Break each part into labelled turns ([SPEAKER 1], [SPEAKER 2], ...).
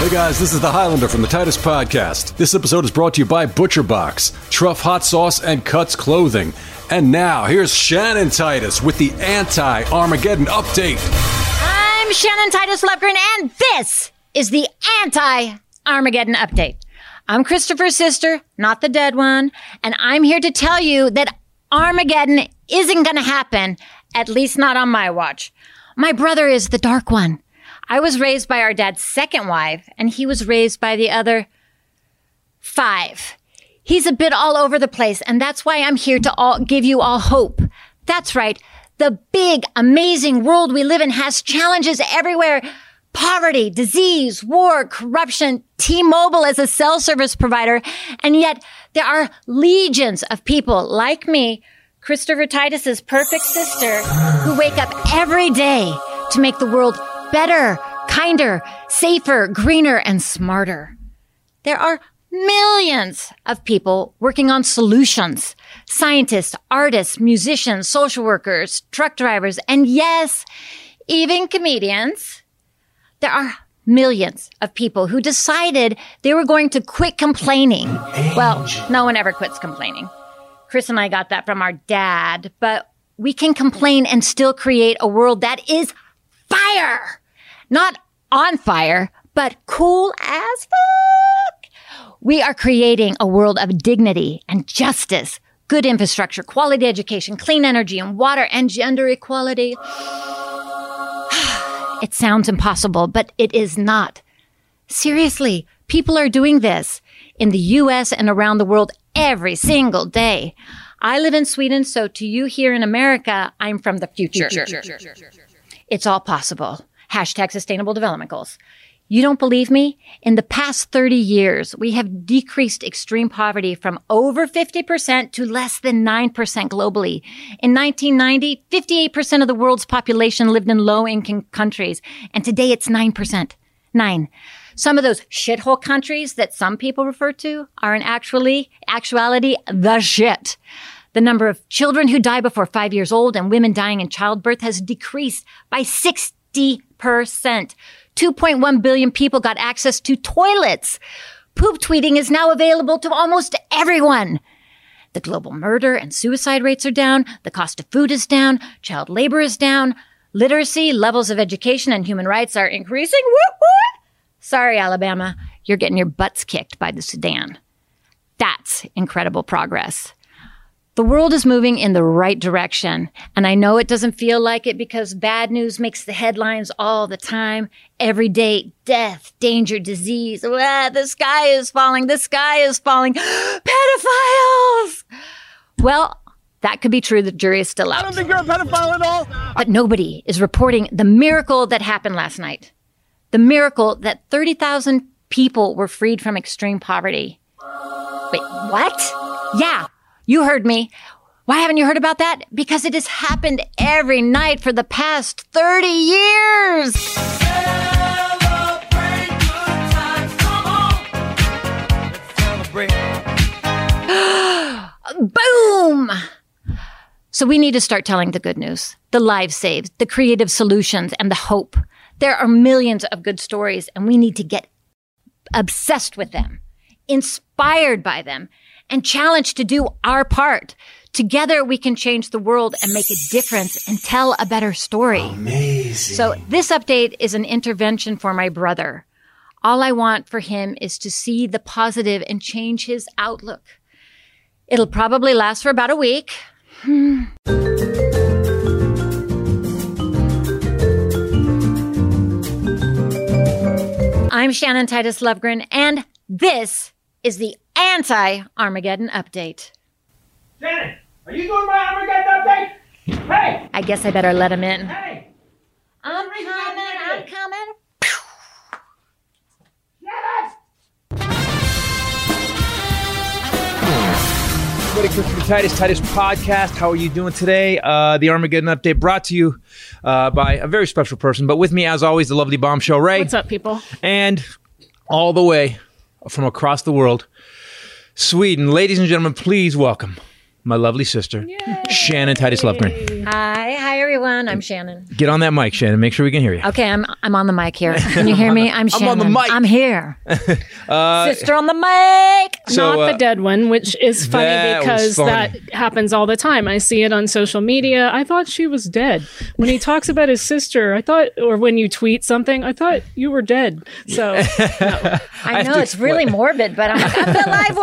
[SPEAKER 1] Hey guys, this is the Highlander from the Titus Podcast. This episode is brought to you by Butcher Box, Truff Hot Sauce, and Cuts Clothing. And now, here's Shannon Titus with the anti Armageddon update.
[SPEAKER 2] I'm Shannon Titus Leprin, and this is the anti Armageddon update. I'm Christopher's sister, not the dead one, and I'm here to tell you that Armageddon isn't going to happen, at least not on my watch. My brother is the dark one. I was raised by our dad's second wife, and he was raised by the other five. He's a bit all over the place, and that's why I'm here to all give you all hope. That's right. The big, amazing world we live in has challenges everywhere. Poverty, disease, war, corruption, T-Mobile as a cell service provider. And yet there are legions of people like me, Christopher Titus's perfect sister, who wake up every day to make the world better, kinder, safer, greener, and smarter. There are millions of people working on solutions. Scientists, artists, musicians, social workers, truck drivers, and yes, even comedians. There are millions of people who decided they were going to quit complaining. Well, no one ever quits complaining. Chris and I got that from our dad, but we can complain and still create a world that is fire. Not on fire, but cool as fuck. We are creating a world of dignity and justice, good infrastructure, quality education, clean energy and water, and gender equality. it sounds impossible, but it is not. Seriously, people are doing this in the US and around the world every single day. I live in Sweden, so to you here in America, I'm from the future. It's all possible. Hashtag sustainable development goals. You don't believe me? In the past 30 years, we have decreased extreme poverty from over 50% to less than 9% globally. In 1990, 58% of the world's population lived in low income countries. And today it's 9%. Nine. Some of those shithole countries that some people refer to are in actually, actuality, the shit. The number of children who die before five years old and women dying in childbirth has decreased by 60%. 2.1 billion people got access to toilets. Poop tweeting is now available to almost everyone. The global murder and suicide rates are down. The cost of food is down. Child labor is down. Literacy, levels of education, and human rights are increasing. Whoop, whoop. Sorry, Alabama. You're getting your butts kicked by the Sudan. That's incredible progress. The world is moving in the right direction. And I know it doesn't feel like it because bad news makes the headlines all the time. Every day, death, danger, disease. Ah, the sky is falling. The sky is falling. Pedophiles! Well, that could be true. The jury is still out.
[SPEAKER 3] think you're a pedophile at all.
[SPEAKER 2] But nobody is reporting the miracle that happened last night. The miracle that 30,000 people were freed from extreme poverty. Wait, what? Yeah, you heard me. Why haven't you heard about that? Because it has happened every night for the past 30 years. Boom! So we need to start telling the good news, the lives saved, the creative solutions, and the hope. There are millions of good stories, and we need to get obsessed with them, inspired by them, and challenged to do our part. Together, we can change the world and make a difference and tell a better story. So, this update is an intervention for my brother. All I want for him is to see the positive and change his outlook. It'll probably last for about a week. I'm Shannon Titus Lovegren, and this is the anti Armageddon update.
[SPEAKER 3] Shannon, are you doing my Armageddon update? Hey,
[SPEAKER 2] I guess I better let him in.
[SPEAKER 3] hey,
[SPEAKER 2] I'm coming, I'm coming.
[SPEAKER 3] Shannon!
[SPEAKER 4] Everybody, Christopher Titus, Titus Podcast. How are you doing today? Uh, the Armageddon update brought to you uh, by a very special person, but with me, as always, the lovely bombshell Ray.
[SPEAKER 5] What's up, people?
[SPEAKER 4] And all the way from across the world, Sweden, ladies and gentlemen, please welcome my lovely sister, Shannon Titus Lufgren.
[SPEAKER 2] Hi, hi everyone. I'm Shannon.
[SPEAKER 4] Get on that mic, Shannon. Make sure we can hear you.
[SPEAKER 2] Okay, I'm I'm on the mic here. Can you hear me? I'm Shannon.
[SPEAKER 4] on the mic.
[SPEAKER 2] I'm here. Sister on the mic.
[SPEAKER 4] So,
[SPEAKER 5] not
[SPEAKER 4] uh,
[SPEAKER 5] the dead one, which is funny
[SPEAKER 4] that was
[SPEAKER 5] because
[SPEAKER 4] funny.
[SPEAKER 5] that happens all the time. I see it on social media. I thought she was dead. When he talks about his sister, I thought, or when you tweet something, I thought you were dead. So
[SPEAKER 2] I
[SPEAKER 4] have
[SPEAKER 2] know
[SPEAKER 4] to
[SPEAKER 2] it's really morbid, but I'm like, I'm the live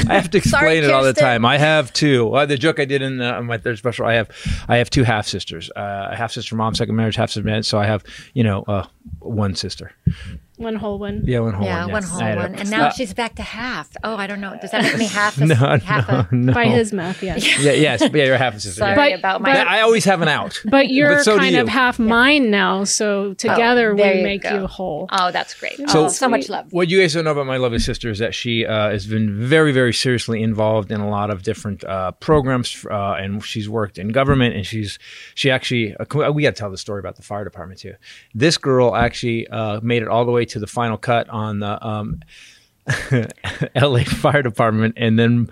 [SPEAKER 2] one.
[SPEAKER 4] I have to explain
[SPEAKER 2] Sorry,
[SPEAKER 4] it all the
[SPEAKER 2] Kirsten.
[SPEAKER 4] time. I have two. Uh, the joke I did in uh, on my third special. I have, I have two half sisters. Uh, a half sister from mom, second marriage, half sister. man. So I have, you know, uh, one sister.
[SPEAKER 5] one whole one.
[SPEAKER 4] Yeah, one whole
[SPEAKER 2] Yeah,
[SPEAKER 4] one.
[SPEAKER 2] one
[SPEAKER 4] yes.
[SPEAKER 2] whole
[SPEAKER 4] I had a-
[SPEAKER 2] one, and now she's back to half. Oh, I don't know. Does that make me half? A, half a,
[SPEAKER 4] no.
[SPEAKER 5] By his math, yes.
[SPEAKER 4] yeah, yes, yeah, you're half a sister.
[SPEAKER 2] sorry
[SPEAKER 4] yeah.
[SPEAKER 5] But-
[SPEAKER 2] about
[SPEAKER 5] but-
[SPEAKER 2] my.
[SPEAKER 4] Oh. That- I always have an out.
[SPEAKER 5] But you're
[SPEAKER 4] so do
[SPEAKER 5] kind of
[SPEAKER 4] you.
[SPEAKER 5] half mine now, so together
[SPEAKER 2] Oh, there you
[SPEAKER 5] we make
[SPEAKER 2] go.
[SPEAKER 5] you whole.
[SPEAKER 2] oh, that's great.
[SPEAKER 4] So-
[SPEAKER 2] oh, so much love.
[SPEAKER 4] What you guys don't know about my lovely sister is that she uh, has been very, very seriously involved in a lot of different uh, programs, uh, and she's worked in government. And she's she actually uh, we got to tell the story about the fire department too. This girl actually uh, made it all the way to the final cut on the um, L.A. fire department, and then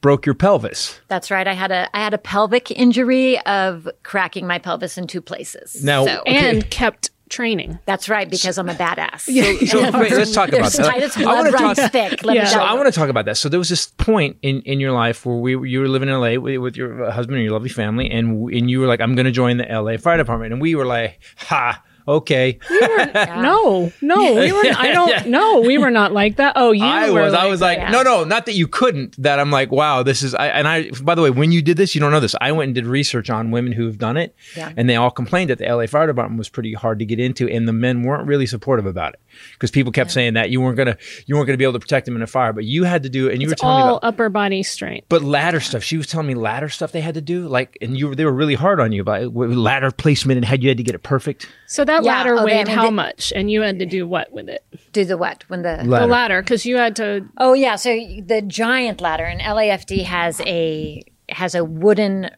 [SPEAKER 4] broke your pelvis.
[SPEAKER 2] That's right. I had a I had a pelvic injury of cracking my pelvis in two places.
[SPEAKER 4] Now-
[SPEAKER 2] so,
[SPEAKER 4] Okay.
[SPEAKER 5] And kept training.
[SPEAKER 2] that's right because I'm a badass.
[SPEAKER 4] So wait, let's talk about
[SPEAKER 2] There's
[SPEAKER 4] that.
[SPEAKER 2] Titus
[SPEAKER 4] I wanna
[SPEAKER 2] blood runs
[SPEAKER 4] talk-
[SPEAKER 2] thick. Let
[SPEAKER 5] Yeah.
[SPEAKER 2] me
[SPEAKER 5] So
[SPEAKER 2] tell
[SPEAKER 4] So I
[SPEAKER 2] you.
[SPEAKER 4] want to talk about that. So there was this point in, in your life where we you were living in LA with, with your husband and your lovely family, and w- and you were like, I'm going to join the LA fire department, and we were like, ha, okay.
[SPEAKER 5] No, no, we were. I don't. No, we were not like that. Oh, you
[SPEAKER 4] I
[SPEAKER 5] were.
[SPEAKER 4] was I
[SPEAKER 5] like
[SPEAKER 4] was like,
[SPEAKER 2] yeah.
[SPEAKER 4] no, no, not that you couldn't. That I'm like, wow, this is. I, and I, by the way, when you did this, you don't know this. I went and did research on women who have done it,
[SPEAKER 2] Yeah.
[SPEAKER 4] and they all complained that the LA fire department was pretty hard to get into, and the men weren't really supportive about it because people kept saying that you weren't gonna you weren't gonna be able to protect them in a fire, but you had to do it, and you were telling me
[SPEAKER 5] all
[SPEAKER 4] about
[SPEAKER 5] upper body strength.
[SPEAKER 4] But ladder stuff. She was telling me ladder stuff they had to do. Like, and you were, they were really hard on you about it, with ladder placement and how you had to get it perfect.
[SPEAKER 5] So that
[SPEAKER 2] Yeah,
[SPEAKER 5] ladder
[SPEAKER 2] oh, they-
[SPEAKER 5] weighed
[SPEAKER 2] I mean,
[SPEAKER 5] how
[SPEAKER 2] they-
[SPEAKER 5] much, and you had to do what with it?
[SPEAKER 2] Do the what when the
[SPEAKER 5] The ladder, because you had to
[SPEAKER 2] Oh yeah, so the giant ladder and LAFD has a has a wooden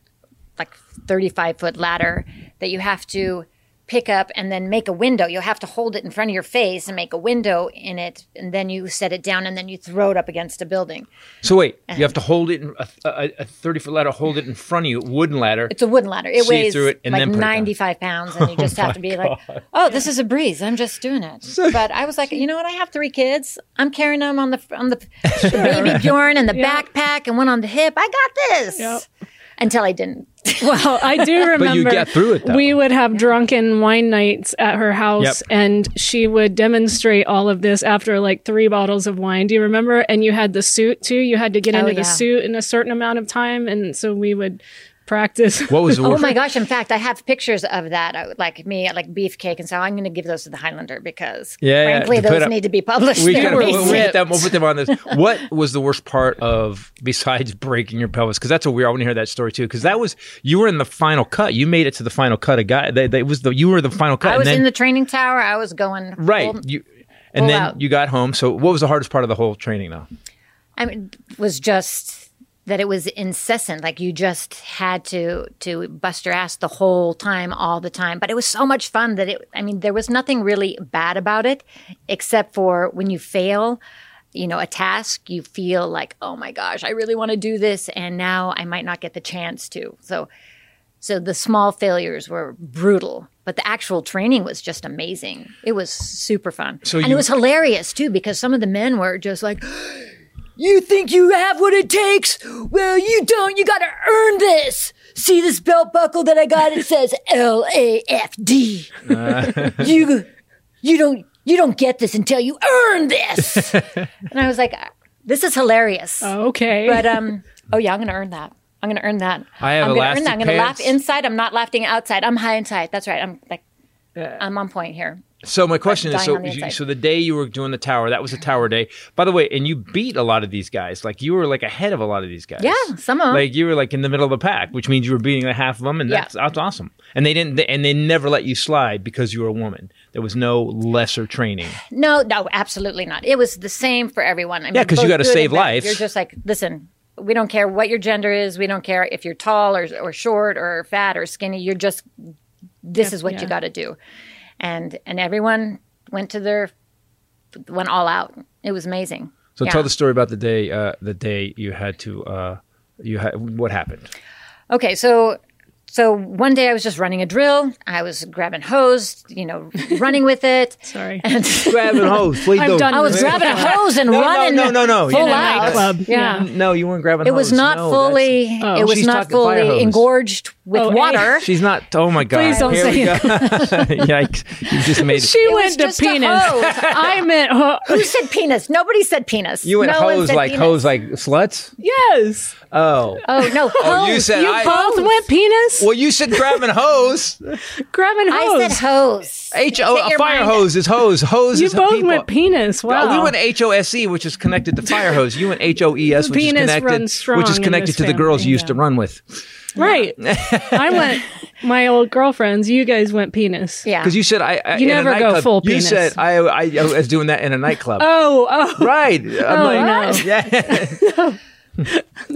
[SPEAKER 2] like 35 foot ladder that you have to pick up and then make a window. You'll have to hold it in front of your face and make a window in it and then you set it down and then you throw it up against a building.
[SPEAKER 4] So wait, you have to hold it in a, a, a thirty foot ladder. Hold it in front of you, wooden ladder.
[SPEAKER 2] It's a wooden ladder. It
[SPEAKER 4] So you
[SPEAKER 2] weighs
[SPEAKER 4] threw it and
[SPEAKER 2] like
[SPEAKER 4] then put it down.
[SPEAKER 2] 95 pounds and you just have to be like, "Oh, this is a breeze. I'm just doing it." but I was like, "You know what? I have three kids. I'm carrying them on the on the, the baby Bjorn and the backpack and one on the hip. I got this."
[SPEAKER 5] Yep.
[SPEAKER 2] Until I didn't.
[SPEAKER 5] Well, I do remember.
[SPEAKER 4] you got through it, though.
[SPEAKER 5] We would have drunken wine nights at her
[SPEAKER 4] Yep.
[SPEAKER 5] house, and she would demonstrate all of this after like three bottles of wine. Do you remember? And you had the suit too. You had to get into
[SPEAKER 2] yeah.
[SPEAKER 5] the suit in a certain amount of time, and so we would practice.
[SPEAKER 4] what was the
[SPEAKER 2] Oh
[SPEAKER 4] worst?
[SPEAKER 2] my gosh! In fact, I have pictures of that, I- like me, like beefcake, and so I'm going to give those to the Highlander because,
[SPEAKER 4] Yeah, yeah,
[SPEAKER 2] frankly,
[SPEAKER 4] to put
[SPEAKER 2] those
[SPEAKER 4] up-
[SPEAKER 2] need to be published.
[SPEAKER 4] we
[SPEAKER 2] They're
[SPEAKER 4] gotta, we'll,
[SPEAKER 2] amazing.
[SPEAKER 4] we'll get them, we'll put them on this. What was the worst part of besides breaking your pelvis? Because that's a weird. I want to hear that story too. Because that was you were in the final cut. You made it to the final cut. A guy. They, they, it was the you were the final cut.
[SPEAKER 2] I
[SPEAKER 4] and
[SPEAKER 2] was
[SPEAKER 4] then-
[SPEAKER 2] in the training tower. I was going
[SPEAKER 4] right.
[SPEAKER 2] full-
[SPEAKER 4] You and
[SPEAKER 2] pull
[SPEAKER 4] then
[SPEAKER 2] out.
[SPEAKER 4] you got home. So what was the hardest part of the whole training though?
[SPEAKER 2] I mean, was just that it was incessant. Like you just had to to bust your ass the whole time, all the time. But it was so much fun that it. I mean, there was nothing really bad about it, except for when you fail. You know, a task, you feel like, oh my gosh, I really want to do this, and now I might not get the chance to. So, so the small failures were brutal, but the actual training was just amazing. It was super fun,
[SPEAKER 4] So
[SPEAKER 2] and
[SPEAKER 4] you-
[SPEAKER 2] it was hilarious too because some of the men were just like, you think you have what it takes? Well, you don't. You gotta earn this. See this belt buckle that I got? It says L A F D.
[SPEAKER 4] Uh.
[SPEAKER 2] You, you don't, you don't get this until you earn this. and I was like, this is hilarious.
[SPEAKER 5] Oh. okay,
[SPEAKER 2] But um, oh yeah, I'm gonna earn that. I'm gonna earn that.
[SPEAKER 4] I have
[SPEAKER 2] I'm gonna
[SPEAKER 4] elastic
[SPEAKER 2] earn that. I'm gonna laugh
[SPEAKER 4] pants.
[SPEAKER 2] inside. I'm not laughing outside. I'm high inside. That's right. I'm like, I'm on point here.
[SPEAKER 4] So my question is,
[SPEAKER 2] dying
[SPEAKER 4] so
[SPEAKER 2] on the
[SPEAKER 4] you-
[SPEAKER 2] inside.
[SPEAKER 4] so the day you were doing the tower, that was a tower day. By the way, and you beat a lot of these guys. Like you were like ahead of a lot of these guys.
[SPEAKER 2] Yeah, some of 'em.
[SPEAKER 4] Like you were like in the middle of the pack, which means you were beating a half of them, and
[SPEAKER 2] Yeah.
[SPEAKER 4] that's, that's awesome. And they didn't, they, and they never let you slide because you were a woman. There was no lesser training.
[SPEAKER 2] No, no, absolutely not. It was the same for everyone. I mean,
[SPEAKER 4] Yeah, 'cause you
[SPEAKER 2] both
[SPEAKER 4] gotta
[SPEAKER 2] good
[SPEAKER 4] save
[SPEAKER 2] and bad.
[SPEAKER 4] lives.
[SPEAKER 2] You're just like, listen, we don't care what your gender is. We don't care if you're tall or, or short or fat or skinny. You're just, this is what
[SPEAKER 5] yeah.
[SPEAKER 2] you got to do. And and everyone went to their, went all out. It was amazing.
[SPEAKER 4] So
[SPEAKER 2] Yeah.
[SPEAKER 4] tell the story about the day, uh, the day you had to uh, You ha- what happened?
[SPEAKER 2] Okay, so so one day I was just running a drill. I was grabbing hose, you know, running with it.
[SPEAKER 5] Sorry.
[SPEAKER 2] And
[SPEAKER 4] Grabbing hose, please
[SPEAKER 5] I've
[SPEAKER 4] don't.
[SPEAKER 5] done
[SPEAKER 2] I was
[SPEAKER 5] this
[SPEAKER 2] grabbing a hose and
[SPEAKER 4] No, no,
[SPEAKER 2] running.
[SPEAKER 4] no, no, no.
[SPEAKER 2] Full
[SPEAKER 4] In a
[SPEAKER 2] out.
[SPEAKER 5] nightclub.
[SPEAKER 2] Yeah.
[SPEAKER 5] Yeah.
[SPEAKER 4] No, you weren't grabbing.
[SPEAKER 2] It was
[SPEAKER 4] hose.
[SPEAKER 2] not
[SPEAKER 4] No, that's-
[SPEAKER 2] fully.
[SPEAKER 5] Oh.
[SPEAKER 2] it was
[SPEAKER 4] She's
[SPEAKER 2] not
[SPEAKER 4] talking fire hose.
[SPEAKER 2] fully engorged with
[SPEAKER 5] Oh, eh.
[SPEAKER 2] water.
[SPEAKER 4] She's not. Oh my god!
[SPEAKER 5] Please don't
[SPEAKER 4] Here we
[SPEAKER 5] say
[SPEAKER 4] go. Yikes! You just made.
[SPEAKER 5] She
[SPEAKER 2] was
[SPEAKER 5] went to
[SPEAKER 2] just a
[SPEAKER 5] penis.
[SPEAKER 2] hose.
[SPEAKER 5] I meant ho-
[SPEAKER 2] Who said penis? Nobody said penis.
[SPEAKER 4] You went
[SPEAKER 2] no one
[SPEAKER 4] hose
[SPEAKER 2] said
[SPEAKER 4] like
[SPEAKER 2] penis.
[SPEAKER 4] hose like sluts.
[SPEAKER 5] yes.
[SPEAKER 4] Oh.
[SPEAKER 2] Oh no,
[SPEAKER 4] Oh, you
[SPEAKER 2] hose.
[SPEAKER 4] said I.
[SPEAKER 5] Both went penis.
[SPEAKER 4] well, you said grabbing hose.
[SPEAKER 5] Grabbing hose.
[SPEAKER 2] I said hose.
[SPEAKER 4] H O
[SPEAKER 2] Get
[SPEAKER 4] a
[SPEAKER 2] your
[SPEAKER 4] fire
[SPEAKER 2] mind-
[SPEAKER 4] hose is hose. Hose
[SPEAKER 5] you
[SPEAKER 4] is
[SPEAKER 5] both
[SPEAKER 4] people. Oh,
[SPEAKER 5] went Oh. penis. Wow.
[SPEAKER 4] We went H O S E, which is connected to fire hose. You went H O E S, which is
[SPEAKER 5] Penis
[SPEAKER 4] connected,
[SPEAKER 5] runs strong
[SPEAKER 4] which is
[SPEAKER 5] in
[SPEAKER 4] connected
[SPEAKER 5] this
[SPEAKER 4] to the girls you
[SPEAKER 5] family,
[SPEAKER 4] used to
[SPEAKER 5] yeah.
[SPEAKER 4] run with.
[SPEAKER 5] right. I went my old girlfriends. You guys went penis.
[SPEAKER 2] Yeah.
[SPEAKER 4] Because you said I, I
[SPEAKER 5] You
[SPEAKER 4] in a
[SPEAKER 5] never go
[SPEAKER 4] nightclub.
[SPEAKER 5] full
[SPEAKER 4] You
[SPEAKER 5] penis.
[SPEAKER 4] said I, I, I was doing that in a nightclub.
[SPEAKER 5] Oh, oh.
[SPEAKER 4] right. I'm
[SPEAKER 5] no.
[SPEAKER 4] yeah.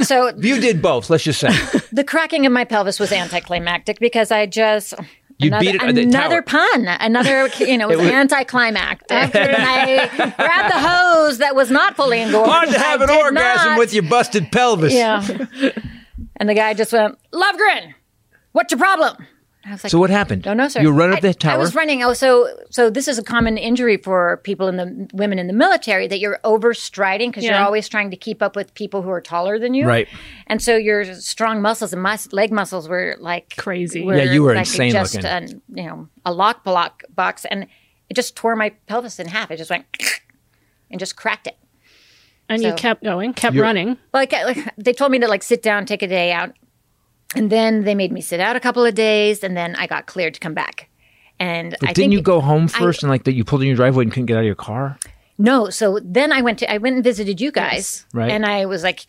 [SPEAKER 2] so
[SPEAKER 4] you did both. Let's just say
[SPEAKER 2] the cracking of my pelvis was anticlimactic because I just
[SPEAKER 4] You
[SPEAKER 2] another,
[SPEAKER 4] beat it- uh, the
[SPEAKER 2] another pun, another you know, it was,
[SPEAKER 4] was-
[SPEAKER 2] anticlimactic. And I grabbed the hose that was not fully engorged.
[SPEAKER 4] hard to have
[SPEAKER 2] I
[SPEAKER 4] an
[SPEAKER 2] did
[SPEAKER 4] orgasm
[SPEAKER 2] not.
[SPEAKER 4] with your busted pelvis.
[SPEAKER 2] Yeah. and the guy just went, Lovegren, what's your problem? I was like,
[SPEAKER 4] So what happened?
[SPEAKER 2] No, no, sir.
[SPEAKER 4] You run up
[SPEAKER 2] I-
[SPEAKER 4] the tower.
[SPEAKER 2] I was running. Oh, so so this is a common injury for people in the women in the military that you're overstriding because you're
[SPEAKER 5] Yeah.
[SPEAKER 2] always trying to keep up with people who are taller than you.
[SPEAKER 4] Right.
[SPEAKER 2] And so your strong muscles and mus- leg muscles were like
[SPEAKER 5] Crazy.
[SPEAKER 2] were
[SPEAKER 4] Yeah, you were
[SPEAKER 2] like
[SPEAKER 4] insane
[SPEAKER 2] just
[SPEAKER 4] looking.
[SPEAKER 2] An, you know, a lock block box, and it just tore my pelvis in half. It just went and just cracked it.
[SPEAKER 5] And you
[SPEAKER 2] So-
[SPEAKER 5] kept going, kept running.
[SPEAKER 2] Well, like, like they told me to like sit down, take a day out, and then they made me sit out a couple of days, and then I got cleared to come back. And I
[SPEAKER 4] Didn't
[SPEAKER 2] think,
[SPEAKER 4] you go home first and like that? You pulled in your driveway and couldn't get out of your car.
[SPEAKER 2] No, so then I went to I went and visited you guys,
[SPEAKER 4] Right.
[SPEAKER 2] And I was like,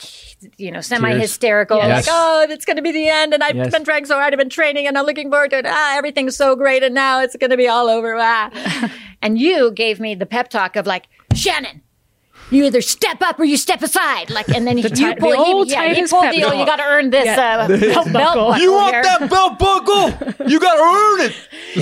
[SPEAKER 2] you know, semi hysterical, like,
[SPEAKER 4] Yes.
[SPEAKER 2] oh, it's going to be the end, and I've
[SPEAKER 4] Yes.
[SPEAKER 2] been trying so hard, I've been training, and I'm looking forward to it. Ah, everything's so great, and now it's going to be all over. Ah. and you gave me the pep talk of like, Shannon. You either step up or you step aside, like, and then you
[SPEAKER 5] ti-
[SPEAKER 2] pull.
[SPEAKER 5] the
[SPEAKER 2] he-
[SPEAKER 5] old
[SPEAKER 2] yeah, he
[SPEAKER 5] Titus
[SPEAKER 2] pulled
[SPEAKER 5] pep
[SPEAKER 2] the. old, You got
[SPEAKER 5] talk.
[SPEAKER 2] to earn this
[SPEAKER 5] Yeah.
[SPEAKER 2] uh, belt, buckle.
[SPEAKER 4] You want
[SPEAKER 2] here.
[SPEAKER 4] that belt buckle? You gotta earn it.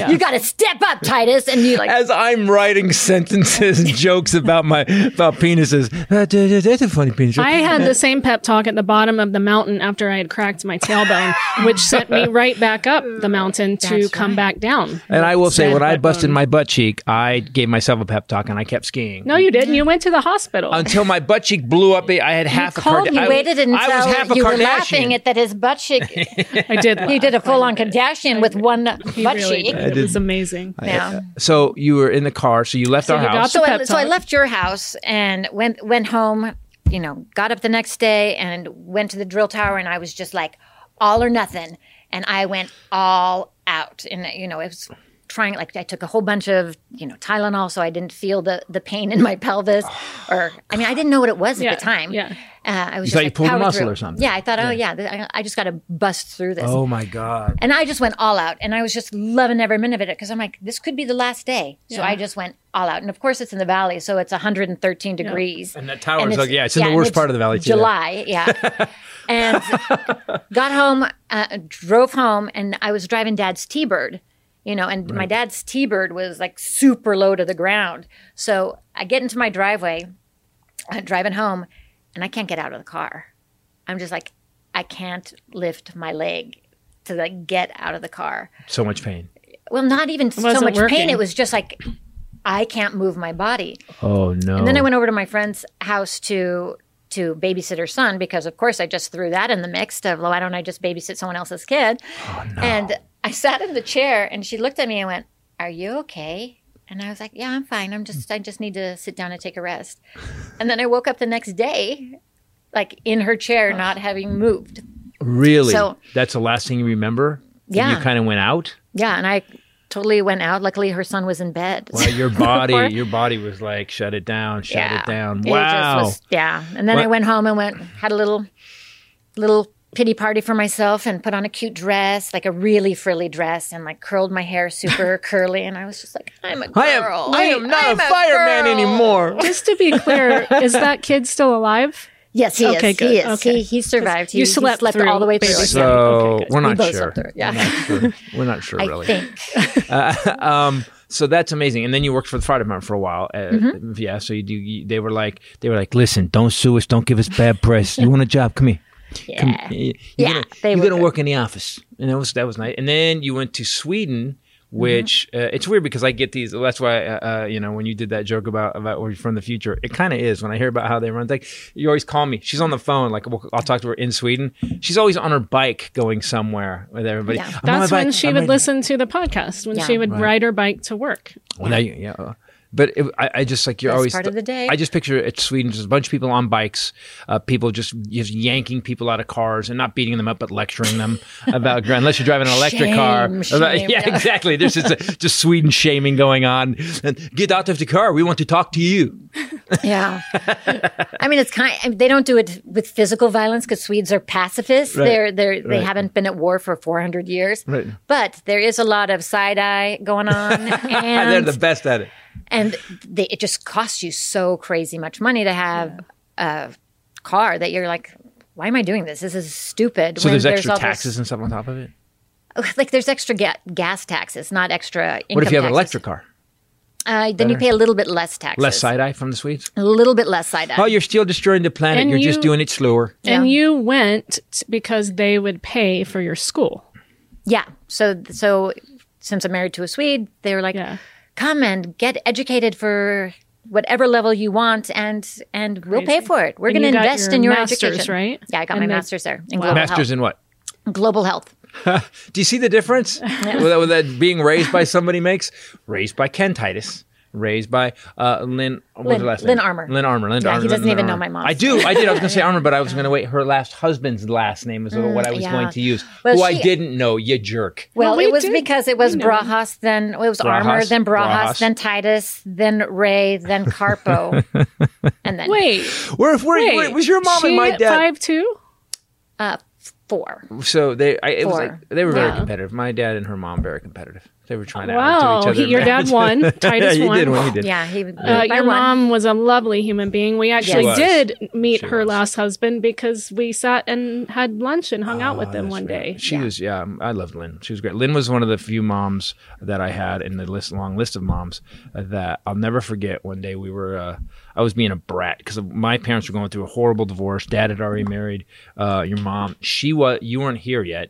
[SPEAKER 2] You got to step up, Titus, and you like.
[SPEAKER 4] As I'm writing sentences and jokes about my about penises, Uh, da- da- that's a funny penis.
[SPEAKER 5] I had the same pep talk at the bottom of the mountain after I had cracked my tailbone, which sent me right back up the mountain to
[SPEAKER 2] That's
[SPEAKER 5] come
[SPEAKER 2] right.
[SPEAKER 5] back down.
[SPEAKER 4] and I will say,
[SPEAKER 5] Sad
[SPEAKER 4] when I
[SPEAKER 5] butt
[SPEAKER 4] busted
[SPEAKER 5] bone.
[SPEAKER 4] my butt cheek, I gave myself a pep talk and I kept skiing.
[SPEAKER 5] No, you didn't. You went to the hospital.
[SPEAKER 4] Until my butt cheek blew up, I had half a
[SPEAKER 5] called-
[SPEAKER 4] Kardashian.
[SPEAKER 5] you
[SPEAKER 4] I,
[SPEAKER 2] waited until
[SPEAKER 4] I was half a
[SPEAKER 2] you
[SPEAKER 4] Kardashian.
[SPEAKER 2] were laughing at that his butt cheek
[SPEAKER 5] I did.
[SPEAKER 2] He did a full on Kardashian with one
[SPEAKER 5] He
[SPEAKER 2] butt
[SPEAKER 5] really
[SPEAKER 2] cheek.
[SPEAKER 5] did. It was amazing.
[SPEAKER 2] Yeah.
[SPEAKER 4] Uh, so you were in the car, so you left our
[SPEAKER 5] you got
[SPEAKER 4] house.
[SPEAKER 5] the-
[SPEAKER 2] So I,
[SPEAKER 5] Pep
[SPEAKER 2] so I
[SPEAKER 5] talk.
[SPEAKER 2] left your house and went went home. You know, got up the next day and went to the drill tower, and I was just like all or nothing, and I went all out, and you know, it was trying like I took a whole bunch of you know Tylenol so I didn't feel the the pain in my pelvis, or I mean I didn't know what it was
[SPEAKER 5] Yeah,
[SPEAKER 2] at the time.
[SPEAKER 5] yeah.
[SPEAKER 2] uh, I was just
[SPEAKER 4] thought you
[SPEAKER 2] like,
[SPEAKER 4] pulled a
[SPEAKER 2] power
[SPEAKER 4] muscle
[SPEAKER 2] through.
[SPEAKER 4] or something.
[SPEAKER 2] Yeah, I thought, oh yeah, th- I, I just got to bust through this.
[SPEAKER 4] oh my god!
[SPEAKER 2] And I just went all out and I was just loving every minute of it because I'm like, this could be the last day. So I just went all out. And of course, it's in the valley, so it's 113 degrees.
[SPEAKER 4] And that tower's
[SPEAKER 2] it's-
[SPEAKER 4] like- yeah, it's in the
[SPEAKER 2] and
[SPEAKER 4] worst part of the valley, too, yeah.
[SPEAKER 2] July, yeah. and got home, uh, drove home, and I was driving dad's T Bird, you know, and my dad's T Bird was like super low to the ground. So I get into my driveway, I'm driving home, and I can't get out of the car. I'm just like, I can't lift my leg to like get out of the car.
[SPEAKER 4] So much pain.
[SPEAKER 2] Well, not even so
[SPEAKER 5] wasn't
[SPEAKER 2] much pain.
[SPEAKER 5] working.
[SPEAKER 2] It was just like I can't move my body.
[SPEAKER 4] Oh no!
[SPEAKER 2] And then I went over to my friend's house to to babysit her son because of course I just threw that in the mix of why don't I just babysit someone else's kid?
[SPEAKER 5] Oh,
[SPEAKER 2] And I sat in the chair and she looked at me and went, Are you okay? And I was like, Yeah, I'm fine. I'm just I just need to sit down and take a rest. And then I woke up the next day, like in her chair, not having moved.
[SPEAKER 4] Really?
[SPEAKER 2] So-
[SPEAKER 4] That's the last thing you remember? Then
[SPEAKER 2] Yeah.
[SPEAKER 4] You kind of went out?
[SPEAKER 2] Yeah, and I totally went out. Luckily her son was in bed.
[SPEAKER 4] Well, your body,
[SPEAKER 5] Or-
[SPEAKER 4] your body was like, shut it down, shut
[SPEAKER 2] yeah.
[SPEAKER 4] it down.
[SPEAKER 2] just
[SPEAKER 4] Wow.
[SPEAKER 2] was- yeah. And then I
[SPEAKER 4] What-
[SPEAKER 2] went home and went had a little little pity party for myself and put on a cute dress, like a really frilly dress, and like curled my hair super curly. And I was just like, I'm a girl.
[SPEAKER 4] I am, I am not
[SPEAKER 2] I'm
[SPEAKER 4] a fireman
[SPEAKER 2] girl."
[SPEAKER 4] anymore.
[SPEAKER 5] Just to be clear, is that kid still alive?
[SPEAKER 2] Yes, he
[SPEAKER 5] Okay,
[SPEAKER 2] is.
[SPEAKER 5] good.
[SPEAKER 2] He is.
[SPEAKER 5] Okay.
[SPEAKER 2] He, he survived. He,
[SPEAKER 5] You
[SPEAKER 2] he
[SPEAKER 5] slept
[SPEAKER 2] slept
[SPEAKER 5] through
[SPEAKER 2] all the way through.
[SPEAKER 5] baby
[SPEAKER 2] it.
[SPEAKER 5] sleep.
[SPEAKER 4] So
[SPEAKER 5] Okay, good.
[SPEAKER 4] we're not
[SPEAKER 2] both
[SPEAKER 4] sure.
[SPEAKER 2] slept through it, yeah.
[SPEAKER 4] We're not sure. We're not sure
[SPEAKER 2] I
[SPEAKER 4] really. Um,
[SPEAKER 2] think.
[SPEAKER 4] So that's amazing. And then you worked for the fire department for a while. Uh,
[SPEAKER 2] Mm-hmm.
[SPEAKER 4] Yeah. So you do. You, they were like, they were like, listen, don't sue us, don't give us bad press. You want a job? Come here. Come-
[SPEAKER 2] Yeah.
[SPEAKER 4] you-
[SPEAKER 2] Yeah,
[SPEAKER 4] You're gonna,
[SPEAKER 2] they
[SPEAKER 4] you're
[SPEAKER 2] were
[SPEAKER 4] gonna
[SPEAKER 2] good.
[SPEAKER 4] work in the office, and that was that was nice. And then you went to Sweden,
[SPEAKER 2] Mm-hmm.
[SPEAKER 4] which uh, it's weird because I get these. That's why uh, uh, you know when you did that joke about about where you're from the future, it kind of is. When I hear about how they run, like you always call me. She's on the phone. Like we'll, I'll talk to her in Sweden. She's always on her bike going somewhere with everybody.
[SPEAKER 2] Yeah.
[SPEAKER 4] "I'm on my
[SPEAKER 5] That's when
[SPEAKER 4] bike,
[SPEAKER 5] she
[SPEAKER 4] I'm
[SPEAKER 5] would
[SPEAKER 4] riding-"
[SPEAKER 5] listen to the podcast, when
[SPEAKER 2] Yeah.
[SPEAKER 5] she would ride her bike to work.
[SPEAKER 4] Well, now you, yeah. uh, But it, I, I just like you're
[SPEAKER 2] Best
[SPEAKER 4] always
[SPEAKER 2] part of the day.
[SPEAKER 4] I just picture it's Sweden, just a bunch of people on bikes, uh, people just just yanking people out of cars and not beating them up, but lecturing them about gr- unless you're driving an electric
[SPEAKER 2] Shame,
[SPEAKER 4] car.
[SPEAKER 2] shame.
[SPEAKER 4] yeah, exactly. There's just a, just Sweden shaming going on. And get out of the car. We want to talk to you.
[SPEAKER 2] Yeah. I mean, it's kind. I mean, they don't do it with physical violence because Swedes are pacifists.
[SPEAKER 4] Right.
[SPEAKER 2] They're they're they
[SPEAKER 4] Right.
[SPEAKER 2] haven't been at war for 400 years.
[SPEAKER 4] Right.
[SPEAKER 2] But there is a lot of side eye going on,
[SPEAKER 4] And
[SPEAKER 2] and
[SPEAKER 4] they're the best at it.
[SPEAKER 2] and they, it just costs you so crazy much money to have a car that you're like, why am I doing this? This is stupid.
[SPEAKER 4] So
[SPEAKER 2] when
[SPEAKER 4] there's extra
[SPEAKER 2] all this-
[SPEAKER 4] taxes and stuff on top of it.
[SPEAKER 2] like there's extra ga- gas taxes, not extra. Income
[SPEAKER 4] What if you have an
[SPEAKER 2] taxes.
[SPEAKER 4] electric car?
[SPEAKER 2] Uh, then you pay a little bit less taxes.
[SPEAKER 4] Less side eye from the Swedes.
[SPEAKER 2] A little bit less side eye.
[SPEAKER 4] Oh, you're still destroying the planet.
[SPEAKER 5] And
[SPEAKER 4] you're just
[SPEAKER 5] you-
[SPEAKER 4] doing it slower.
[SPEAKER 5] And
[SPEAKER 2] Yeah.
[SPEAKER 5] you went t- because they would pay for your school.
[SPEAKER 2] Yeah. So so since I'm married to a Swede, they were like,
[SPEAKER 5] Yeah.
[SPEAKER 2] come and get educated for whatever level you want, and and we'll pay for it. We're
[SPEAKER 5] And
[SPEAKER 2] going to
[SPEAKER 5] you got
[SPEAKER 2] invest
[SPEAKER 5] your
[SPEAKER 2] in your
[SPEAKER 5] master's,
[SPEAKER 2] education,
[SPEAKER 5] right?
[SPEAKER 2] Yeah, I got
[SPEAKER 5] And
[SPEAKER 2] my
[SPEAKER 5] the-
[SPEAKER 2] master's there in
[SPEAKER 5] Wow.
[SPEAKER 2] global
[SPEAKER 4] Masters
[SPEAKER 2] health.
[SPEAKER 4] in what?
[SPEAKER 2] global health.
[SPEAKER 4] Do you see the difference Whether that being raised by somebody makes? Raised by Ken Titus. Raised by uh, Lynn. What was
[SPEAKER 2] Lynn-
[SPEAKER 4] her last
[SPEAKER 2] Lynn
[SPEAKER 4] name?
[SPEAKER 2] Armour.
[SPEAKER 4] Lynn Armour. Lynn
[SPEAKER 2] Yeah, he
[SPEAKER 4] Armour.
[SPEAKER 2] doesn't
[SPEAKER 4] Lynn
[SPEAKER 2] even know
[SPEAKER 4] Armour.
[SPEAKER 2] my mom's.
[SPEAKER 4] I do. I did. I was going to say Armour, but I was going to wait. Her last husband's last name is what I was
[SPEAKER 2] yeah.
[SPEAKER 4] going to use.
[SPEAKER 2] Well,
[SPEAKER 4] who I
[SPEAKER 2] she-
[SPEAKER 4] didn't know. You jerk.
[SPEAKER 2] Well,
[SPEAKER 5] we
[SPEAKER 2] it was
[SPEAKER 5] did.
[SPEAKER 2] because it was Brahas, then it was Armor,
[SPEAKER 4] Brahas,
[SPEAKER 2] then Brahas,
[SPEAKER 4] Brahas.
[SPEAKER 2] then Titus, then Ray, then Carpo, and then
[SPEAKER 5] Wait,
[SPEAKER 4] Where if we're,
[SPEAKER 5] wait.
[SPEAKER 4] it was your mom
[SPEAKER 5] she
[SPEAKER 4] and my dad.
[SPEAKER 5] Five two.
[SPEAKER 2] uh, four.
[SPEAKER 4] So they, I, it was
[SPEAKER 2] Four.
[SPEAKER 4] like they were very
[SPEAKER 5] Wow.
[SPEAKER 4] competitive. My dad and her mom very competitive. They were trying to
[SPEAKER 5] Wow,
[SPEAKER 4] outdo each other.
[SPEAKER 5] he,
[SPEAKER 4] in
[SPEAKER 5] your dad
[SPEAKER 4] marriage.
[SPEAKER 5] won. Titus
[SPEAKER 4] yeah, he
[SPEAKER 5] won.
[SPEAKER 4] did when he did.
[SPEAKER 2] Yeah, he.
[SPEAKER 5] Uh,
[SPEAKER 2] by
[SPEAKER 5] your
[SPEAKER 2] one.
[SPEAKER 5] mom was a lovely human being. We actually
[SPEAKER 4] was.
[SPEAKER 5] did meet her
[SPEAKER 4] was.
[SPEAKER 5] last husband because we sat and had lunch and hung out with them
[SPEAKER 4] Ah, That's
[SPEAKER 5] one
[SPEAKER 4] right.
[SPEAKER 5] day.
[SPEAKER 4] She was, yeah, um, I loved Lynn. She was great. Lynn was one of the few moms that I had in the list, long list of moms uh, that I'll never forget. One day we were, uh, I was being a brat because my parents were going through a horrible divorce. Dad had already married uh, your mom. She was, you weren't here yet,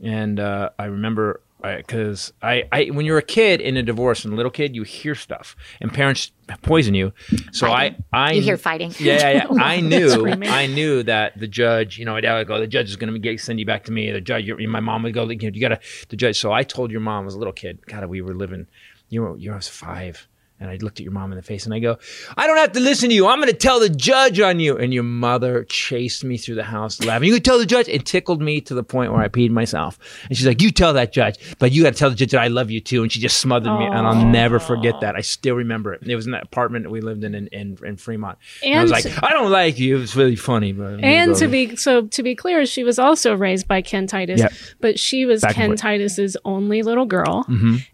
[SPEAKER 4] and uh, I remember. Because I, I, when you're a kid in a divorce and a little kid, you hear stuff, and parents poison you. So I, I,
[SPEAKER 2] You hear fighting.
[SPEAKER 4] yeah, yeah, yeah. I knew,
[SPEAKER 5] Screaming.
[SPEAKER 4] I knew that the judge, you know, my dad would go, the judge is going to get send you back to me. The judge, your, my mom would go, you, know, you got to the judge. So I told your mom I was a little kid. God, we were living. You were, you were- I was five, and I looked at your mom in the face and I go, I don't have to listen to you. I'm going to tell the judge on you. And your mother chased me through the house laughing. You could tell the judge. It tickled me to the point where I peed myself. And she's like, you tell that judge, but you got to tell the judge that I love you too. And she just smothered me, and I'll never forget that. I still remember it. It was in that apartment that we lived in in, in, in Fremont. And I was
[SPEAKER 5] And-
[SPEAKER 4] like, I don't like you. It was really funny, but I'm gonna
[SPEAKER 5] And
[SPEAKER 4] go
[SPEAKER 5] to
[SPEAKER 4] with-
[SPEAKER 5] be so to be clear, she was also raised by Ken Titus,
[SPEAKER 4] Yep.
[SPEAKER 5] but she was
[SPEAKER 4] Back and
[SPEAKER 5] Ken
[SPEAKER 4] forth.
[SPEAKER 5] Titus's only little girl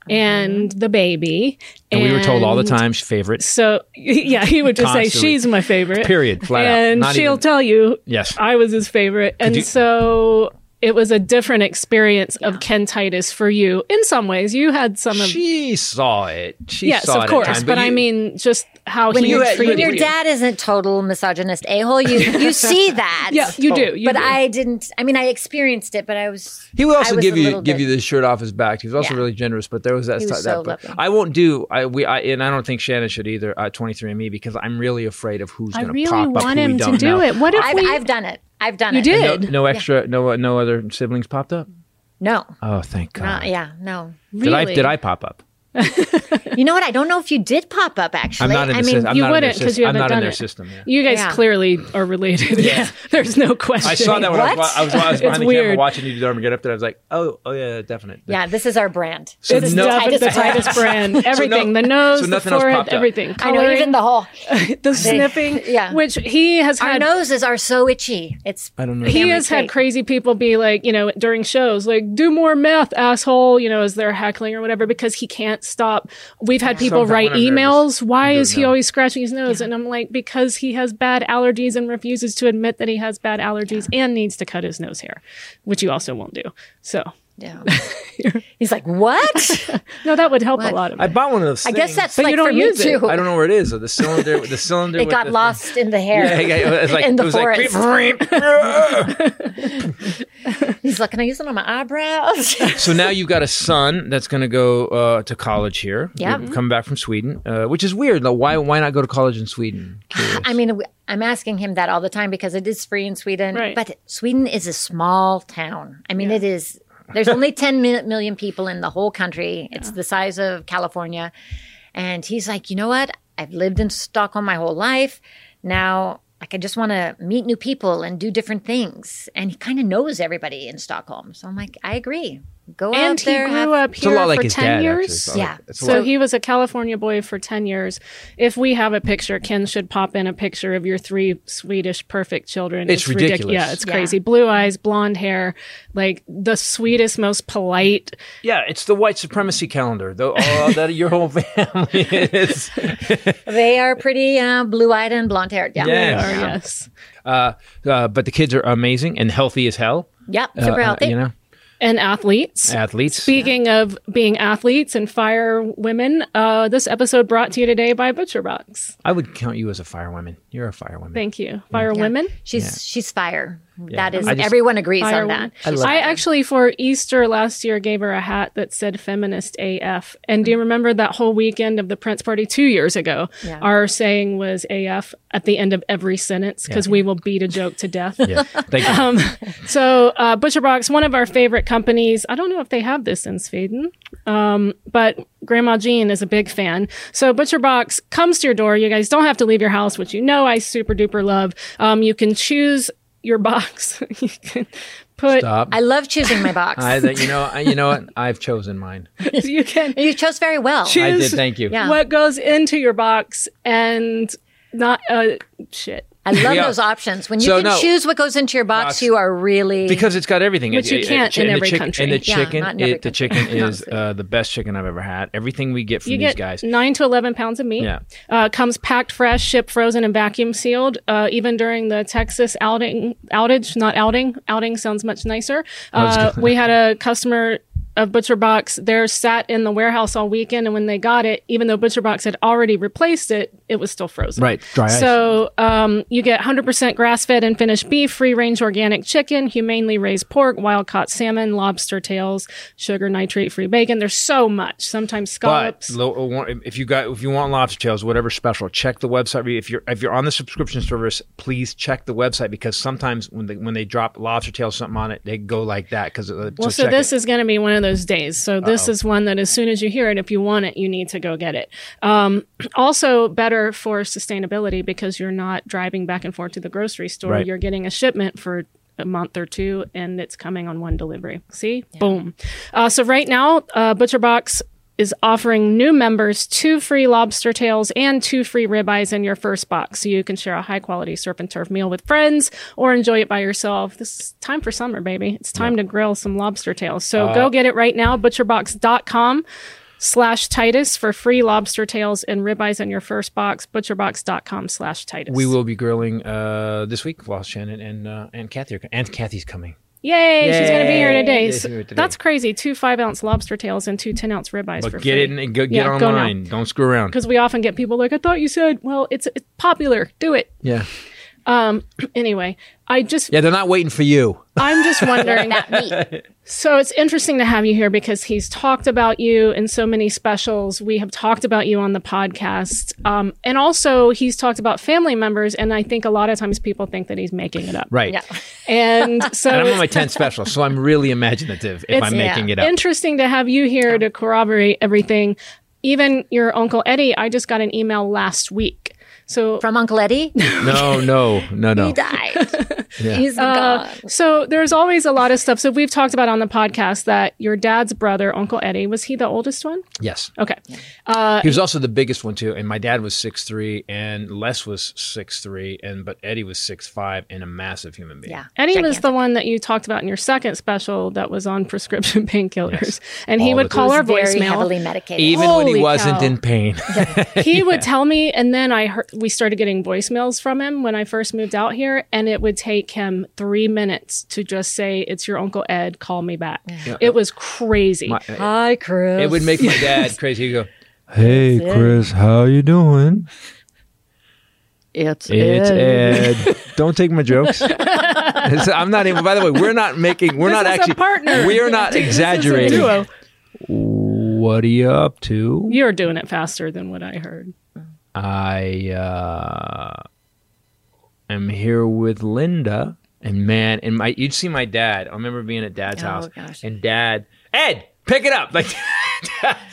[SPEAKER 5] and the baby.
[SPEAKER 4] Mm-hmm. and we were told all the time, she's favorite.
[SPEAKER 5] So yeah, he would just say
[SPEAKER 4] Constantly.
[SPEAKER 5] she's my favorite.
[SPEAKER 4] Period. Flat out.
[SPEAKER 5] and
[SPEAKER 4] Not
[SPEAKER 5] she'll
[SPEAKER 4] even-
[SPEAKER 5] tell you
[SPEAKER 4] Yes.
[SPEAKER 5] I was his favorite. And
[SPEAKER 4] you-
[SPEAKER 5] so it was a different experience of Ken Titus for you in some ways. You had some of
[SPEAKER 4] She saw it. She
[SPEAKER 5] Yes,
[SPEAKER 4] saw it
[SPEAKER 5] of
[SPEAKER 4] at
[SPEAKER 5] course,
[SPEAKER 4] times,
[SPEAKER 5] but, I
[SPEAKER 4] you-
[SPEAKER 5] mean just how
[SPEAKER 2] When,
[SPEAKER 5] he
[SPEAKER 2] your-
[SPEAKER 4] had-
[SPEAKER 2] when
[SPEAKER 4] you-
[SPEAKER 2] your
[SPEAKER 4] you-
[SPEAKER 2] dad isn't total misogynist a hole, you you see that.
[SPEAKER 5] Yeah, you do. You
[SPEAKER 2] but
[SPEAKER 5] do.
[SPEAKER 2] I didn't. I mean, I experienced it, but I was.
[SPEAKER 4] He would
[SPEAKER 2] I
[SPEAKER 4] also
[SPEAKER 2] was
[SPEAKER 4] give
[SPEAKER 2] a
[SPEAKER 4] you
[SPEAKER 2] little
[SPEAKER 4] give
[SPEAKER 2] bit-
[SPEAKER 4] you the shirt off his back. He was also
[SPEAKER 2] Yeah.
[SPEAKER 4] really generous, but there was that.
[SPEAKER 2] He was
[SPEAKER 4] stu- that
[SPEAKER 2] so
[SPEAKER 4] but
[SPEAKER 2] loving.
[SPEAKER 4] I won't do. I we I, and I don't think Shannon should either. Uh, Twenty three and me because I'm really afraid of who's
[SPEAKER 5] I
[SPEAKER 4] going to
[SPEAKER 5] really
[SPEAKER 4] pop up.
[SPEAKER 5] want
[SPEAKER 4] who we
[SPEAKER 5] him to
[SPEAKER 4] don't
[SPEAKER 5] do
[SPEAKER 4] know.
[SPEAKER 5] it. What if
[SPEAKER 2] I've,
[SPEAKER 5] we
[SPEAKER 2] I've done it. I've done
[SPEAKER 5] You
[SPEAKER 2] it.
[SPEAKER 5] did?
[SPEAKER 4] No, no extra. No no other siblings popped up.
[SPEAKER 2] No.
[SPEAKER 4] Oh, thank
[SPEAKER 2] Uh,
[SPEAKER 4] God.
[SPEAKER 2] yeah. No.
[SPEAKER 5] really?
[SPEAKER 4] Did I did I pop up?
[SPEAKER 2] You know what? I don't know if you did pop up. Actually,
[SPEAKER 4] I'm not in
[SPEAKER 2] I
[SPEAKER 4] the
[SPEAKER 2] mean,
[SPEAKER 4] system. I'm
[SPEAKER 5] you
[SPEAKER 4] not in their
[SPEAKER 5] wouldn't, 'cause you
[SPEAKER 4] system. I'm
[SPEAKER 5] haven't
[SPEAKER 4] not in
[SPEAKER 5] done
[SPEAKER 4] their
[SPEAKER 5] it.
[SPEAKER 4] system. yeah.
[SPEAKER 5] You guys
[SPEAKER 2] Yeah.
[SPEAKER 5] clearly are related.
[SPEAKER 4] Yeah.
[SPEAKER 5] There's no question.
[SPEAKER 4] I saw that when I was,
[SPEAKER 2] What?
[SPEAKER 4] I was, I was behind the camera
[SPEAKER 5] weird.
[SPEAKER 4] watching you do them and get up there. I was like, oh, oh yeah, definite.
[SPEAKER 2] yeah. This is our brand.
[SPEAKER 4] So
[SPEAKER 5] It's
[SPEAKER 4] no-
[SPEAKER 5] no,
[SPEAKER 2] Titus
[SPEAKER 5] the
[SPEAKER 2] brand.
[SPEAKER 5] Titus brand, everything, the nose,
[SPEAKER 4] so
[SPEAKER 5] the
[SPEAKER 4] nothing else
[SPEAKER 5] forehead,
[SPEAKER 4] popped up.
[SPEAKER 5] everything,
[SPEAKER 2] I know.
[SPEAKER 5] coloring,
[SPEAKER 2] Even the whole.
[SPEAKER 5] the sniffing,
[SPEAKER 2] yeah.
[SPEAKER 5] which he has
[SPEAKER 2] Our
[SPEAKER 5] had.
[SPEAKER 2] noses are so itchy. It's.
[SPEAKER 4] I don't know.
[SPEAKER 5] he
[SPEAKER 2] Family
[SPEAKER 5] has had
[SPEAKER 2] trait.
[SPEAKER 5] crazy people be like, you know, during shows, like, do more meth, asshole, you know, as they're heckling or whatever, because he can't stop. We've had people
[SPEAKER 4] Sometimes
[SPEAKER 5] write
[SPEAKER 4] when I'm nervous,
[SPEAKER 5] emails. Why
[SPEAKER 4] do
[SPEAKER 5] is he
[SPEAKER 4] now.
[SPEAKER 5] always scratching his nose? And I'm like, because he has bad allergies and refuses to admit that he has bad allergies and needs to cut his nose hair, which you also won't do. So
[SPEAKER 2] Yeah. He's like, what?
[SPEAKER 5] No, that would help a lot of
[SPEAKER 4] I
[SPEAKER 5] it.
[SPEAKER 4] bought one of those.
[SPEAKER 2] I guess
[SPEAKER 4] things.
[SPEAKER 2] that's
[SPEAKER 5] But
[SPEAKER 2] like
[SPEAKER 5] you don't
[SPEAKER 2] for me
[SPEAKER 5] use it.
[SPEAKER 2] too.
[SPEAKER 4] I don't know where it is. The cylinder. The cylinder.
[SPEAKER 2] It
[SPEAKER 4] with
[SPEAKER 2] got
[SPEAKER 4] the-
[SPEAKER 2] lost in the hair.
[SPEAKER 4] Yeah, yeah, it was like,
[SPEAKER 2] In the
[SPEAKER 4] it was like,
[SPEAKER 2] He's like, can I use it on my eyebrows?
[SPEAKER 4] so now you've got a son that's going to go uh, to college here.
[SPEAKER 2] Yeah.
[SPEAKER 4] You're coming back from Sweden, uh, which is weird. Like, why why not go to college in Sweden? Curious.
[SPEAKER 2] I mean, I'm asking him that all the time because it is free in Sweden.
[SPEAKER 5] Right.
[SPEAKER 2] But Sweden is a small town. I mean, it is. There's only 10 mi- million people in the whole country. It's the size of California. And he's like, you know what? I've lived in Stockholm my whole life. Now, like, I just want to meet new people and do different things. And he kind of knows everybody in Stockholm. So I'm like, I agree. Go
[SPEAKER 5] and
[SPEAKER 2] out
[SPEAKER 5] he
[SPEAKER 2] there. have-
[SPEAKER 5] grew up
[SPEAKER 4] it's a
[SPEAKER 5] here
[SPEAKER 4] lot like
[SPEAKER 5] for
[SPEAKER 4] his
[SPEAKER 5] 10
[SPEAKER 4] dad. actually.
[SPEAKER 5] years.
[SPEAKER 4] It's a lot
[SPEAKER 2] Yeah.
[SPEAKER 4] like- it's a
[SPEAKER 5] So
[SPEAKER 4] lot-
[SPEAKER 5] he was a California boy for 10 years. If we have a picture, Ken should pop in a picture of your three Swedish perfect children.
[SPEAKER 4] It's
[SPEAKER 5] ridic-
[SPEAKER 4] ridiculous.
[SPEAKER 5] yeah, it's
[SPEAKER 2] Yeah.
[SPEAKER 5] crazy. Blue eyes, blonde hair, like the sweetest, most polite.
[SPEAKER 4] yeah, it's the white supremacy calendar. The, all that your whole family is.
[SPEAKER 2] They are pretty uh, blue eyed and blonde haired. Yeah.
[SPEAKER 4] Yes.
[SPEAKER 5] Or, yes.
[SPEAKER 4] Uh, uh, but the kids are amazing and healthy as hell.
[SPEAKER 2] Yep.
[SPEAKER 4] Uh,
[SPEAKER 2] Super
[SPEAKER 4] uh,
[SPEAKER 2] healthy.
[SPEAKER 4] you know,
[SPEAKER 5] And athletes.
[SPEAKER 4] athletes.
[SPEAKER 5] Speaking of being athletes and fire women, uh, this episode brought to you today by ButcherBox.
[SPEAKER 4] I would count you as a firewoman. You're a firewoman.
[SPEAKER 5] Thank you, fire women.
[SPEAKER 2] She's she's fire. That is
[SPEAKER 4] I just-
[SPEAKER 2] everyone agrees
[SPEAKER 5] Fire
[SPEAKER 2] on that.
[SPEAKER 5] woman. I, actually for Easter last year gave her a hat that said feminist AF. And do you remember that whole weekend of the Prince party 2 years ago?
[SPEAKER 2] Yeah.
[SPEAKER 5] Our saying was AF at the end of every sentence cuz we will beat a joke to death.
[SPEAKER 4] Yeah. Thank you.
[SPEAKER 5] Um, So, uh, ButcherBox, one of our favorite companies. I don't know if they have this in Sweden, um, but Grandma Jean is a big fan. So, ButcherBox comes to your door. You guys don't have to leave your house, which you know I super duper love. Um, you can choose your box. you can put.
[SPEAKER 4] Stop.
[SPEAKER 2] I love choosing my box.
[SPEAKER 4] I, that- you know, I, you know what? I've chosen mine.
[SPEAKER 5] You can
[SPEAKER 2] you chose very well.
[SPEAKER 4] I did.
[SPEAKER 5] choose
[SPEAKER 4] Thank you.
[SPEAKER 2] Yeah.
[SPEAKER 5] what goes into your box and not uh, shit.
[SPEAKER 2] I love
[SPEAKER 4] Yeah.
[SPEAKER 2] those options. When you
[SPEAKER 4] So,
[SPEAKER 2] can
[SPEAKER 4] no.
[SPEAKER 2] choose what goes into your box, you are really
[SPEAKER 4] Because it's got everything.
[SPEAKER 5] Which you
[SPEAKER 4] It- it-
[SPEAKER 5] can't
[SPEAKER 4] and
[SPEAKER 5] in
[SPEAKER 4] the
[SPEAKER 5] every
[SPEAKER 4] chicken,
[SPEAKER 5] country.
[SPEAKER 4] And the
[SPEAKER 2] Yeah,
[SPEAKER 4] chicken,
[SPEAKER 2] not in every
[SPEAKER 4] it- the
[SPEAKER 2] country.
[SPEAKER 4] chicken is uh, the best chicken I've ever had. Everything we get from
[SPEAKER 5] You
[SPEAKER 4] these
[SPEAKER 5] get
[SPEAKER 4] guys.
[SPEAKER 5] nine to eleven pounds of meat.
[SPEAKER 4] Yeah.
[SPEAKER 5] uh, comes packed fresh, shipped frozen, and vacuum sealed. Uh, even during the Texas outing outage, not outing. Outing sounds much nicer. Uh, we had a customer of ButcherBox. They're sat in the warehouse all weekend, and when they got it, even though ButcherBox had already replaced it, it was still frozen.
[SPEAKER 4] Right, dry ice.
[SPEAKER 5] So um, you get 100% grass-fed and finished beef, free-range organic chicken, humanely raised pork, wild-caught salmon, lobster tails, sugar nitrate-free bacon. There's so much. Sometimes
[SPEAKER 4] But
[SPEAKER 5] scallops.
[SPEAKER 4] lo- want- if you got if you want lobster tails, whatever special, check the website. If you're if you're on the subscription service, please check the website because sometimes when they when they drop lobster tails something on it, they go like that because uh,
[SPEAKER 5] Well, so this is going to be one of those days. So this is one that as soon as you hear it, if you want it, you need to go get it. Um, also, better for sustainability because you're not driving back and forth to the grocery store.
[SPEAKER 4] Right.
[SPEAKER 5] You're getting a shipment for a month or two, and it's coming on one delivery. See, boom. Uh, so right now, uh, ButcherBox is offering new members two free lobster tails and two free ribeyes in your first box so you can share a high quality surf and turf meal with friends or enjoy it by yourself this is time for summer baby it's time to grill some lobster tails so
[SPEAKER 4] Uh,
[SPEAKER 5] go get it right now butcherbox.com slash titus for free lobster tails and ribeyes in your first box butcherbox.com slash titus
[SPEAKER 4] we will be grilling uh, this week. Lost Shannon and uh, and Kathy are, and Kathy's coming.
[SPEAKER 5] yay, she's gonna be here in a day
[SPEAKER 4] Yay,
[SPEAKER 5] So
[SPEAKER 4] she's here today.
[SPEAKER 5] that's crazy two five ounce lobster tails and two ten ounce ribeyes
[SPEAKER 4] But
[SPEAKER 5] for
[SPEAKER 4] get
[SPEAKER 5] free.
[SPEAKER 4] it and go, get
[SPEAKER 5] Yeah, go now.
[SPEAKER 4] online. Don't screw around.
[SPEAKER 5] because we often get people like, I thought you said, well, it's, it's popular. Do it.
[SPEAKER 4] Yeah,
[SPEAKER 5] anyway, I just
[SPEAKER 4] yeah, they're not waiting for you.
[SPEAKER 5] I'm just wondering.
[SPEAKER 2] that meat.
[SPEAKER 5] so it's interesting to have you here because he's talked about you in so many specials. We have talked about you on the podcast, um, and also he's talked about family members. And I think a lot of times people think that he's making it up.
[SPEAKER 4] Right.
[SPEAKER 2] Yeah.
[SPEAKER 5] And so
[SPEAKER 4] And I'm on
[SPEAKER 5] it's
[SPEAKER 4] my 10th special, so I'm really imaginative if
[SPEAKER 5] It's-
[SPEAKER 4] I'm making
[SPEAKER 2] yeah.
[SPEAKER 4] it up.
[SPEAKER 5] interesting to have you here to corroborate everything. Even your uncle Eddie, I just got an email last week. So
[SPEAKER 2] From Uncle Eddie,
[SPEAKER 4] no, no, no, no.
[SPEAKER 2] he died. He's
[SPEAKER 5] Uh,
[SPEAKER 2] gone.
[SPEAKER 5] So there's always a lot of stuff. So we've talked about on the podcast that your dad's brother, Uncle Eddie, was he the oldest one?
[SPEAKER 4] Yes.
[SPEAKER 5] Okay.
[SPEAKER 4] He was also the biggest one too, and my dad was six three, and Les was six three, and but Eddie was six five and a massive human being.
[SPEAKER 2] Yeah.
[SPEAKER 5] Eddie was
[SPEAKER 2] Gigantic.
[SPEAKER 5] the one that you talked about in your second special that was on prescription painkillers. And he
[SPEAKER 4] All
[SPEAKER 5] would
[SPEAKER 4] the
[SPEAKER 5] call
[SPEAKER 4] time.
[SPEAKER 5] our
[SPEAKER 2] very heavily
[SPEAKER 5] voicemail.
[SPEAKER 2] medicated.
[SPEAKER 4] Even when
[SPEAKER 5] Holy
[SPEAKER 4] he wasn't
[SPEAKER 5] cow.
[SPEAKER 4] in pain.
[SPEAKER 5] He would tell me, and then I heard, we started getting voicemails from him when I first moved out here, and it would take take him three minutes to just say, It's your Uncle Ed, call me back. It was crazy.
[SPEAKER 2] Hi, Chris.
[SPEAKER 4] It would make my dad crazy. He'd go,
[SPEAKER 6] Hey, Chris, how you doing?
[SPEAKER 7] It's,
[SPEAKER 4] It's
[SPEAKER 7] Ed.
[SPEAKER 4] Ed. Don't take my jokes. It's- I'm not even. By the way, we're not making. We're not
[SPEAKER 5] is a
[SPEAKER 4] actually.
[SPEAKER 5] partner.
[SPEAKER 4] We're not exaggerating.
[SPEAKER 5] Duo.
[SPEAKER 4] What are you up to?
[SPEAKER 5] You're doing it faster than what I heard.
[SPEAKER 4] I uh, am here with Linda, and man, and my you'd see my dad. I remember being at dad's
[SPEAKER 7] Oh,
[SPEAKER 4] house,
[SPEAKER 7] gosh.
[SPEAKER 4] and dad, Ed, pick it up. Like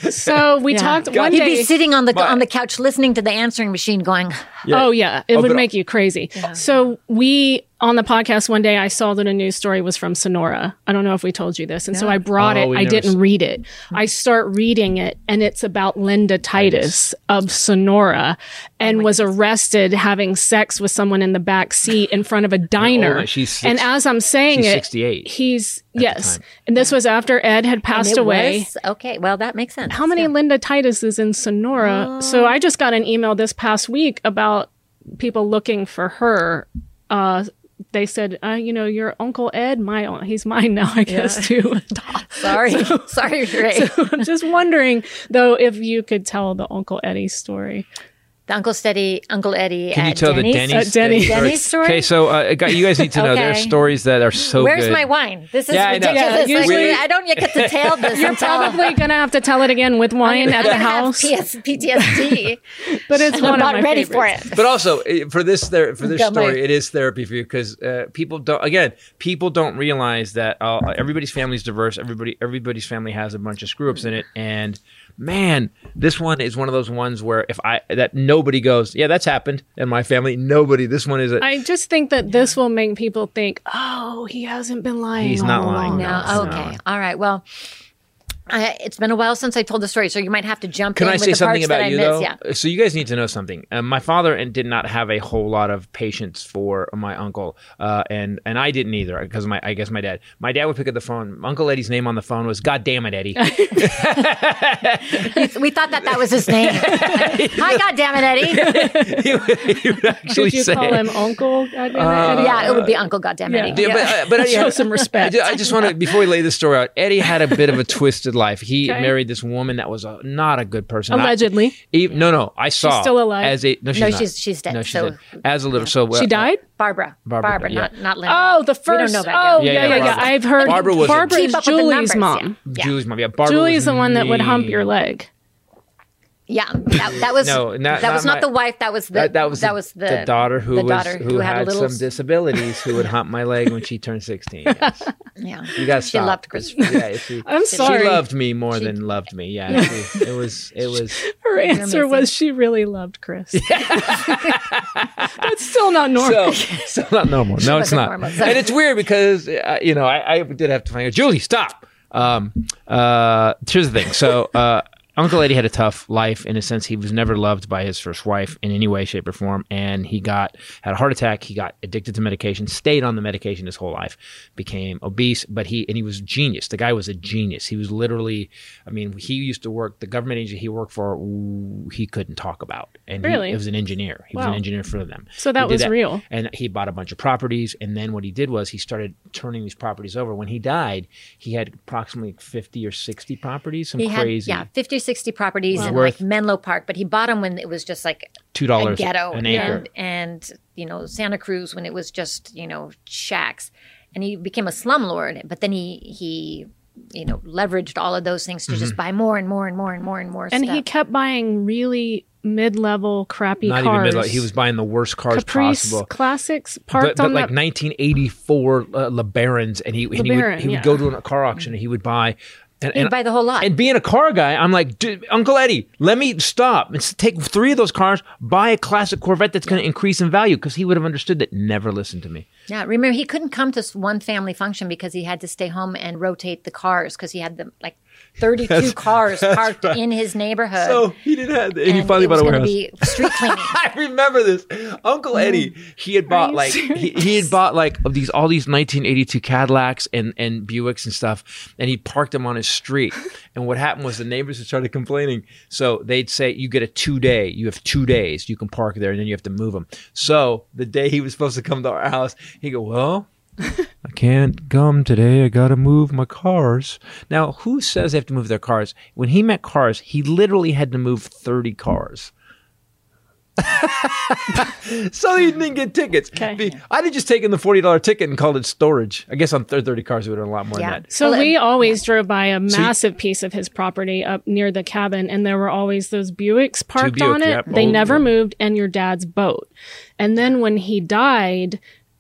[SPEAKER 5] So we talked one
[SPEAKER 2] He'd
[SPEAKER 5] day.
[SPEAKER 2] be sitting on the
[SPEAKER 4] My-
[SPEAKER 2] on the couch listening to the answering machine, going,
[SPEAKER 5] Oh yeah, it
[SPEAKER 4] but-
[SPEAKER 5] would make you crazy. So we on the podcast one day, I saw that a news story was from Sonora. I don't know if we told you this, and so I brought
[SPEAKER 4] Oh,
[SPEAKER 5] it.
[SPEAKER 4] we
[SPEAKER 5] I
[SPEAKER 4] never
[SPEAKER 5] didn't
[SPEAKER 4] s-
[SPEAKER 5] read it.
[SPEAKER 2] Hmm.
[SPEAKER 5] I start reading it, and it's about Linda Titus of Sonora,
[SPEAKER 2] Oh
[SPEAKER 5] and was arrested having sex with someone in the back seat in front of a diner.
[SPEAKER 4] and Oh, she's six-
[SPEAKER 5] and as I'm saying
[SPEAKER 4] she's
[SPEAKER 5] it,
[SPEAKER 4] 68
[SPEAKER 5] He's yes, and this was after Ed had passed
[SPEAKER 2] It
[SPEAKER 5] away.
[SPEAKER 2] was- Okay, well that makes sense.
[SPEAKER 5] How many Linda Titus is in Sonora?
[SPEAKER 2] Oh.
[SPEAKER 5] So I just got an email this past week about people looking for her. Uh, they said, uh, you know, your uncle Ed, my un- he's mine now, I guess too.
[SPEAKER 2] Sorry, sorry, Ray.
[SPEAKER 5] I'm just wondering though if you could tell the Uncle Eddie story. Uh,
[SPEAKER 2] the Uncle Steady, Uncle Eddie.
[SPEAKER 4] Can
[SPEAKER 2] at
[SPEAKER 4] you tell
[SPEAKER 2] Denny's?
[SPEAKER 4] the Denny's,
[SPEAKER 5] At Denny's.
[SPEAKER 4] story?
[SPEAKER 2] Denny's story?
[SPEAKER 4] Okay, so uh, guy- you guys need to know there are
[SPEAKER 2] Okay.
[SPEAKER 4] stories that are so
[SPEAKER 2] Where's
[SPEAKER 4] good.
[SPEAKER 2] my wine? This is
[SPEAKER 4] Yeah, I know.
[SPEAKER 2] ridiculous.
[SPEAKER 5] Yeah,
[SPEAKER 2] Like,
[SPEAKER 5] usually-
[SPEAKER 2] I don't yet get to tell this. You're
[SPEAKER 5] Probably gonna have to tell it again with wine at the house,
[SPEAKER 2] PS, PTSD.
[SPEAKER 5] but it's one
[SPEAKER 2] I'm
[SPEAKER 5] of
[SPEAKER 2] not
[SPEAKER 5] my
[SPEAKER 2] ready
[SPEAKER 5] favorites.
[SPEAKER 2] for it.
[SPEAKER 4] but also eh, for this ther- for this
[SPEAKER 2] Got my-
[SPEAKER 4] story, it is therapy for you because uh, people don't again people don't realize that uh, everybody's family is diverse. Everybody everybody's family has a bunch of screw ups in it, and man, this one is one of those ones where if I that nobody goes, yeah, that's happened in my family. Nobody. This one is a
[SPEAKER 5] I just think that this will make people think, oh, he hasn't been lying.
[SPEAKER 4] He's
[SPEAKER 5] all
[SPEAKER 4] not
[SPEAKER 5] along.
[SPEAKER 4] lying.
[SPEAKER 2] No,
[SPEAKER 4] No, it's
[SPEAKER 2] okay,
[SPEAKER 4] not.
[SPEAKER 2] all right. Well, I, it's been a while since I told the story, so you might have to jump.
[SPEAKER 4] Can
[SPEAKER 2] in
[SPEAKER 4] I
[SPEAKER 2] with
[SPEAKER 4] say
[SPEAKER 2] the
[SPEAKER 4] something
[SPEAKER 2] parts that
[SPEAKER 4] about
[SPEAKER 2] I
[SPEAKER 4] you
[SPEAKER 2] missed.
[SPEAKER 4] though?
[SPEAKER 2] Yeah.
[SPEAKER 4] So you guys need to know something. Uh, my father and did not have a whole lot of patience for my uncle, uh, and and I didn't either because my I guess my dad. My dad would pick up the phone. Uncle Eddie's name on the phone was God damn it, Eddie.
[SPEAKER 2] We thought that that was his name. Hi, God damn it, Eddie.
[SPEAKER 4] he, would, he Uh, would actually
[SPEAKER 5] Did you
[SPEAKER 4] say.
[SPEAKER 5] call him Uncle? God damn it, Eddie?
[SPEAKER 2] yeah, it would be Uncle God damn
[SPEAKER 5] yeah.
[SPEAKER 2] it, Eddie.
[SPEAKER 4] Yeah, but, uh, but Eddie
[SPEAKER 5] Show
[SPEAKER 4] had-
[SPEAKER 5] some
[SPEAKER 4] I
[SPEAKER 5] respect.
[SPEAKER 4] ju- I just want to before we lay this story out. Eddie had a bit of a twisted life. He
[SPEAKER 5] Okay.
[SPEAKER 4] married this woman that was a, not a good person. I-
[SPEAKER 5] Allegedly.
[SPEAKER 4] e- no, no, I saw.
[SPEAKER 5] still alive.
[SPEAKER 4] As a no, she's
[SPEAKER 2] No,
[SPEAKER 4] not.
[SPEAKER 2] she's- she's dead,
[SPEAKER 4] No, she's
[SPEAKER 2] so-
[SPEAKER 4] dead. As a little, so uh,
[SPEAKER 5] She died?
[SPEAKER 2] Barbara,
[SPEAKER 4] Barbara,
[SPEAKER 2] Barbara,
[SPEAKER 4] yeah.
[SPEAKER 2] not not Linda.
[SPEAKER 5] Oh, the
[SPEAKER 2] We
[SPEAKER 5] first.
[SPEAKER 2] don't know about
[SPEAKER 5] oh,
[SPEAKER 2] yet.
[SPEAKER 5] yeah, yeah,
[SPEAKER 4] Yeah,
[SPEAKER 5] yeah.
[SPEAKER 4] yeah, Barbara.
[SPEAKER 5] I've heard
[SPEAKER 4] Barbara was in-
[SPEAKER 5] Barbara
[SPEAKER 2] Keep
[SPEAKER 5] is
[SPEAKER 2] up with the
[SPEAKER 5] Julie's
[SPEAKER 2] numbers,
[SPEAKER 5] mom.
[SPEAKER 2] Yeah.
[SPEAKER 4] Julie's mom. Yeah, Barbara
[SPEAKER 5] Julie's
[SPEAKER 4] was
[SPEAKER 5] the one that would hump
[SPEAKER 4] me.
[SPEAKER 5] your leg.
[SPEAKER 2] Yeah, that, that was
[SPEAKER 4] No, not-
[SPEAKER 2] that was not
[SPEAKER 4] not my-
[SPEAKER 2] the wife. That was the
[SPEAKER 4] that, that was the,
[SPEAKER 2] the,
[SPEAKER 4] the daughter who
[SPEAKER 2] the
[SPEAKER 4] was
[SPEAKER 2] daughter
[SPEAKER 4] who, had, some disabilities who would hump my leg when she turned 16 yes.
[SPEAKER 2] yeah.
[SPEAKER 4] you got
[SPEAKER 2] She loved Christopher.
[SPEAKER 4] yeah, she,
[SPEAKER 5] I'm
[SPEAKER 4] she
[SPEAKER 5] sorry.
[SPEAKER 4] loved me more than loved me yeah, she- it was it was
[SPEAKER 5] Her answer was she really loved Chris. That's still not normal.
[SPEAKER 4] so, so not normal no it's
[SPEAKER 2] wasn't
[SPEAKER 4] not
[SPEAKER 2] normal, sorry.
[SPEAKER 4] and it's weird because uh, you know I, I did have to find out Julie stop um uh here's the thing so uh Uncle Eddie had a tough life in a sense. He was never loved by his first wife in any way, shape, or form. And he got had a heart attack. He got addicted to medication, stayed on the medication his whole life, became obese. But he and he was a genius. The guy was a genius. He was literally, I mean, he used to work the government agency he worked for. w- He couldn't talk about, and he-
[SPEAKER 5] Really?
[SPEAKER 4] it was an engineer. He was an
[SPEAKER 5] Wow.
[SPEAKER 4] engineer for them.
[SPEAKER 5] So that
[SPEAKER 4] He did
[SPEAKER 5] was real.
[SPEAKER 4] And he bought a bunch of properties. And then what he did was he started turning these properties over. When he died, he had approximately 50 or 60 properties, some
[SPEAKER 2] He had
[SPEAKER 4] crazy
[SPEAKER 2] yeah, fifty or sixty properties in
[SPEAKER 4] Worth-
[SPEAKER 2] like Menlo Park, but he bought them when it was just like a
[SPEAKER 4] $2
[SPEAKER 2] ghetto
[SPEAKER 4] an acre.
[SPEAKER 2] and, and you know Santa Cruz when it was just you know shacks, and he became a slumlord. But then he he you know leveraged all of those things to
[SPEAKER 4] Mm-hmm.
[SPEAKER 2] just buy more and more and more and more and more.
[SPEAKER 5] and
[SPEAKER 2] stuff.
[SPEAKER 5] he kept buying really mid-level crappy
[SPEAKER 4] Not even
[SPEAKER 5] cars.
[SPEAKER 4] middle. He was buying the worst cars
[SPEAKER 5] Caprice
[SPEAKER 4] possible.
[SPEAKER 5] classics
[SPEAKER 4] But,
[SPEAKER 5] parked
[SPEAKER 4] but
[SPEAKER 5] on
[SPEAKER 4] like
[SPEAKER 5] the
[SPEAKER 4] 1984 uh, LeBarons, and he, and he would,
[SPEAKER 5] LeBaron,
[SPEAKER 4] he would
[SPEAKER 5] yeah.
[SPEAKER 4] go to a car auction and he would buy. And,
[SPEAKER 2] He'd
[SPEAKER 4] and-
[SPEAKER 2] buy the whole lot.
[SPEAKER 4] And being a car guy, I'm like, "Dude, Uncle Eddie, let me stop and s- take three of those cars, buy a classic Corvette that's going to increase in value because he would have understood that. Never listened to me.
[SPEAKER 2] Yeah, remember he couldn't come to s- one family function because he had to stay home and rotate the cars because he had the like 32 cars parked in his neighborhood.
[SPEAKER 4] he didn't have.
[SPEAKER 2] and it was gonna Be Mm. street cleaning.
[SPEAKER 4] I remember this. Uncle Eddie, he had bought
[SPEAKER 5] you
[SPEAKER 4] like he, he had bought like of these all these 1982 Cadillacs and and Buicks and stuff, and he parked them on his street. And what happened was the neighbors had started complaining. So they'd say, you get a two day, you have two days, you can park there and then you have to move them. So the day he was supposed to come to our house, he go, well, I can't come today. I got to move my cars. Now, who says they have to move their cars? When he met cars, he literally had to move 30 cars. so he didn't get tickets.
[SPEAKER 5] Okay.
[SPEAKER 4] Be- I'd have just taken the $40 ticket and called it storage. I guess on thir- 30 cars, we would have a lot more
[SPEAKER 2] Yeah.
[SPEAKER 4] than that.
[SPEAKER 5] So
[SPEAKER 2] Well,
[SPEAKER 5] we
[SPEAKER 2] and-
[SPEAKER 5] always drove by a massive piece of his property up near the cabin, and there were always those Buicks parked
[SPEAKER 4] Buick,
[SPEAKER 5] on it.
[SPEAKER 4] yep, Oh,
[SPEAKER 5] they
[SPEAKER 4] old
[SPEAKER 5] never
[SPEAKER 4] one.
[SPEAKER 5] moved, and your dad's boat. And then when he died,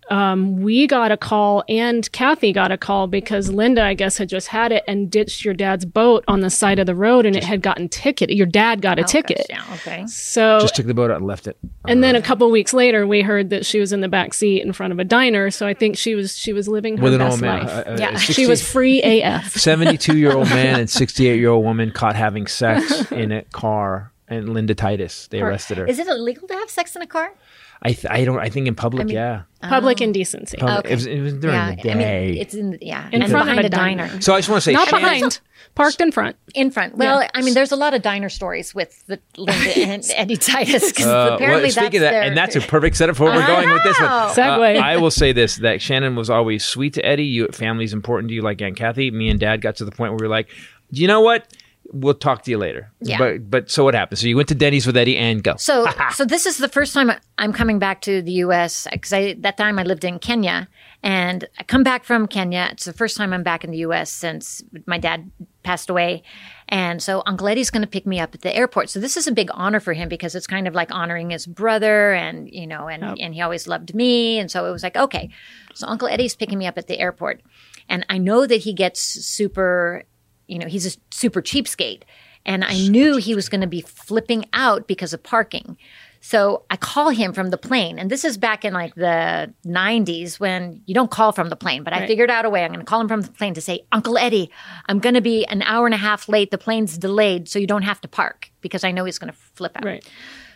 [SPEAKER 5] um, we got a call, and Kathy got a call because Linda, I guess, had just had it and ditched your dad's boat on the side of the road, and it had gotten ticketed. Your dad got a ticket.
[SPEAKER 2] Oh, Yeah, okay.
[SPEAKER 5] So
[SPEAKER 4] Just took the boat out and left it.
[SPEAKER 5] and then a couple weeks later, we heard that she was in the back seat in front of a diner. So I think she was she was living her
[SPEAKER 4] With an
[SPEAKER 5] best
[SPEAKER 4] old man. Uh,
[SPEAKER 5] life.
[SPEAKER 4] a- a- a
[SPEAKER 2] Yeah.
[SPEAKER 5] she was
[SPEAKER 4] 60
[SPEAKER 5] free AF.
[SPEAKER 4] 72 year old man and 68 year old woman caught having sex in a car. And Linda Titus, they arrested her.
[SPEAKER 2] Is it illegal to have sex in a car?
[SPEAKER 4] I, th- I don't. I think in public, yeah.
[SPEAKER 5] Public
[SPEAKER 2] Oh.
[SPEAKER 5] indecency. Uh,
[SPEAKER 4] Public- It, was, it was during
[SPEAKER 2] yeah,
[SPEAKER 4] the day.
[SPEAKER 2] I mean, it's in yeah,
[SPEAKER 5] In
[SPEAKER 2] and
[SPEAKER 5] front of
[SPEAKER 2] behind
[SPEAKER 5] a
[SPEAKER 2] a diner.
[SPEAKER 5] diner.
[SPEAKER 4] so I just want to say,
[SPEAKER 5] Not
[SPEAKER 4] Shannon-
[SPEAKER 5] behind, parked in front.
[SPEAKER 2] in front. Well, I mean, there's a lot of diner stories with the Linda and Eddie Titus. 'cause
[SPEAKER 4] Uh, well,
[SPEAKER 2] apparently,
[SPEAKER 4] speaking of
[SPEAKER 2] that's
[SPEAKER 4] that,
[SPEAKER 2] their,
[SPEAKER 4] and that's a perfect setup for where we're going with this one.
[SPEAKER 2] Wow.
[SPEAKER 4] Uh,
[SPEAKER 5] Segue.
[SPEAKER 4] I will say this: that Shannon was always sweet to Eddie. You, family's important to you, like Aunt Kathy. Me and Dad got to the point where we were like, you know what? We'll talk to you later.
[SPEAKER 2] Yeah.
[SPEAKER 4] But but so what happened? So you went to Denny's with Eddie and go.
[SPEAKER 2] So, so this is the first time I'm coming back to the U.S. because I that time I lived in Kenya, and I come back from Kenya. It's the first time I'm back in the U.S. since my dad passed away, and so Uncle Eddie's going to pick me up at the airport. So this is a big honor for him because it's kind of like honoring his brother, and you know, and and he always loved me, and so it was like okay. So Uncle Eddie's picking me up at the airport, and I know that he gets super you know, he's a super cheapskate. And I knew he was going to be flipping out because of parking. So I call him from the plane. And this is back in like the 90s when you don't call from the plane, but I figured out a way. I'm going to call him from the plane to say, Uncle Eddie, I'm going to be an hour and a half late. The plane's delayed, so you don't have to park because I know he's going to flip out.
[SPEAKER 5] Right.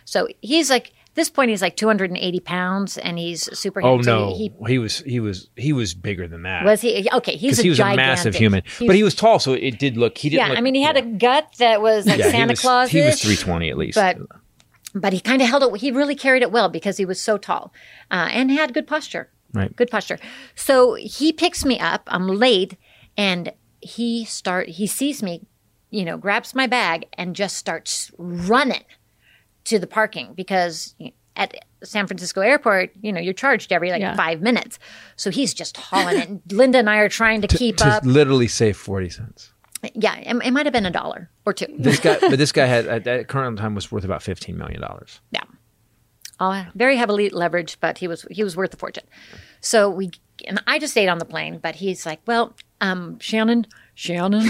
[SPEAKER 2] So he's like, at this point, he's like 280 pounds and he's super
[SPEAKER 4] oh
[SPEAKER 2] handsome.
[SPEAKER 4] no,
[SPEAKER 2] He,
[SPEAKER 4] he was he was he was bigger than that.
[SPEAKER 2] was he? Okay, he's
[SPEAKER 4] Because
[SPEAKER 2] a
[SPEAKER 4] he was
[SPEAKER 2] gigantic,
[SPEAKER 4] a massive human, but he was tall, so it did look. He didn't.
[SPEAKER 2] Yeah,
[SPEAKER 4] look-
[SPEAKER 2] I mean, he had a gut that was like
[SPEAKER 4] yeah, he
[SPEAKER 2] Santa
[SPEAKER 4] was-
[SPEAKER 2] Claus.
[SPEAKER 4] He was three twenty at least.
[SPEAKER 2] but but he kind of held it. He really carried it well because he was so tall, uh, and had good posture.
[SPEAKER 4] Right.
[SPEAKER 2] good posture. So he picks me up. I'm late, and he start. He sees me, you know, grabs my bag and just starts running to the parking because at San Francisco Airport, you know, you're charged every like
[SPEAKER 5] Yeah.
[SPEAKER 2] five minutes. So he's just hauling it. And Linda and I are trying to keep
[SPEAKER 4] to
[SPEAKER 2] up.
[SPEAKER 4] literally save forty cents.
[SPEAKER 2] yeah, it, it might have been a dollar or two.
[SPEAKER 4] This guy, but this guy had at that current time was worth about fifteen million dollars.
[SPEAKER 2] Yeah. Uh, very heavily leveraged, but he was he was worth a fortune. So we and I just stayed on the plane, but he's like, "Well, um, Shannon, Shannon,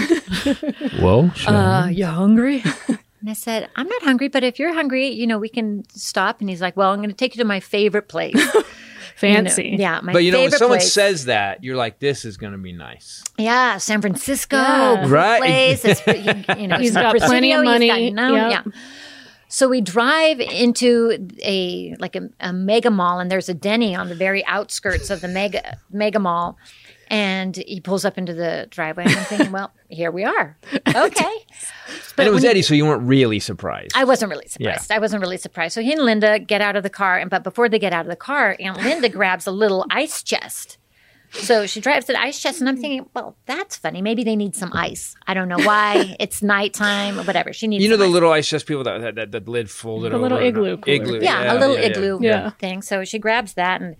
[SPEAKER 4] Well,
[SPEAKER 5] Mm-hmm.
[SPEAKER 2] uh, you hungry?" and I said, "I'm not hungry, but if you're hungry, you know, we can stop." And he's like, "Well, I'm going to take you to my favorite place." You know,
[SPEAKER 5] Fancy.
[SPEAKER 2] yeah, my
[SPEAKER 4] but you know, when
[SPEAKER 2] favorite
[SPEAKER 4] someone
[SPEAKER 2] place.
[SPEAKER 4] says that, you're like, "This is going to be nice."
[SPEAKER 2] Yeah, San Francisco,
[SPEAKER 5] Yeah.
[SPEAKER 2] good
[SPEAKER 4] Right.
[SPEAKER 2] place. It's, you, you know,
[SPEAKER 5] He's
[SPEAKER 2] it's not
[SPEAKER 5] got
[SPEAKER 2] Presidio,
[SPEAKER 5] plenty of
[SPEAKER 2] he's got no-
[SPEAKER 5] money. Yep.
[SPEAKER 2] yeah. So we drive into a like a, a mega mall, and there's a Denny on the very outskirts of the mega mega mall. And he pulls up into the driveway, and I'm thinking, well, here we are. Okay.
[SPEAKER 4] and it was
[SPEAKER 2] when
[SPEAKER 4] Eddie, so you weren't really surprised.
[SPEAKER 2] I wasn't really surprised. I wasn't really surprised. So he and Linda get out of the car, and but before they get out of the car, Aunt Linda grabs a little ice chest. So she drives that ice chest, and I'm thinking, well, that's funny. Maybe they need some ice. I don't know why. it's nighttime, whatever. She needs.
[SPEAKER 4] you know
[SPEAKER 2] some
[SPEAKER 4] the
[SPEAKER 2] ice.
[SPEAKER 4] little ice chest people that that, that, that lid folded
[SPEAKER 5] The
[SPEAKER 4] over.
[SPEAKER 5] little
[SPEAKER 4] and-
[SPEAKER 5] igloo cooler.
[SPEAKER 4] igloo,
[SPEAKER 2] yeah, a little
[SPEAKER 4] yeah, yeah.
[SPEAKER 2] igloo
[SPEAKER 5] Yeah.
[SPEAKER 2] thing. So she grabs that and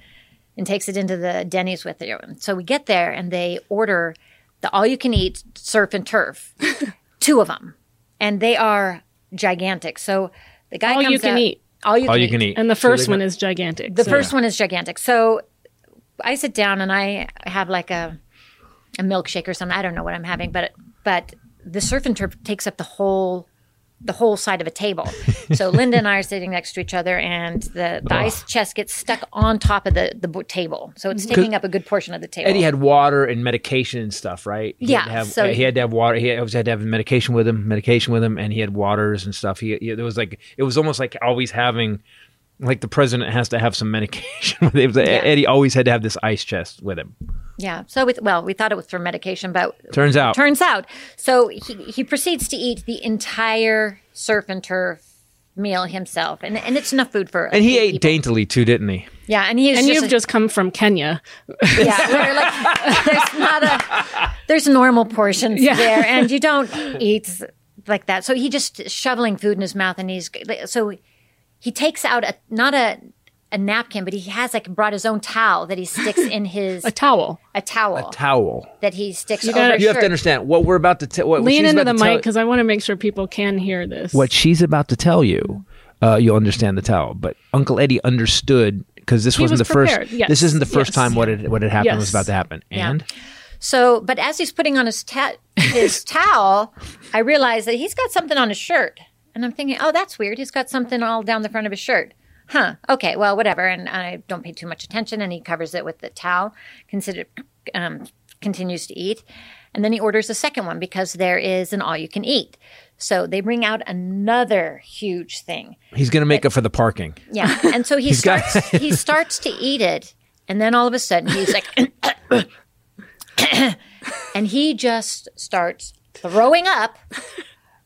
[SPEAKER 2] and takes it into the Denny's with her. So we get there, and they order the all you can eat surf and turf, two of them, and they are gigantic. So the guy
[SPEAKER 5] All you
[SPEAKER 2] comes
[SPEAKER 5] can
[SPEAKER 2] out-
[SPEAKER 5] eat.
[SPEAKER 2] All you
[SPEAKER 4] All
[SPEAKER 2] can
[SPEAKER 4] you can eat.
[SPEAKER 5] And the first
[SPEAKER 4] So they
[SPEAKER 5] one
[SPEAKER 4] got-
[SPEAKER 5] is gigantic.
[SPEAKER 2] The first one is gigantic. So I sit down and I have like a a milkshake or something. I don't know what I'm having, but but the surf and turf takes up the whole the whole side of a table. So Linda and I are sitting next to each other, and the, the ice chest gets stuck on top of the the bo- table, so it's taking up a good portion of the table.
[SPEAKER 4] Mm-hmm. Eddie had water and medication and stuff, right? He
[SPEAKER 2] Yeah,
[SPEAKER 4] Had to have, eh,
[SPEAKER 2] so-
[SPEAKER 4] he had to have water. He always had to have medication with him, medication with him, and he had waters and stuff. He, he there was like it was almost like always having like the president has to have some medication. with him. Eddie always had to have this ice chest with him.
[SPEAKER 2] Yeah. So, we, well, we thought it was for medication, but
[SPEAKER 4] Turns out,
[SPEAKER 2] turns out. So he, he proceeds to eat the entire surf and turf meal himself, and and it's enough food for. a
[SPEAKER 4] and he
[SPEAKER 2] few
[SPEAKER 4] ate
[SPEAKER 2] people.
[SPEAKER 4] daintily too, didn't he?
[SPEAKER 2] Yeah, and he was
[SPEAKER 5] And
[SPEAKER 2] just,
[SPEAKER 5] you've just come from Kenya.
[SPEAKER 2] yeah. we were like, there's not a there's normal portions there, and you don't eat like that. So he just shoveling food in his mouth, and he's so he takes out a not a. A napkin, but he has like brought his own towel that he sticks in his
[SPEAKER 5] A towel.
[SPEAKER 2] a towel
[SPEAKER 4] Towel.
[SPEAKER 2] that he sticks
[SPEAKER 5] gotta-
[SPEAKER 2] over.
[SPEAKER 5] For
[SPEAKER 4] You have
[SPEAKER 2] shirt.
[SPEAKER 4] to understand what we're about to tell.
[SPEAKER 5] Lean into the mic because I want to make sure people can hear this.
[SPEAKER 4] what she's about to tell you, uh, you'll understand the towel. But Uncle Eddie understood because this wasn't
[SPEAKER 5] was
[SPEAKER 4] the
[SPEAKER 5] prepared,
[SPEAKER 4] first.
[SPEAKER 5] yes,
[SPEAKER 4] This isn't the first
[SPEAKER 5] yes.
[SPEAKER 4] time what it what had happened
[SPEAKER 5] Yes.
[SPEAKER 4] was about to happen. And
[SPEAKER 2] So, but as he's putting on his ta- his towel, I realize that he's got something on his shirt, and I'm thinking, oh, that's weird. He's got something all down the front of his shirt. Huh. Okay. Well, whatever. And I don't pay too much attention. And he covers it with the towel. Consider um, continues to eat, and then he orders a second one because there is an all-you-can-eat. So they bring out another huge thing.
[SPEAKER 4] he's going to make up for the parking.
[SPEAKER 2] Yeah. And so he
[SPEAKER 4] got-
[SPEAKER 2] starts he starts to eat it and then all of a sudden he's like and he just starts throwing up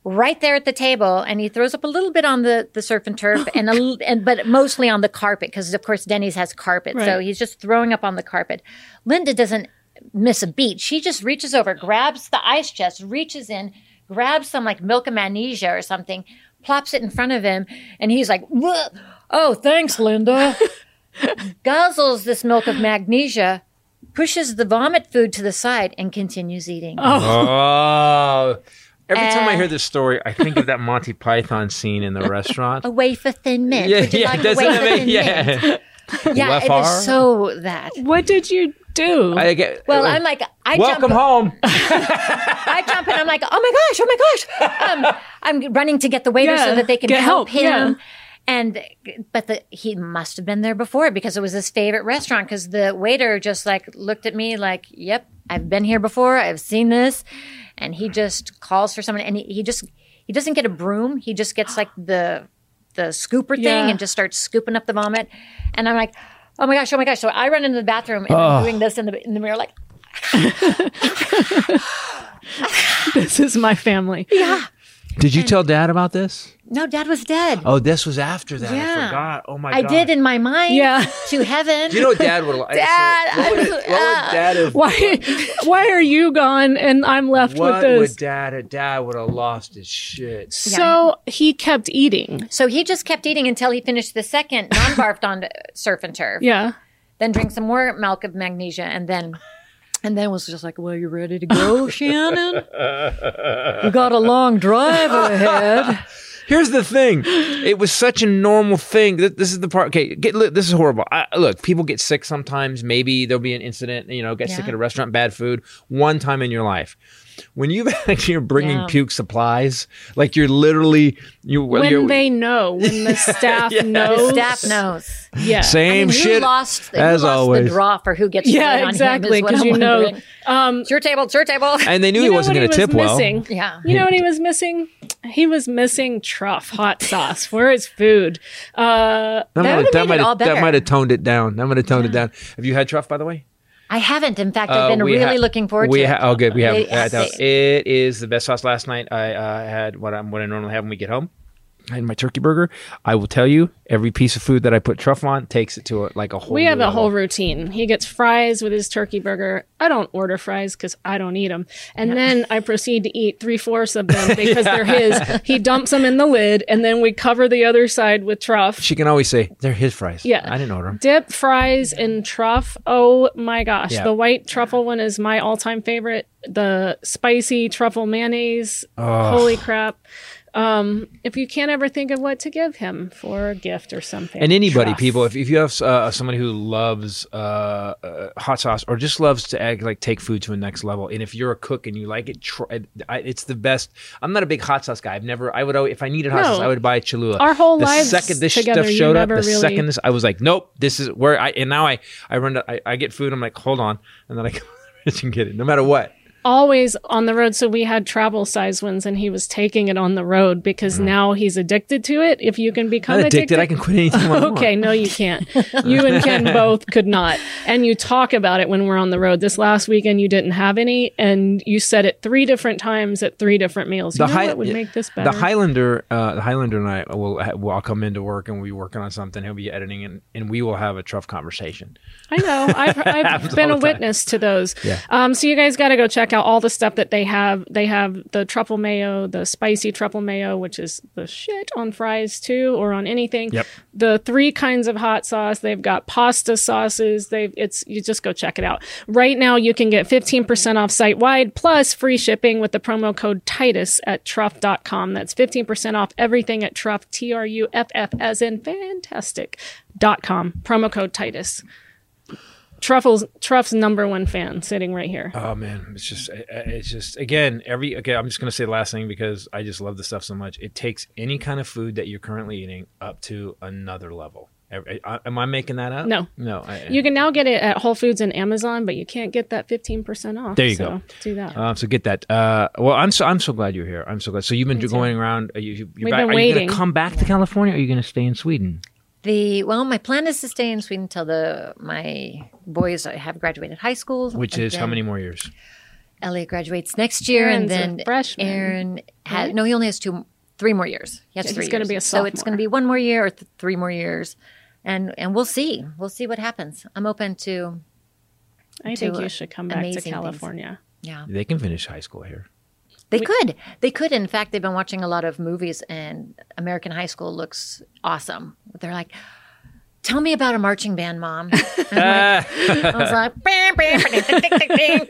[SPEAKER 2] right there at the table and he throws up a little bit on the the surf and turf and a, l- and but mostly on the carpet because of course Denny's has carpet. So
[SPEAKER 5] Right.
[SPEAKER 2] he's just throwing up on the carpet. Linda doesn't miss a beat. She just reaches over, grabs the ice chest, reaches in, grabs some like milk of magnesia or something, plops it in front of him, and he's like, "Whoa. "Oh, thanks, Linda." Guzzles this milk of magnesia, pushes the vomit food to the side, and continues eating.
[SPEAKER 4] Oh. Every time I
[SPEAKER 2] Uh. Oh,
[SPEAKER 4] hear this story, I think of that Monty Python scene in the restaurant.
[SPEAKER 2] A wafer thin mint. Would you like a wafer thin mint? Yeah, it
[SPEAKER 4] UFR?
[SPEAKER 2] is so that.
[SPEAKER 5] What did you do?
[SPEAKER 4] I get, uh,
[SPEAKER 2] Well, I'm like, I
[SPEAKER 4] welcome
[SPEAKER 2] jump,
[SPEAKER 4] home. Oh
[SPEAKER 2] I jump in. I'm like, oh my gosh, oh my gosh. Um, I'm running to get the waiter
[SPEAKER 5] Yeah,
[SPEAKER 2] so that they can
[SPEAKER 5] get
[SPEAKER 2] help,
[SPEAKER 5] help,
[SPEAKER 2] him.
[SPEAKER 5] yeah.
[SPEAKER 2] And but the, he must have been there before because it was his favorite restaurant. Because the waiter just like looked at me like, "Yep, I've been here before. I've seen this." And he just calls for someone, and he, he just he doesn't get a broom. He just gets like the the scooper thing
[SPEAKER 5] Yeah.
[SPEAKER 2] and just starts scooping up the vomit. And I'm like, "Oh my gosh, oh my gosh!" So I run into the bathroom and I'm doing this in the in the mirror like.
[SPEAKER 5] this is my family.
[SPEAKER 4] Did you tell Dad about this?
[SPEAKER 2] No, dad was dead.
[SPEAKER 4] Oh, this was after that.
[SPEAKER 2] Yeah.
[SPEAKER 4] I forgot. Oh my
[SPEAKER 2] I
[SPEAKER 4] god.
[SPEAKER 2] did in my mind.
[SPEAKER 5] Yeah.
[SPEAKER 2] To heaven.
[SPEAKER 4] Do you know what Dad would like?
[SPEAKER 2] Dad,
[SPEAKER 4] what, would,
[SPEAKER 2] I'm- uh,
[SPEAKER 4] what would Dad have?
[SPEAKER 5] Why? Why are you gone and I'm left with
[SPEAKER 4] What
[SPEAKER 5] this?
[SPEAKER 4] would Dad? have- Dad would have lost his shit.
[SPEAKER 5] So he kept eating.
[SPEAKER 2] so he just kept eating until he finished the second non barfed on surf and turf.
[SPEAKER 5] Yeah.
[SPEAKER 2] Then drink some more milk of magnesia and then and then was just like, Well, you ready to go, Shannon? We got a long drive ahead.
[SPEAKER 4] Here's the thing. It was such a normal thing. Th- This is the part. Okay, get, look, this is horrible. I, look, people get sick sometimes. Maybe there'll be an incident, you know, get sick
[SPEAKER 2] Yeah.
[SPEAKER 4] at a restaurant, bad food, one time in your life. When you actually are bringing
[SPEAKER 2] Yeah.
[SPEAKER 4] puke supplies, like you're literally, you, well,
[SPEAKER 5] When
[SPEAKER 4] you're,
[SPEAKER 5] they know, when the staff knows.
[SPEAKER 2] Staff knows.
[SPEAKER 5] Yeah.
[SPEAKER 4] same
[SPEAKER 2] And who
[SPEAKER 4] shit.
[SPEAKER 2] lost, who
[SPEAKER 4] as
[SPEAKER 2] lost
[SPEAKER 4] always.
[SPEAKER 2] the draw for who gets
[SPEAKER 5] Yeah,
[SPEAKER 2] laid on
[SPEAKER 5] exactly,
[SPEAKER 2] him is what
[SPEAKER 5] 'cause
[SPEAKER 2] I'm
[SPEAKER 5] you know-
[SPEAKER 2] wondering. it's your table, it's your table.
[SPEAKER 4] and they knew he
[SPEAKER 5] You know
[SPEAKER 4] wasn't
[SPEAKER 5] what
[SPEAKER 4] going to
[SPEAKER 5] was
[SPEAKER 4] tip
[SPEAKER 5] missing?
[SPEAKER 2] Yeah.
[SPEAKER 5] You know what he was missing? He was missing truff hot sauce. Where is food? Uh,
[SPEAKER 4] well.
[SPEAKER 2] That would've made it
[SPEAKER 4] might
[SPEAKER 2] all
[SPEAKER 4] have that
[SPEAKER 2] better.
[SPEAKER 4] might have toned it down. That might have toned it down. Have you had truff, by the way?
[SPEAKER 2] I haven't. In fact, I've
[SPEAKER 4] Uh,
[SPEAKER 2] been
[SPEAKER 4] we
[SPEAKER 2] really
[SPEAKER 4] ha-
[SPEAKER 2] looking forward
[SPEAKER 4] we
[SPEAKER 2] to
[SPEAKER 4] ha-
[SPEAKER 2] it.
[SPEAKER 4] oh, good. We have
[SPEAKER 2] They-
[SPEAKER 4] uh, that was-
[SPEAKER 2] they-
[SPEAKER 4] it is the best sauce. Last night I uh, had what I'm what I normally have when we get home. I had my turkey burger. I will tell you, every piece of food that I put truffle on takes it to a, like a whole.
[SPEAKER 5] we
[SPEAKER 4] new
[SPEAKER 5] have a
[SPEAKER 4] level.
[SPEAKER 5] whole routine. He gets fries with his turkey burger. I don't order fries because I don't eat them. And then I proceed to eat three fourths of them because they're his. He dumps them in the lid, and then we cover the other side with truff.
[SPEAKER 4] She can always say they're his fries.
[SPEAKER 5] Yeah.
[SPEAKER 4] I didn't order them.
[SPEAKER 5] Dip fries in truff. Oh my gosh.
[SPEAKER 4] Yeah.
[SPEAKER 5] The white truffle one is my all time favorite. The spicy truffle mayonnaise. Holy crap. Um, if you can't ever think of what to give him for a gift or something.
[SPEAKER 4] And anybody,
[SPEAKER 5] truff.
[SPEAKER 4] people, if, if you have uh, somebody who loves uh, uh, hot sauce or just loves to act, like take food to a next level, and if you're a cook and you like it, tr- I, it's the best. I'm not a big hot sauce guy. I've never. I would always, if I needed hot
[SPEAKER 5] No.
[SPEAKER 4] sauce, I would buy Cholula.
[SPEAKER 5] Our whole
[SPEAKER 4] the
[SPEAKER 5] lives
[SPEAKER 4] second this
[SPEAKER 5] together,
[SPEAKER 4] stuff
[SPEAKER 5] you
[SPEAKER 4] showed up, the
[SPEAKER 5] never really-
[SPEAKER 4] second this, I was like, nope, this is where I. And now I, I run. To, I, I get food. I'm like, hold on, and then I go to the fridge and get it, no matter what.
[SPEAKER 5] always on the road. So we had travel size ones, and he was taking it on the road because now he's addicted to it. If you can become
[SPEAKER 4] I'm Mm. addicted. I can quit anything. I want.
[SPEAKER 5] Okay, no, you can't. You and Ken both could not. And you talk about it when we're on the road. This last weekend, you didn't have any, and you said it three different times at three different meals. You know
[SPEAKER 4] Hi-
[SPEAKER 5] what would
[SPEAKER 4] yeah,
[SPEAKER 5] make this better?
[SPEAKER 4] The Highlander, uh, the Highlander and I will ha- will I'll come into work and we'll be working on something. He'll be editing and, and we will have a tough conversation.
[SPEAKER 5] I know. I've, I've
[SPEAKER 4] Happens
[SPEAKER 5] been
[SPEAKER 4] all
[SPEAKER 5] a
[SPEAKER 4] the time.
[SPEAKER 5] witness to those.
[SPEAKER 4] Yeah.
[SPEAKER 5] Um, so you guys got to go check out all the stuff that they have. They have the truffle mayo, the spicy truffle mayo, which is the shit on fries too, or on anything.
[SPEAKER 4] Yep.
[SPEAKER 5] The three kinds of hot sauce. They've got pasta sauces. They've it's you just go check it out. Right now you can get 15% off site wide plus free shipping with the promo code Titus at truff.com. That's 15% off everything at truff T R U F F as in fantastic dot com. Promo code Titus. Truffle's Truff's number one fan sitting right here.
[SPEAKER 4] Oh man, it's just it- it's just again every okay. I'm just gonna say the last thing because I just love this stuff so much. It takes any kind of food that you're currently eating up to another level. Every- I- am I making that up?
[SPEAKER 5] No.
[SPEAKER 4] no. I,
[SPEAKER 5] you can now get it at Whole Foods and Amazon, but you can't get that 15% off.
[SPEAKER 4] There you
[SPEAKER 5] so
[SPEAKER 4] go.
[SPEAKER 5] Do that.
[SPEAKER 4] Um, so get that. Uh, well, I'm so I'm so glad you're here. I'm so glad. So you've been going around. Are you, you- you're
[SPEAKER 5] We've
[SPEAKER 4] back.
[SPEAKER 5] been
[SPEAKER 4] are you
[SPEAKER 5] waiting.
[SPEAKER 4] going to come back to California? Or are you going to stay in Sweden?
[SPEAKER 2] The well, my plan is to stay in Sweden until the my boys have graduated high school.
[SPEAKER 4] Which
[SPEAKER 2] and
[SPEAKER 4] is how
[SPEAKER 2] then
[SPEAKER 4] many more years?
[SPEAKER 2] Elliot graduates next year,
[SPEAKER 5] Aaron's
[SPEAKER 2] and
[SPEAKER 5] a
[SPEAKER 2] then
[SPEAKER 5] freshman,
[SPEAKER 2] Aaron has no. He only has two, three more years. He has
[SPEAKER 5] Yeah,
[SPEAKER 2] three.
[SPEAKER 5] he's gonna
[SPEAKER 2] years.
[SPEAKER 5] be a
[SPEAKER 2] so it's going
[SPEAKER 5] sophomore.
[SPEAKER 2] to be one more year or th- three more years, and and we'll see. We'll see what happens. I'm open to
[SPEAKER 5] I think
[SPEAKER 2] do
[SPEAKER 5] you should come back to
[SPEAKER 2] amazing things.
[SPEAKER 5] California.
[SPEAKER 2] yeah.
[SPEAKER 4] They can finish high school here.
[SPEAKER 2] They could. They could. In fact, they've been watching a lot of movies, and American High School looks awesome. They're like, "Tell me about a marching band, mom." I'm like, I was like, "Bam, bam, ba-ding, ding, ding,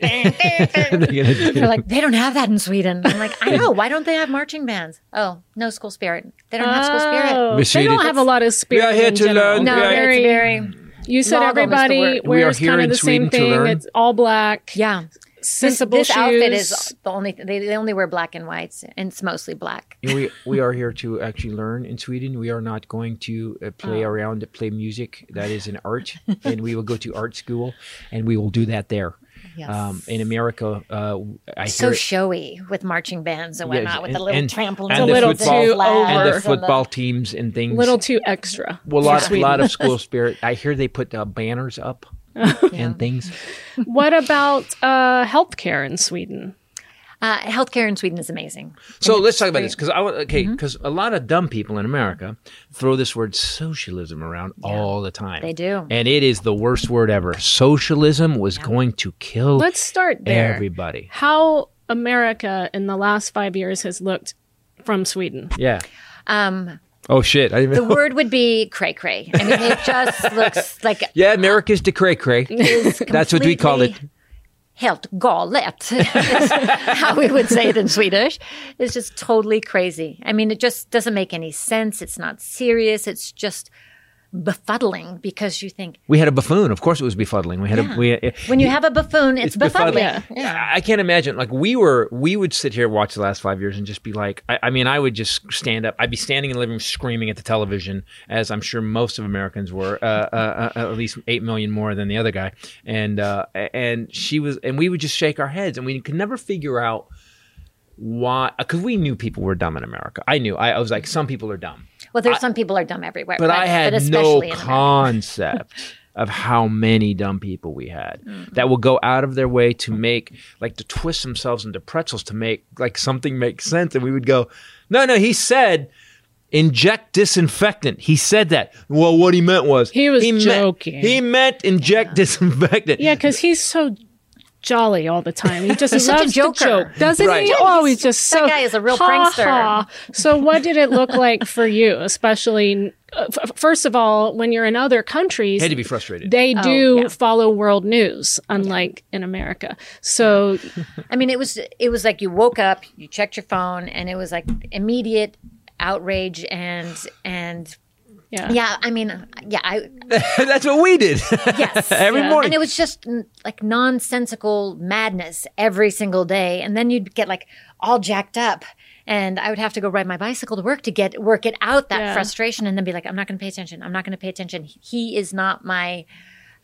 [SPEAKER 2] ding, ding, ding, ding."
[SPEAKER 4] They're gonna do-
[SPEAKER 2] They're like, they don't have that in Sweden. I'm like, I know. Why don't they have marching bands? Oh, no school spirit. They don't have school spirit.
[SPEAKER 5] Oh,
[SPEAKER 4] But
[SPEAKER 5] they
[SPEAKER 4] she
[SPEAKER 5] don't
[SPEAKER 4] did-
[SPEAKER 5] have a lot of spirit.
[SPEAKER 4] here
[SPEAKER 5] in
[SPEAKER 4] to
[SPEAKER 5] general.
[SPEAKER 4] learn.
[SPEAKER 2] No,
[SPEAKER 4] Yeah.
[SPEAKER 2] it's
[SPEAKER 5] Very-
[SPEAKER 2] very.
[SPEAKER 5] You said
[SPEAKER 2] Model is the
[SPEAKER 5] everybody
[SPEAKER 2] word.
[SPEAKER 4] We are
[SPEAKER 5] wears
[SPEAKER 4] here
[SPEAKER 5] kind of
[SPEAKER 4] in
[SPEAKER 5] the
[SPEAKER 4] Sweden
[SPEAKER 5] same
[SPEAKER 4] to
[SPEAKER 5] thing.
[SPEAKER 4] learn.
[SPEAKER 5] It's all black.
[SPEAKER 2] Yeah. This,
[SPEAKER 5] Sensible
[SPEAKER 2] this
[SPEAKER 5] shoes.
[SPEAKER 2] outfit is the only. They, they only wear black and whites, and it's mostly black.
[SPEAKER 4] we we are here to actually learn in Sweden. We are not going to uh, play around, play music. That is an art, and we will go to art school, and we will do that there.
[SPEAKER 2] Yes.
[SPEAKER 4] Um, in America, uh, I
[SPEAKER 2] so
[SPEAKER 4] hear it-
[SPEAKER 2] showy with marching bands and
[SPEAKER 4] yeah,
[SPEAKER 2] whatnot, with
[SPEAKER 4] and-
[SPEAKER 2] the little
[SPEAKER 4] and-
[SPEAKER 2] trampolines,
[SPEAKER 4] and
[SPEAKER 5] It's a
[SPEAKER 4] the
[SPEAKER 5] little
[SPEAKER 4] football,
[SPEAKER 5] too
[SPEAKER 4] and
[SPEAKER 5] over.
[SPEAKER 4] the football teams and
[SPEAKER 5] a
[SPEAKER 4] things.
[SPEAKER 5] little too extra.
[SPEAKER 4] well, a
[SPEAKER 5] for
[SPEAKER 4] lot,
[SPEAKER 5] Sweden.
[SPEAKER 4] lot of school spirit. I hear they put uh, banners up and things.
[SPEAKER 5] what about uh, healthcare in Sweden?
[SPEAKER 2] Uh, healthcare in Sweden is amazing.
[SPEAKER 4] So let's talk about this because I want okay
[SPEAKER 2] Mm-hmm.
[SPEAKER 4] because a lot of dumb people in America throw this word socialism around all the time.
[SPEAKER 2] They do.
[SPEAKER 4] and it is the worst word ever. Socialism was going to kill
[SPEAKER 5] Let's start there.
[SPEAKER 4] everybody.
[SPEAKER 5] How America in the last five years has looked from Sweden.
[SPEAKER 4] Yeah.
[SPEAKER 2] Um,
[SPEAKER 4] Oh shit. I didn't
[SPEAKER 2] the
[SPEAKER 4] even know.
[SPEAKER 2] word would be cray cray. I mean, it just looks like
[SPEAKER 4] Yeah, America's de cray cray. That's what we call it.
[SPEAKER 2] completely helt galet. is how we would say it in Swedish. It's just totally crazy. I mean, it just doesn't make any sense. It's not serious. It's just befuddling because you think
[SPEAKER 4] We had a buffoon. Of course, it was befuddling. We had a we.
[SPEAKER 2] when you have a buffoon, it's, befuddling.
[SPEAKER 5] befuddling.
[SPEAKER 2] Yeah.
[SPEAKER 4] I can't imagine. Like we were, we would sit here watch the last five years and just be like, I, I mean, I would just stand up. I'd be standing in the living room screaming at the television, as I'm sure most of Americans were, uh, uh, uh, at least eight million more than the other guy. And uh, and she was, and we would just shake our heads, and we could never figure out why, because we knew people were dumb in America. I knew. I, I was like, some people are dumb
[SPEAKER 2] Well, there's some people are dumb everywhere,
[SPEAKER 4] but I had no
[SPEAKER 2] in America.
[SPEAKER 4] concept of how many dumb people we had
[SPEAKER 5] Mm.
[SPEAKER 4] that will go out of their way to make like to twist themselves into pretzels to make like something make sense and we would go no no he said inject disinfectant he said that well what he meant was
[SPEAKER 5] He was
[SPEAKER 4] meant-
[SPEAKER 5] joking.
[SPEAKER 4] he meant inject disinfectant
[SPEAKER 5] Yeah, because he's so jolly all the time. He just
[SPEAKER 2] He's such a
[SPEAKER 5] loves to
[SPEAKER 2] joker.
[SPEAKER 5] joke, doesn't
[SPEAKER 4] Right.
[SPEAKER 5] he?
[SPEAKER 4] Yeah,
[SPEAKER 5] Oh,
[SPEAKER 2] he's-
[SPEAKER 5] he's just
[SPEAKER 2] that
[SPEAKER 5] so.
[SPEAKER 2] guy is a real prankster.
[SPEAKER 5] So, what did it look like for you, especially? Uh, f- first of all, when you're in other countries,
[SPEAKER 4] had to be frustrated
[SPEAKER 5] they do
[SPEAKER 2] Oh, yeah.
[SPEAKER 5] follow world news, unlike in America. So,
[SPEAKER 2] I mean, it was it was like you woke up, you checked your phone, and it was like immediate outrage and and
[SPEAKER 5] yeah,
[SPEAKER 2] yeah. I mean, yeah, I
[SPEAKER 4] that's what we did
[SPEAKER 2] yes.
[SPEAKER 4] every
[SPEAKER 5] Yeah.
[SPEAKER 4] morning
[SPEAKER 2] And it was just mm, like nonsensical madness every single day. And then you'd get like all jacked up. And I would have to go ride my bicycle to work to get work it out that
[SPEAKER 5] Yeah.
[SPEAKER 2] frustration and then be like, I'm not going to pay attention. I'm not going to pay attention. He is not my,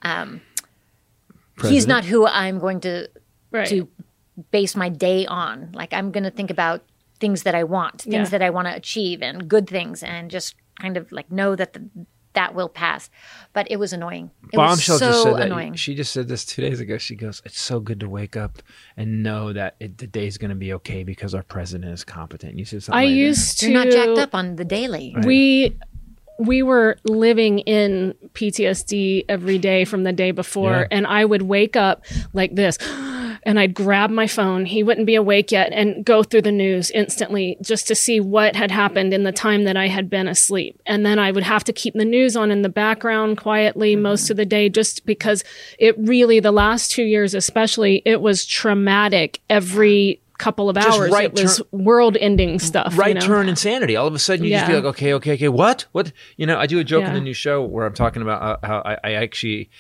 [SPEAKER 2] um, he's
[SPEAKER 4] President.
[SPEAKER 2] not who I'm going to,
[SPEAKER 5] right.
[SPEAKER 2] to base my day on. Like I'm going to think about things that I want, things
[SPEAKER 5] Yeah.
[SPEAKER 2] that I want to achieve, and good things, and just kind of like know that the, that will pass. But it was annoying. It
[SPEAKER 4] Bombshell
[SPEAKER 2] was so
[SPEAKER 4] just said that.
[SPEAKER 2] annoying.
[SPEAKER 4] She just said this two days ago. She goes, "It's so good to wake up and know that it, the day's going to be okay because our president is competent." You said something.
[SPEAKER 5] I
[SPEAKER 4] like that.
[SPEAKER 5] used to
[SPEAKER 2] You're not jacked up on the daily.
[SPEAKER 5] we we were living in PTSD every day from the day before
[SPEAKER 4] Yeah.
[SPEAKER 5] and I would wake up like this and I'd grab my phone he wouldn't be awake yet and go through the news instantly just to see what had happened in the time that I had been asleep and then I would have to keep the news on in the background quietly
[SPEAKER 4] Mm-hmm.
[SPEAKER 5] most of the day just because it really the last 2 years especially it was traumatic every couple of
[SPEAKER 4] Just
[SPEAKER 5] hours
[SPEAKER 4] right
[SPEAKER 5] it was
[SPEAKER 4] turn-
[SPEAKER 5] world ending stuff you
[SPEAKER 4] right
[SPEAKER 5] know?
[SPEAKER 4] turn insanity. All of a sudden, you just be
[SPEAKER 5] Yeah.
[SPEAKER 4] like, okay, okay, okay, what, what? You know, I do a joke in
[SPEAKER 5] Yeah.
[SPEAKER 4] the new show where I'm talking about uh, how I, I actually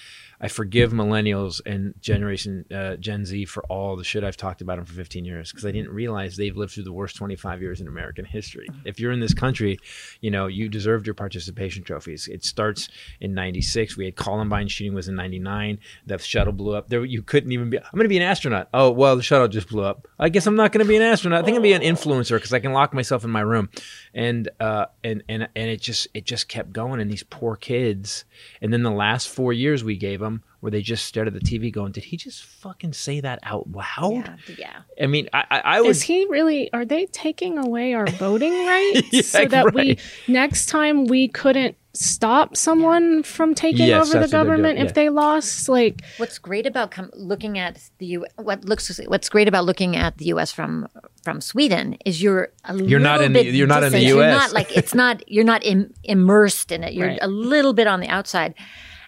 [SPEAKER 4] I forgive millennials and Generation uh, Gen Z for all the shit I've talked about them for 15 years because I didn't realize they've lived through the worst 25 years in American history. If you're in this country, you know you deserved your participation trophies. It starts in '96. We had Columbine shooting was in '99. The shuttle blew up. There you couldn't even be. I'm going to be an astronaut. Oh well, the shuttle just blew up. I guess I'm not going to be an astronaut. I think I'm going to be an influencer because I can lock myself in my room, and uh, and and and it just it just kept going. And these poor kids. And then the last four years we gave them, where they just stared at the TV, going, "Did he just fucking say that out
[SPEAKER 2] Yeah,
[SPEAKER 4] loud?"
[SPEAKER 2] yeah.
[SPEAKER 4] I mean, I I, I was
[SPEAKER 5] Is he really? Are they taking away our voting rights
[SPEAKER 4] Yeah,
[SPEAKER 5] so
[SPEAKER 4] right.
[SPEAKER 5] that we next time we couldn't stop someone from taking
[SPEAKER 4] Yes,
[SPEAKER 5] over the
[SPEAKER 4] that's what they're doing,
[SPEAKER 5] government if
[SPEAKER 4] yeah.
[SPEAKER 5] they lost? Like,
[SPEAKER 2] What's great about com- looking at the U- what looks what's great about looking at the U.S. from from Sweden is you're a
[SPEAKER 4] You're not
[SPEAKER 2] little
[SPEAKER 4] in the-
[SPEAKER 2] bit
[SPEAKER 4] you're not in the
[SPEAKER 2] distant. You're
[SPEAKER 4] US.
[SPEAKER 2] not like it's not you're not Im- immersed in it. You're
[SPEAKER 5] Right.
[SPEAKER 2] a little bit on the outside,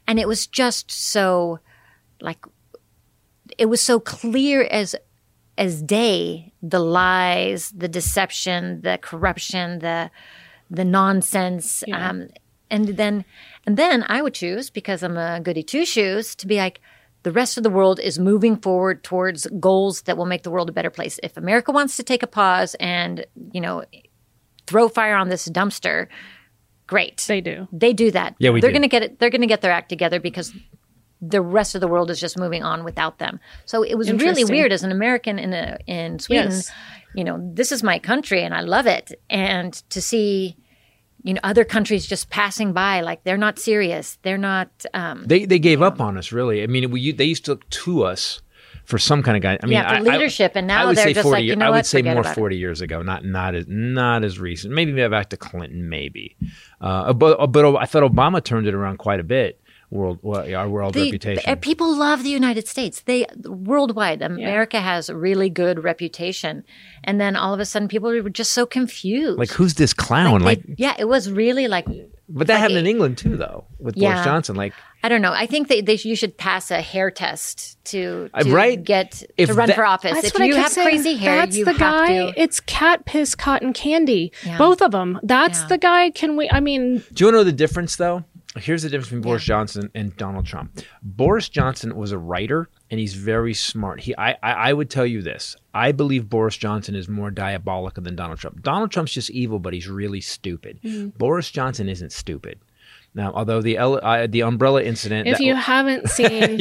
[SPEAKER 2] and it was just so like it was so clear as as day the lies, the deception, the corruption, the the nonsense. Um, and then and then I would choose because I'm a goody two shoes to be like the rest of the world is moving forward towards goals that will make the world a better place. If America wants to take a pause and you know throw fire on this dumpster, great.
[SPEAKER 5] they do.
[SPEAKER 2] They do that.
[SPEAKER 4] Yeah, we
[SPEAKER 2] they're
[SPEAKER 4] do.
[SPEAKER 2] gonna get it. They're gonna get their act together because the rest of the world is just moving on without them. So it was really
[SPEAKER 5] Interesting.
[SPEAKER 2] weird as an American in a, in Sweden.
[SPEAKER 5] Yes.
[SPEAKER 2] You know, this is my country and I love it. And to see, you know, other countries just passing by like they're not serious. They're not. Um,
[SPEAKER 4] they they gave up on us really. I mean, we they used to look to us for some kind of guy. I mean,
[SPEAKER 2] Yeah, for
[SPEAKER 4] I- I-
[SPEAKER 2] leadership, and now
[SPEAKER 4] I would
[SPEAKER 2] they're
[SPEAKER 4] say
[SPEAKER 2] just
[SPEAKER 4] 40
[SPEAKER 2] like, you
[SPEAKER 4] year-
[SPEAKER 2] know
[SPEAKER 4] I would
[SPEAKER 2] what,
[SPEAKER 4] say
[SPEAKER 2] forget
[SPEAKER 4] more
[SPEAKER 2] about it.
[SPEAKER 4] forty years ago, not not as not as recent. Maybe back to Clinton, maybe. Uh, but but I thought Obama turned it around quite a bit. World, well, our world
[SPEAKER 2] the-
[SPEAKER 4] reputation.
[SPEAKER 2] the- eh, people love the United States. They worldwide, America has a really good reputation, and then all of a sudden, people were just so confused.
[SPEAKER 4] like who's this clown? Like,
[SPEAKER 2] They- yeah, it was really like
[SPEAKER 4] but that
[SPEAKER 2] like
[SPEAKER 4] happened
[SPEAKER 2] it-
[SPEAKER 4] in England too, though, with
[SPEAKER 2] Yeah.
[SPEAKER 4] Boris Johnson. Like,
[SPEAKER 2] I don't know. I think that they, you should pass a hair test to,
[SPEAKER 4] Uh,
[SPEAKER 2] to
[SPEAKER 4] right?
[SPEAKER 2] get
[SPEAKER 4] If
[SPEAKER 2] to run
[SPEAKER 4] that-
[SPEAKER 2] for office.
[SPEAKER 5] That's
[SPEAKER 2] if
[SPEAKER 5] what I
[SPEAKER 2] you
[SPEAKER 5] kept
[SPEAKER 2] have
[SPEAKER 5] saying.
[SPEAKER 2] crazy hair,
[SPEAKER 5] That's
[SPEAKER 2] you
[SPEAKER 5] the
[SPEAKER 2] have
[SPEAKER 5] guy.
[SPEAKER 2] to.
[SPEAKER 5] It's cat piss, cotton candy.
[SPEAKER 2] Yeah.
[SPEAKER 5] Both of them. That's
[SPEAKER 2] Yeah.
[SPEAKER 5] the guy. Can we? I mean,
[SPEAKER 4] do you know the difference though? Here's the difference between Boris Johnson and Donald Trump. Boris Johnson was a writer and he's very smart. He I, I I would tell you this. I believe Boris Johnson is more diabolical than Donald Trump. Donald Trump's just evil, but he's really stupid.
[SPEAKER 5] Mm-hmm.
[SPEAKER 4] Boris Johnson isn't stupid. Now, although the L, uh, the umbrella incident
[SPEAKER 5] if
[SPEAKER 4] that-
[SPEAKER 5] you haven't seen,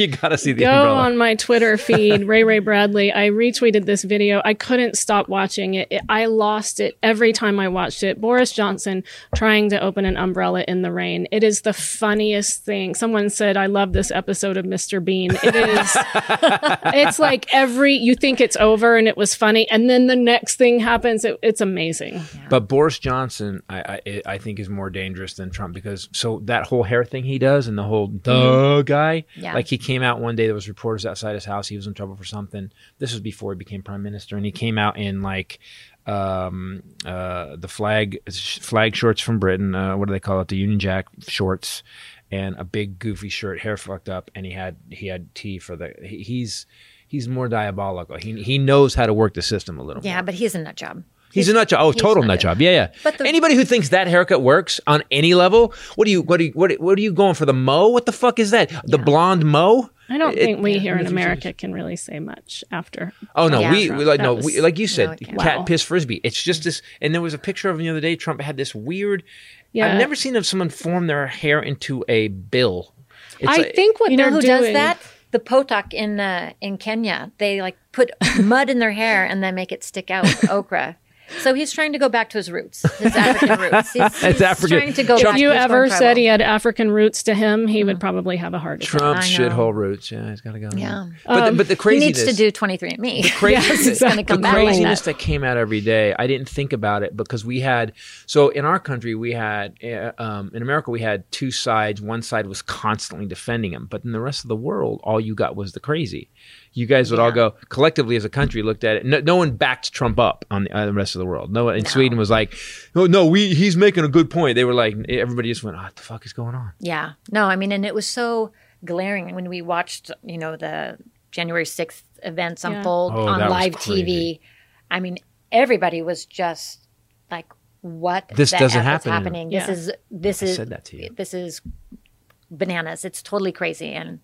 [SPEAKER 4] you gotta see the
[SPEAKER 5] go
[SPEAKER 4] umbrella.
[SPEAKER 5] on my Twitter feed, Ray Ray Bradley. I retweeted this video. I couldn't stop watching it. It- I lost it every time I watched it. Boris Johnson trying to open an umbrella in the rain. It is the funniest thing. Someone said, "I love this episode of Mr. Bean." It is. it's like every you think it's over and it was funny, and then the next thing happens. It, it's amazing.
[SPEAKER 4] But Boris Johnson, I, I I- I think is more dangerous than Trump because so that whole hair thing he does and the whole duh guy,
[SPEAKER 2] Mm-hmm. Yeah.
[SPEAKER 4] like he came out one day there was reporters outside his house he was in trouble for something. This was before he became prime minister and he came out in like um uh the flag flag shorts from Britain. Uh, what do they call it? The Union Jack shorts and a big goofy shirt, hair fucked up, and he had he had tea for the he, he's. He's more diabolical. He, he knows how to work the system a little.
[SPEAKER 2] yeah, but he's a nut job.
[SPEAKER 4] He's a nut job. Oh, total nut job. Yeah, yeah.
[SPEAKER 2] But the-
[SPEAKER 4] anybody who thinks that haircut works on any level, what do you, what do you, what, what are you going for? The mo? What the fuck is that? The blonde mo?
[SPEAKER 5] I don't
[SPEAKER 4] It-
[SPEAKER 5] think we here in
[SPEAKER 4] Yeah.
[SPEAKER 5] America can really say much after.
[SPEAKER 4] Oh no,
[SPEAKER 2] Yeah.
[SPEAKER 4] we, we like
[SPEAKER 5] That
[SPEAKER 4] no,
[SPEAKER 5] was-
[SPEAKER 4] we, like you
[SPEAKER 2] No,
[SPEAKER 4] said,
[SPEAKER 2] it can't.
[SPEAKER 4] cat
[SPEAKER 5] Wow.
[SPEAKER 4] piss frisbee. It's
[SPEAKER 2] Mm.
[SPEAKER 4] just this. And there was a picture of him the other day. Trump had this weird.
[SPEAKER 5] Yeah.
[SPEAKER 4] I've never seen of someone form their hair into a bill. It's
[SPEAKER 5] I
[SPEAKER 4] like-
[SPEAKER 5] think what
[SPEAKER 2] You know
[SPEAKER 5] they're
[SPEAKER 2] who
[SPEAKER 5] doing,
[SPEAKER 2] does that? the Potok in uh, in Kenya, they like put mud in their hair and then make it stick out with okra. So he's trying to go back to his roots, his African roots. He's, he's
[SPEAKER 4] African.
[SPEAKER 2] trying to go
[SPEAKER 5] If
[SPEAKER 2] back.
[SPEAKER 5] you
[SPEAKER 2] He's going
[SPEAKER 5] ever said he
[SPEAKER 2] tribal. Mm.
[SPEAKER 5] had African roots to him, he would probably have a heart attack.
[SPEAKER 4] Trump's
[SPEAKER 2] I know.
[SPEAKER 4] shithole roots. Yeah, he's got to go.
[SPEAKER 2] Yeah. Um,
[SPEAKER 4] But, the, but the
[SPEAKER 2] he
[SPEAKER 4] craziness.
[SPEAKER 2] needs to do 23andMe.
[SPEAKER 4] crazy-
[SPEAKER 2] gonna come
[SPEAKER 4] the
[SPEAKER 2] back like
[SPEAKER 4] craziness
[SPEAKER 2] that.
[SPEAKER 4] that. came out every day. I didn't think about it because we had so in our country we had uh, um, in America we had two sides. One side was constantly defending him, but in the rest of the world, all you got was the crazy. You guys would all go collectively as a country looked at it. No, no one backed Trump up on the, uh, the rest of the world. No one in Sweden was like, no, no, we he's making a good point. They were like, everybody just went, oh, what the fuck is going on?
[SPEAKER 2] Yeah. No, I mean, and it was so glaring when we watched, you know, the January 6th events unfold
[SPEAKER 4] Oh, that
[SPEAKER 2] on
[SPEAKER 4] was
[SPEAKER 2] live TV.
[SPEAKER 4] crazy.
[SPEAKER 2] I mean, everybody was just like, what
[SPEAKER 4] This
[SPEAKER 2] the
[SPEAKER 4] doesn't
[SPEAKER 2] F
[SPEAKER 4] happen
[SPEAKER 2] is
[SPEAKER 4] in-
[SPEAKER 2] happening.
[SPEAKER 5] Yeah.
[SPEAKER 2] This is, this
[SPEAKER 4] I
[SPEAKER 2] is,
[SPEAKER 4] said that to you.
[SPEAKER 2] this is bananas. It's totally crazy. And,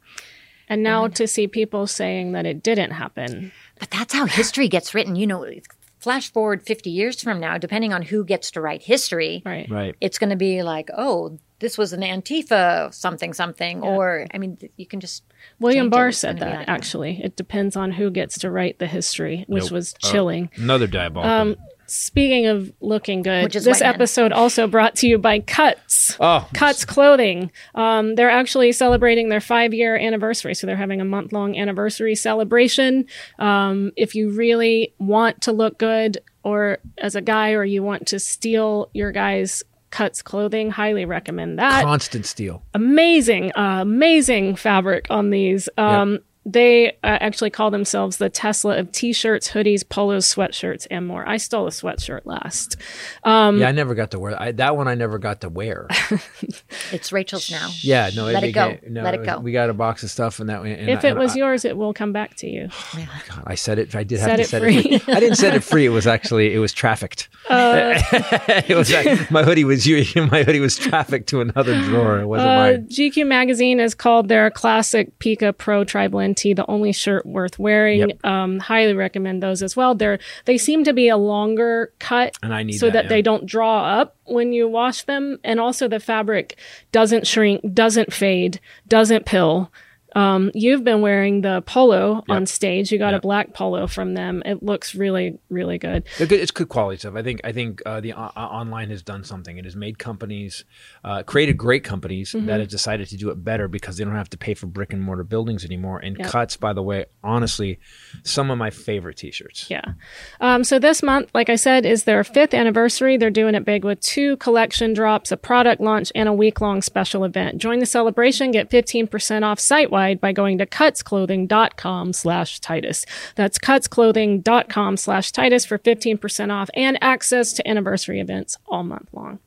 [SPEAKER 5] And now to see people saying that it didn't happen.
[SPEAKER 2] but that's how history gets written. You know, it's- flash forward 50 years from now, depending on who gets to write history,
[SPEAKER 5] Right.
[SPEAKER 4] Right.
[SPEAKER 2] it's going to be like, oh, this was an Antifa something, something. Or, I mean, th- you can just,
[SPEAKER 5] William
[SPEAKER 2] Change it,
[SPEAKER 5] Barr
[SPEAKER 2] it's
[SPEAKER 5] said
[SPEAKER 2] gonna be
[SPEAKER 5] that
[SPEAKER 2] like that.
[SPEAKER 5] actually. It depends on who gets to write the history, which
[SPEAKER 4] Nope.
[SPEAKER 5] was chilling.
[SPEAKER 4] Another diabolical.
[SPEAKER 5] Um, speaking of looking good,
[SPEAKER 2] Which is
[SPEAKER 5] this
[SPEAKER 2] white men.
[SPEAKER 5] episode also brought to you by Cuts.
[SPEAKER 4] oh,
[SPEAKER 5] Cuts Clothing. Um, they're actually celebrating their five year anniversary. So they're having a month long anniversary celebration. Um, if you really want to look good or as a guy, or you want to steal your guy's Cuts Clothing, highly recommend that
[SPEAKER 4] constant steal.
[SPEAKER 5] amazing, uh, amazing fabric on these. Um, They uh, actually call themselves the Tesla of t-shirts, hoodies, polos, sweatshirts, and more. I stole a sweatshirt last.
[SPEAKER 4] yeah, I never got to wear I, that one. I never got to wear.
[SPEAKER 2] it's Rachel's now.
[SPEAKER 4] Yeah, no,
[SPEAKER 2] Let it go.
[SPEAKER 4] became- No,
[SPEAKER 2] Let it
[SPEAKER 4] was-
[SPEAKER 2] go.
[SPEAKER 4] We got a box of stuff, and that. And,
[SPEAKER 5] if it
[SPEAKER 4] and
[SPEAKER 5] was
[SPEAKER 4] I,
[SPEAKER 5] yours, it will come back to you.
[SPEAKER 4] God, I said it. I did have
[SPEAKER 5] Set
[SPEAKER 4] to
[SPEAKER 5] it
[SPEAKER 4] set
[SPEAKER 5] free.
[SPEAKER 4] it free. I didn't set it free. It was actually it was trafficked. it was like, my hoodie was you. My hoodie was trafficked to another drawer. It wasn't
[SPEAKER 5] Uh,
[SPEAKER 4] mine.
[SPEAKER 5] GQ magazine has called their classic Pika Pro Tribal NT the only shirt worth wearing.
[SPEAKER 4] Yep.
[SPEAKER 5] Um, highly recommend those as well. They're they seem to be a longer cut,
[SPEAKER 4] And I need
[SPEAKER 5] so
[SPEAKER 4] that,
[SPEAKER 5] that,
[SPEAKER 4] yeah.
[SPEAKER 5] they don't draw up when you wash them, and also the fabric doesn't shrink, doesn't fade, doesn't pill. Um, you've been wearing the polo on stage. You got a black polo from them. It looks really, really good.
[SPEAKER 4] They're good- It's good quality stuff. I think. I think uh, the o- o- online has done something. It has made companies, uh, created great companies that have decided to do it better because they don't have to pay for brick and mortar buildings anymore. And cuts, by the way, honestly, some of my favorite T-shirts.
[SPEAKER 5] Yeah. Um, so this month, like I said, is their fifth anniversary. They're doing it big with two collection drops, a product launch, and a week long special event. Join the celebration. Get 15% off site wide by going to cutsclothing.com slash Titus. That's cutsclothing.com slash Titus for 15% off and access to anniversary events all month long.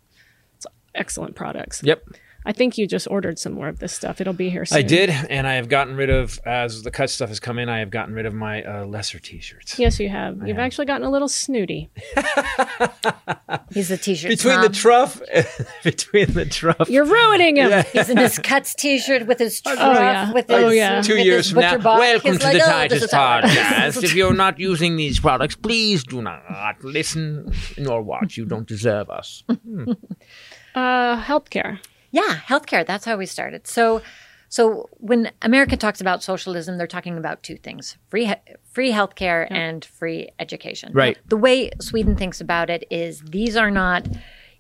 [SPEAKER 5] It's excellent products.
[SPEAKER 4] Yep.
[SPEAKER 5] I think you just ordered some more of this stuff. It'll be here soon.
[SPEAKER 4] I did, and I have gotten rid of as the cut stuff has come in. I have gotten rid of my uh, lesser T-shirts.
[SPEAKER 5] Yes, you have. You've actually gotten a little snooty.
[SPEAKER 2] He's a t-shirt
[SPEAKER 4] Between
[SPEAKER 2] snob.
[SPEAKER 4] the trough, between the trough,
[SPEAKER 5] You're ruining him.
[SPEAKER 2] He's in his cuts t-shirt with his trough,
[SPEAKER 5] yeah.
[SPEAKER 2] with his
[SPEAKER 5] Oh, yeah.
[SPEAKER 4] two
[SPEAKER 2] with
[SPEAKER 4] years
[SPEAKER 2] his
[SPEAKER 4] from now,
[SPEAKER 2] butcher box.
[SPEAKER 4] welcome
[SPEAKER 2] He's
[SPEAKER 4] to
[SPEAKER 2] like,
[SPEAKER 4] the
[SPEAKER 2] "Oh,
[SPEAKER 4] Titus
[SPEAKER 2] this is how it is."
[SPEAKER 4] podcast. if you're not using these products, please do not listen nor watch. You don't deserve us.
[SPEAKER 5] Uh, healthcare.
[SPEAKER 2] yeah, healthcare. That's how we started. So, so when America talks about socialism, they're talking about two things: free he- free healthcare and free education.
[SPEAKER 4] Right.
[SPEAKER 2] The way Sweden thinks about it is these are not,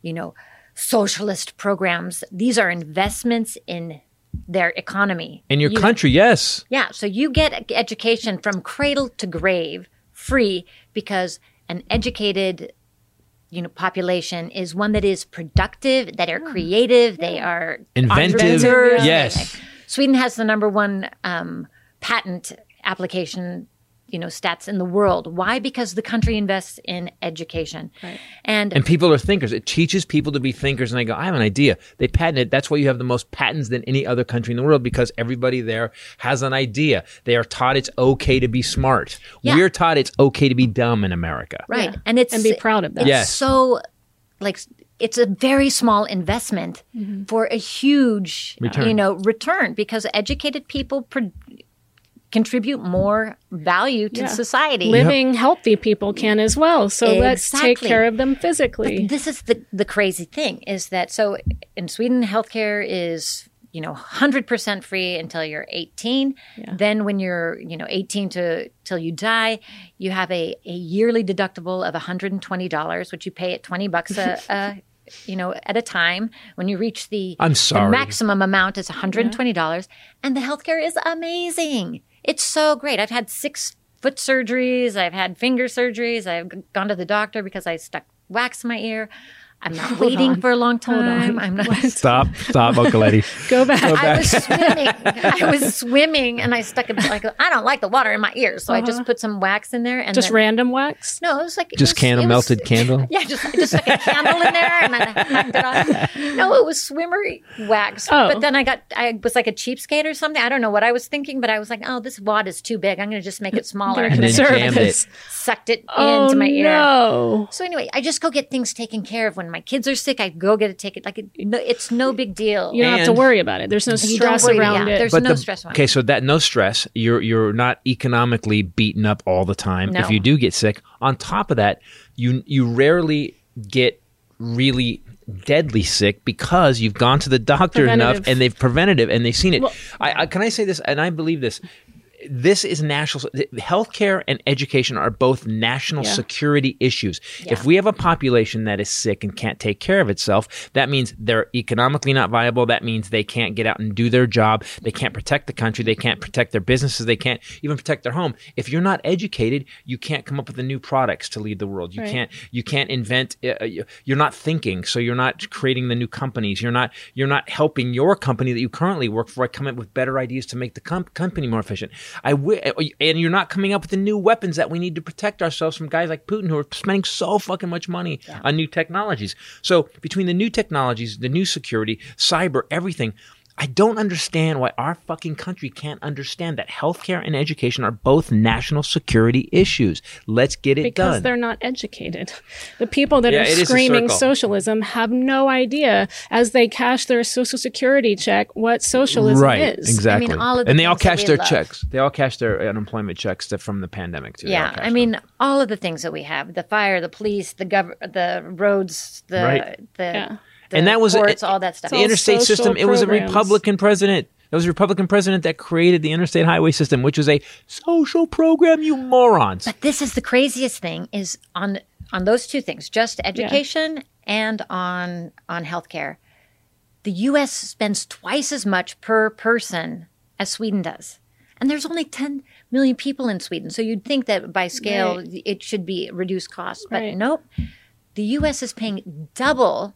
[SPEAKER 2] you know, socialist programs. These are investments in their economy.
[SPEAKER 4] In your
[SPEAKER 2] You-
[SPEAKER 4] country, yes,
[SPEAKER 2] Yeah, so you get e-, education from cradle to grave free because an educated you know population is one that is productive, that
[SPEAKER 5] Hmm.
[SPEAKER 2] are creative, they are
[SPEAKER 4] inventive,
[SPEAKER 2] entrepreneurs.
[SPEAKER 4] yes.
[SPEAKER 2] Sweden has the number one um, patent application, you know, stats in the world. Why? Because the country invests in education. Right. And,
[SPEAKER 4] And people are thinkers. It teaches people to be thinkers. And I go, I have an idea. They patent it. That's why you have the most patents than any other country in the world because everybody there has an idea. They are taught it's okay to be smart.
[SPEAKER 2] Yeah.
[SPEAKER 4] We're taught it's okay to be dumb in America.
[SPEAKER 2] right, and it's
[SPEAKER 5] And be proud of that.
[SPEAKER 2] it's
[SPEAKER 4] Yes.
[SPEAKER 2] so like it's a very small investment for a huge you know return because educated people pro- contribute more value to
[SPEAKER 5] Yeah.
[SPEAKER 2] society
[SPEAKER 5] living healthy people can as well. So let's take
[SPEAKER 2] Exactly.
[SPEAKER 5] care of them physically.
[SPEAKER 2] this is the the crazy thing is that so in Sweden healthcare is you know 100% free until you're 18 then when you're you know 18 to till you die you have a, a yearly deductible of $120 which you pay at 20 bucks a, a you know at a time when you reach the
[SPEAKER 4] I'm
[SPEAKER 2] the
[SPEAKER 4] sorry.
[SPEAKER 2] maximum amount is $120 and the healthcare is amazing it's so great i've had six foot surgeries i've had finger surgeries i've g- gone to the doctor because i stuck wax in my ear i'm not waiting for a long time i'm not
[SPEAKER 4] Stop, stop, Uncle Eddie.
[SPEAKER 5] Go back.
[SPEAKER 2] I was swimming. I was swimming, and I stuck it. Like I don't like the water in my ears, so I just put some wax in there and
[SPEAKER 5] Just
[SPEAKER 2] then-
[SPEAKER 5] random wax.
[SPEAKER 2] No, it was like it
[SPEAKER 4] Just
[SPEAKER 2] was-
[SPEAKER 4] can
[SPEAKER 2] it
[SPEAKER 4] of
[SPEAKER 2] was-
[SPEAKER 4] melted candle.
[SPEAKER 2] Yeah, just I just stuck a candle in there and then I hacked it off. No, it was swimmer wax.
[SPEAKER 5] Oh.
[SPEAKER 2] But then I got I was like a cheapskate or something. I don't know what I was thinking, but I was like, oh, this wad is too big. I'm going to just make it smaller
[SPEAKER 5] Very
[SPEAKER 2] and
[SPEAKER 4] And then jammed
[SPEAKER 5] conservative.
[SPEAKER 4] it.
[SPEAKER 2] sucked it
[SPEAKER 5] Oh,
[SPEAKER 2] into my ear.
[SPEAKER 5] no.
[SPEAKER 2] So anyway, I just go get things taken care of. When my kids are sick, I go get it taken. Like it, no, it's no big deal.
[SPEAKER 5] You don't have to
[SPEAKER 4] And-
[SPEAKER 5] worry about it. There's no
[SPEAKER 2] don't
[SPEAKER 5] stress
[SPEAKER 2] worry,
[SPEAKER 5] around
[SPEAKER 2] yeah.
[SPEAKER 5] it.
[SPEAKER 2] There's no stress around
[SPEAKER 4] Okay,
[SPEAKER 2] it.
[SPEAKER 4] so that no stress. You're you're not economically beaten up all the time
[SPEAKER 2] No.
[SPEAKER 4] if you do get sick. On top of that, you you rarely get really deadly sick because you've gone to the doctor enough
[SPEAKER 5] Preventative.
[SPEAKER 4] and they've preventative and they've seen it. I, I can I say this and I believe this. This is national th- healthcare and education are both national
[SPEAKER 5] Yeah.
[SPEAKER 4] security issues.
[SPEAKER 2] Yeah.
[SPEAKER 4] If we have a population that is sick and can't take care of itself, that means they're economically not viable. That means they can't get out and do their job. They can't protect the country. They can't protect their businesses. They can't even protect their home. If you're not educated, you can't come up with the new products to lead the world. You
[SPEAKER 5] Right.
[SPEAKER 4] can't. You can't invent. Uh, you- you're not thinking, so you're not creating the new companies. You're not. You're not helping your company that you currently work for come up with better ideas to make the comp- company more efficient. I w- and you're not coming up with the new weapons that we need to protect ourselves from guys like Putin who are spending so fucking much money on new technologies. So between the new technologies, the new security, cyber, everything. I don't understand why our fucking country can't understand that healthcare and education are both national security issues. Let's get it
[SPEAKER 5] because
[SPEAKER 4] done.
[SPEAKER 5] they're not educated. The people that
[SPEAKER 4] Yeah,
[SPEAKER 5] are
[SPEAKER 4] it is a
[SPEAKER 5] screaming
[SPEAKER 4] circle.
[SPEAKER 5] socialism have no idea as they cash their social security check what socialism is.
[SPEAKER 4] exactly.
[SPEAKER 2] I mean, all of the
[SPEAKER 4] and they all
[SPEAKER 2] things that
[SPEAKER 4] cashed
[SPEAKER 2] we
[SPEAKER 4] their
[SPEAKER 2] love.
[SPEAKER 4] checks. They all cashed their unemployment checks that- from the pandemic too. They all
[SPEAKER 2] Yeah,
[SPEAKER 4] cashed
[SPEAKER 2] I mean all of the things that we have: the fire, the police, the gov- the roads, the
[SPEAKER 4] Right.
[SPEAKER 2] the,
[SPEAKER 5] Yeah.
[SPEAKER 2] the
[SPEAKER 4] And that was-
[SPEAKER 2] courts,
[SPEAKER 4] it-
[SPEAKER 2] all that stuff.
[SPEAKER 4] the interstate
[SPEAKER 5] social
[SPEAKER 4] system. It was a
[SPEAKER 5] programs.
[SPEAKER 4] Republican president. It was a Republican president that created the interstate highway system, which was a social program. You morons.
[SPEAKER 2] this is the craziest thing is on on those two things just education and on on healthcare the us spends twice as much per person as sweden does and there's only 10 million people in sweden so you'd think that by scale it should be reduced cost but
[SPEAKER 5] Right.
[SPEAKER 2] nope the us is paying double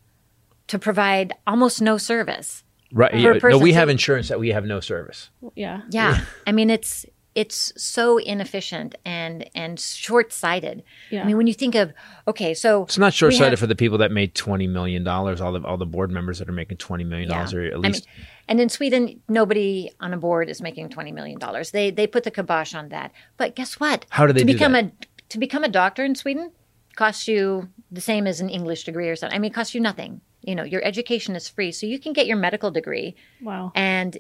[SPEAKER 2] to provide almost no service
[SPEAKER 4] Right.
[SPEAKER 2] yeah, no,
[SPEAKER 4] no,
[SPEAKER 2] person we
[SPEAKER 4] we
[SPEAKER 2] to- have
[SPEAKER 4] have insurance that we have no service.
[SPEAKER 5] Yeah.
[SPEAKER 2] Yeah. I mean it's it's so inefficient and and short-sighted. I
[SPEAKER 5] Yeah.
[SPEAKER 2] mean when you think of okay, so
[SPEAKER 4] It's not short
[SPEAKER 2] we
[SPEAKER 4] sighted
[SPEAKER 2] have-
[SPEAKER 4] for the people that made twenty million dollars. All the all the board members that are making twenty million
[SPEAKER 2] yeah.
[SPEAKER 4] dollars, or
[SPEAKER 2] I
[SPEAKER 4] at
[SPEAKER 2] mean,
[SPEAKER 4] least
[SPEAKER 2] and in Sweden nobody on a board is making 20 million dollars. They they put the kibosh on that. But guess what?
[SPEAKER 4] How do they
[SPEAKER 2] to
[SPEAKER 4] do
[SPEAKER 2] become
[SPEAKER 4] that?
[SPEAKER 2] a to become a doctor in Sweden costs you the same as an English degree or something. I mean it costs you nothing. You know, your education is free, so you can get your medical degree
[SPEAKER 5] Wow.
[SPEAKER 2] and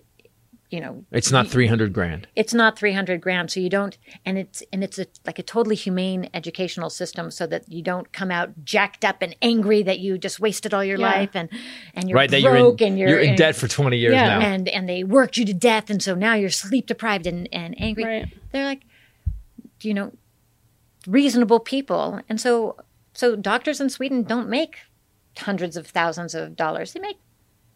[SPEAKER 2] you know,
[SPEAKER 4] it's not three hundred grand.
[SPEAKER 2] it's not 300 grand so you don't and it's and it's a, like a totally humane educational system so that you don't come out jacked up and angry that you just wasted all your
[SPEAKER 5] Yeah.
[SPEAKER 2] life and and you're
[SPEAKER 4] Right, that you're in,
[SPEAKER 2] broke and
[SPEAKER 4] you're,
[SPEAKER 2] you're,
[SPEAKER 4] in debt for twenty years
[SPEAKER 5] Yeah.
[SPEAKER 4] now.
[SPEAKER 2] and and they worked you to death and so now you're sleep deprived and, and angry
[SPEAKER 5] Right.
[SPEAKER 2] they're like you know reasonable people and so so doctors in sweden don't make hundreds of thousands of dollars they make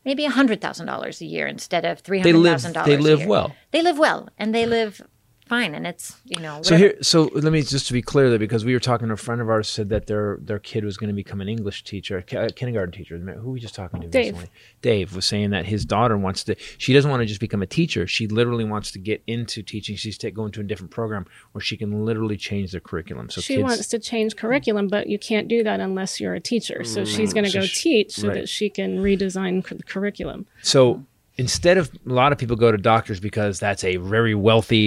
[SPEAKER 2] maybe $100000 a year instead of $300000
[SPEAKER 4] They live-
[SPEAKER 2] a
[SPEAKER 4] they live
[SPEAKER 2] year.
[SPEAKER 4] well.
[SPEAKER 2] they live well and they live fine and it's you know
[SPEAKER 4] So
[SPEAKER 2] whatever.
[SPEAKER 4] here, so let me just to be clear there, because we were talking to a friend of ours said that their their kid was going to become an English teacher, ki- uh, kindergarten teacher. Who were we just talking to
[SPEAKER 5] Dave.
[SPEAKER 4] recently? Dave was saying that his daughter wants to. She doesn't want to just become a teacher. She literally wants to get into teaching. She's ta- going to a different program where she can literally change their curriculum. So
[SPEAKER 5] she
[SPEAKER 4] kids,
[SPEAKER 5] wants to change curriculum, but you can't do that unless you're a teacher. So she's going to
[SPEAKER 4] So
[SPEAKER 5] go
[SPEAKER 4] she-
[SPEAKER 5] teach so
[SPEAKER 4] right.
[SPEAKER 5] that she can redesign cu- the curriculum.
[SPEAKER 4] So instead of a lot of people go to doctors because that's a very wealthy,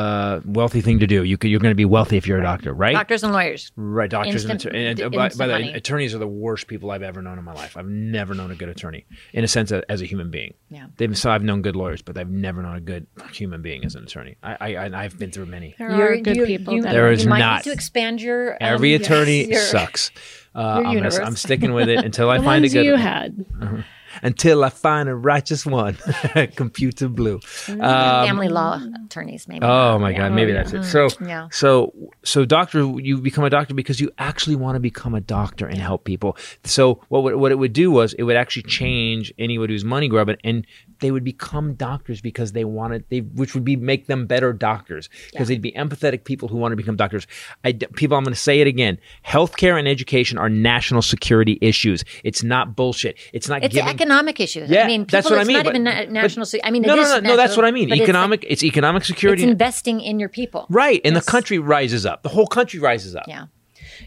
[SPEAKER 4] uh, wealthy thing to do. You could, you're going to be wealthy if you're a doctor, right?
[SPEAKER 2] doctors and lawyers
[SPEAKER 4] Right, doctors and,
[SPEAKER 2] Instant-
[SPEAKER 4] atter- and,
[SPEAKER 2] d-
[SPEAKER 4] and by,
[SPEAKER 2] instant
[SPEAKER 4] by the
[SPEAKER 2] money.
[SPEAKER 4] way, attorneys are the worst people I've ever known in my life. I've never known a good attorney, in a sense, a- as a human being.
[SPEAKER 2] Yeah.
[SPEAKER 4] They've, so I've known good lawyers, but I've never known a good human being as an attorney. I, I, I I've been through many.
[SPEAKER 5] There
[SPEAKER 2] You're-
[SPEAKER 5] are good
[SPEAKER 2] you-
[SPEAKER 5] people.
[SPEAKER 2] you-
[SPEAKER 5] that
[SPEAKER 4] There
[SPEAKER 5] are-
[SPEAKER 4] is
[SPEAKER 2] you might
[SPEAKER 4] not.
[SPEAKER 2] need to expand your um,
[SPEAKER 4] Every attorney
[SPEAKER 2] your-
[SPEAKER 4] sucks. Uh, I'm, gonna,
[SPEAKER 2] universe.
[SPEAKER 4] I'm sticking with it until I
[SPEAKER 5] the
[SPEAKER 4] find a
[SPEAKER 5] ones
[SPEAKER 4] good
[SPEAKER 5] you
[SPEAKER 4] one.
[SPEAKER 5] had.
[SPEAKER 4] until I find a righteous one. Computer blue.
[SPEAKER 2] Family law attorneys, maybe.
[SPEAKER 4] Oh my God, maybe that's it. So,
[SPEAKER 2] yeah.
[SPEAKER 4] so, so, doctor, you become a doctor because you actually want to become a doctor and help people. So, what would, what it would do was it would actually change anyone who's money grubbing, and they would become doctors because they wanted they, which would be make them better doctors because they'd be empathetic people who want to become doctors. I, d- people, I'm going to say it again: healthcare and education are national security issues. It's not bullshit. It's not
[SPEAKER 2] It's
[SPEAKER 4] giving.
[SPEAKER 2] economic issues.
[SPEAKER 4] Yeah,
[SPEAKER 2] I mean, people,
[SPEAKER 4] that's what I
[SPEAKER 2] it's
[SPEAKER 4] mean,
[SPEAKER 2] not
[SPEAKER 4] but-
[SPEAKER 2] even na-
[SPEAKER 4] but-
[SPEAKER 2] national. se- I mean,
[SPEAKER 4] no,
[SPEAKER 2] it
[SPEAKER 4] no,
[SPEAKER 2] is
[SPEAKER 4] no, no. That's
[SPEAKER 2] national,
[SPEAKER 4] what I mean.
[SPEAKER 2] but it's,
[SPEAKER 4] Economic. It's, economic
[SPEAKER 2] It's,
[SPEAKER 4] security.
[SPEAKER 2] investing in your people.
[SPEAKER 4] Right, and
[SPEAKER 2] Yes.
[SPEAKER 4] the country rises up. The whole country rises up.
[SPEAKER 2] Yeah.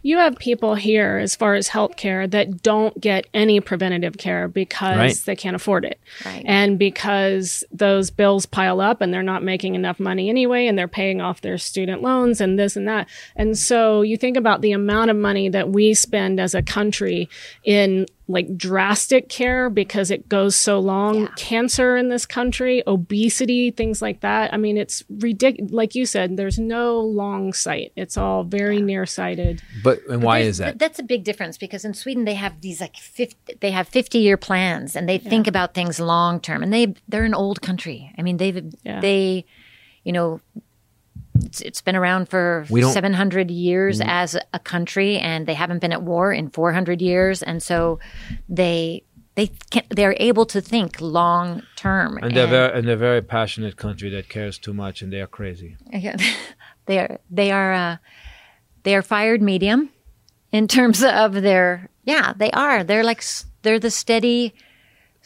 [SPEAKER 5] you have people here as far as healthcare that don't get any preventative care because
[SPEAKER 4] Right.
[SPEAKER 5] they can't afford it
[SPEAKER 2] Right.
[SPEAKER 5] and because those bills pile up and they're not making enough money anyway and they're paying off their student loans and this and that and so you think about the amount of money that we spend as a country in like drastic care because it goes so long cancer in this country obesity things like that i mean it's ridiculous like you said there's no long sight it's all very nearsighted
[SPEAKER 4] But and why
[SPEAKER 2] There's-
[SPEAKER 4] is that?
[SPEAKER 2] That's a big difference because in Sweden they have these like 50, they have fifty year plans and they think about things long term and they they're an old country. I mean they've
[SPEAKER 5] Yeah.
[SPEAKER 2] they, you know, it's, it's been around for
[SPEAKER 4] We don't- Mm.
[SPEAKER 2] seven hundred years as a country and they haven't been at war in four hundred years and so they they can, they're able to think long term
[SPEAKER 4] And they're very, and they're very passionate country that cares too much, and they are crazy.
[SPEAKER 2] Yeah. they are they are uh, they are fired medium in terms of their yeah they are they're like s- they're the steady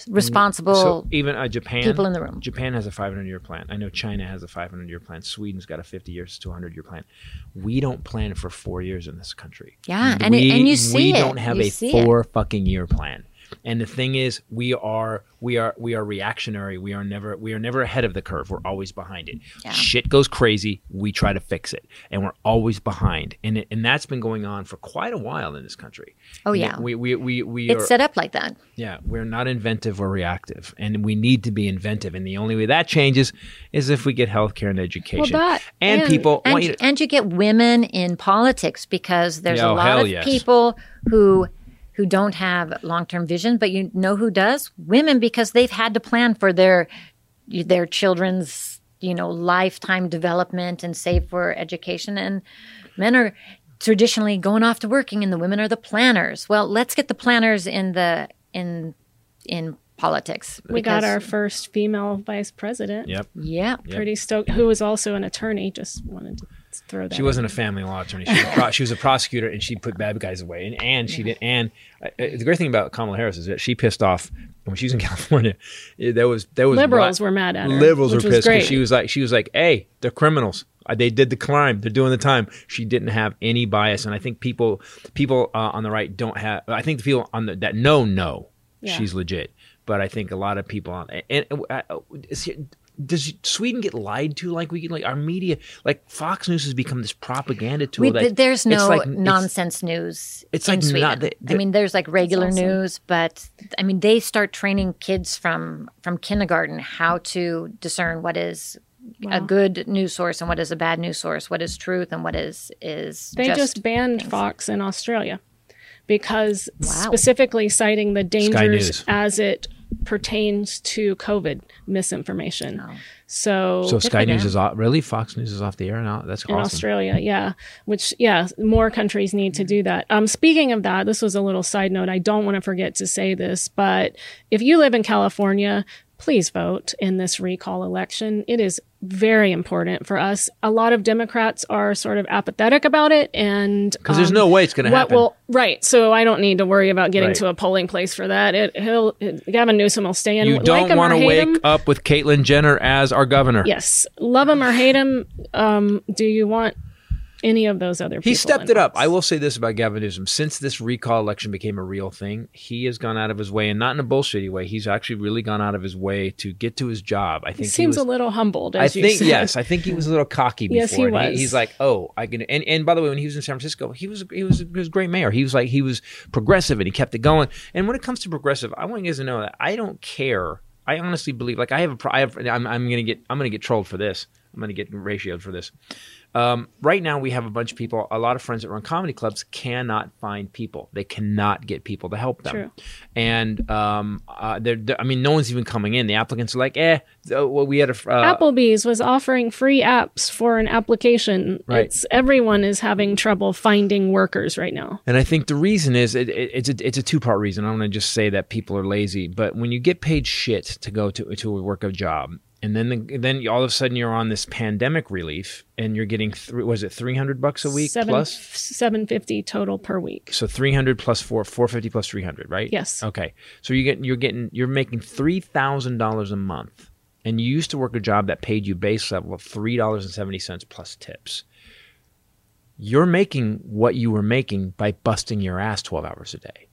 [SPEAKER 2] responsible
[SPEAKER 4] so even uh, Japan,
[SPEAKER 2] people in the room.
[SPEAKER 4] Japan has a 500 year plan. I know China has a 500 year plan. Sweden's got a 50 years to 100 year plan. We don't plan for four years in this country.
[SPEAKER 2] Yeah, and it-
[SPEAKER 4] We-
[SPEAKER 2] and you see
[SPEAKER 4] we
[SPEAKER 2] it.
[SPEAKER 4] don't have
[SPEAKER 2] You
[SPEAKER 4] a
[SPEAKER 2] see it.
[SPEAKER 4] four fucking year plan. And the thing is, we are we are we are reactionary. We are never we are never ahead of the curve. We're always behind it. Shit goes crazy. We try to fix it, and we're always behind. And it, and that's been going on for quite a while in this country.
[SPEAKER 2] Oh,
[SPEAKER 4] And
[SPEAKER 2] yeah.
[SPEAKER 4] we we we, we
[SPEAKER 2] it's
[SPEAKER 4] are,
[SPEAKER 2] set up like that
[SPEAKER 4] yeah, we're not inventive or reactive, and we need to be inventive. And the only way that changes is if we get healthcare and education,
[SPEAKER 5] that-
[SPEAKER 4] and,
[SPEAKER 5] and-
[SPEAKER 4] people
[SPEAKER 2] and
[SPEAKER 4] want you
[SPEAKER 2] you,
[SPEAKER 4] to,
[SPEAKER 2] and you get women in politics because there's
[SPEAKER 4] Yeah,
[SPEAKER 2] a
[SPEAKER 4] oh,
[SPEAKER 2] lot
[SPEAKER 4] hell
[SPEAKER 2] of
[SPEAKER 4] yes.
[SPEAKER 2] people who who don't have long-term vision but you know who does women because they've had to plan for their their children's you know lifetime development and save for education and men are traditionally going off to working and the women are the planners well let's get the planners in the in in politics
[SPEAKER 5] We got
[SPEAKER 2] because-
[SPEAKER 5] our first female vice president.
[SPEAKER 4] Yep,
[SPEAKER 2] yeah
[SPEAKER 5] Pretty stoked. Who was also an attorney. Just wanted to throw that.
[SPEAKER 4] she wasn't a family law attorney; she was a, pro- she was a prosecutor, and she put bad guys away. And and she did. And uh, uh, the great thing about Kamala Harris is that she pissed off when she was in California. uh, There was there was
[SPEAKER 5] Liberals were mad at her,
[SPEAKER 4] Liberals
[SPEAKER 5] which
[SPEAKER 4] were
[SPEAKER 5] was
[SPEAKER 4] pissed because
[SPEAKER 5] great.
[SPEAKER 4] she was like she was like, "Hey, they're criminals. Uh, They did the crime. They're doing the time." She didn't have any bias, and I think people people uh, on the right don't have. I think the people on the that know know she's legit, but I think a lot of people on and uh, uh, is, does Sweden get lied to like we like our media like Fox News has become this propaganda tool
[SPEAKER 2] We,
[SPEAKER 4] that
[SPEAKER 2] th- there's
[SPEAKER 4] it's
[SPEAKER 2] no
[SPEAKER 4] like- it's-
[SPEAKER 2] nonsense news.
[SPEAKER 4] it's
[SPEAKER 2] in
[SPEAKER 4] like
[SPEAKER 2] Sweden.
[SPEAKER 4] not- they- they-
[SPEAKER 2] I mean, there's like regular
[SPEAKER 5] awesome.
[SPEAKER 2] news, but I mean, they start training kids from from kindergarten how to discern what is a good news source and what is a bad news source, what is truth and what is is.
[SPEAKER 5] They just, banned Fox in Australia because specifically citing the
[SPEAKER 4] News.
[SPEAKER 5] dangers as it pertains to COVID misinformation.
[SPEAKER 2] Oh.
[SPEAKER 5] So,
[SPEAKER 4] So Sky
[SPEAKER 2] for
[SPEAKER 4] News
[SPEAKER 2] them.
[SPEAKER 4] is off, really Fox News is off the air now. That's
[SPEAKER 5] in
[SPEAKER 4] awesome.
[SPEAKER 5] Australia, yeah, which yeah, more countries need to
[SPEAKER 4] Mm-hmm.
[SPEAKER 5] do that. Um, speaking of that, this was a little side note. I don't want to forget to say this, but if you live in California, please vote in this recall election. It is very important for us. A lot of Democrats are sort of apathetic about it, and um,
[SPEAKER 4] Because there's
[SPEAKER 2] Um,
[SPEAKER 4] no way it's going to
[SPEAKER 5] what
[SPEAKER 4] happen.
[SPEAKER 5] will right? So I don't need to worry about getting
[SPEAKER 4] Right.
[SPEAKER 5] to a polling place for that. It he'll it, Gavin Newsom will stay in.
[SPEAKER 4] you don't
[SPEAKER 5] like him or
[SPEAKER 4] want to
[SPEAKER 5] hate
[SPEAKER 4] wake
[SPEAKER 5] him.
[SPEAKER 4] up with Caitlyn Jenner as our governor.
[SPEAKER 5] Yes, love him or hate him. Um, do you want any of those other? people
[SPEAKER 4] He stepped
[SPEAKER 5] in
[SPEAKER 4] it up.
[SPEAKER 5] office?
[SPEAKER 4] I will say this about Gavin Newsom. Since this recall election became a real thing, he has gone out of his way, and not in a bullshitty way. He's actually really gone out of his way to get to his job. I think
[SPEAKER 5] He
[SPEAKER 4] he
[SPEAKER 5] seems
[SPEAKER 4] was-
[SPEAKER 5] a little humbled.
[SPEAKER 4] I
[SPEAKER 5] As you
[SPEAKER 4] think
[SPEAKER 5] said.
[SPEAKER 4] yes. I think he was a little cocky before.
[SPEAKER 5] Yes, he
[SPEAKER 4] and
[SPEAKER 5] was.
[SPEAKER 4] he's like, oh, I can. And, and by the way, when he was in San Francisco, he was he was he was a great mayor. He was like he was progressive and he kept it going. And when it comes to progressive, I want you guys to know that I don't care. I honestly believe like I have a pro- I have, I'm I'm gonna get I'm gonna get trolled for this. I'm gonna get ratioed for this. Um, right now, we have a bunch of people. A lot of friends that run comedy clubs cannot find people. They cannot get people to help them.
[SPEAKER 5] True.
[SPEAKER 4] And um, uh, they're, they're- I mean, no one's even coming in. The applicants are like, eh. so- well, we had a fr- uh,
[SPEAKER 5] Applebee's was offering free apps for an application.
[SPEAKER 4] Right.
[SPEAKER 5] It's everyone is having trouble finding workers right now.
[SPEAKER 4] And I think the reason is it, it, it's a, it's a two part reason. I'm going to just say that people are lazy, but when you get paid shit to go to to work a job, and then the, then you- all of a sudden you're on this pandemic relief, and you're getting three, was it 300 bucks a week
[SPEAKER 5] Seven
[SPEAKER 4] plus?
[SPEAKER 5] seven fifty total per week.
[SPEAKER 4] So 300 plus four, 450 plus 300, right?
[SPEAKER 5] Yes.
[SPEAKER 4] Okay. So you get you're getting you're making three thousand dollars a month, and you used to work a job that paid you base level of three dollars and seventy cents plus tips. You're making what you were making by busting your ass twelve hours a day.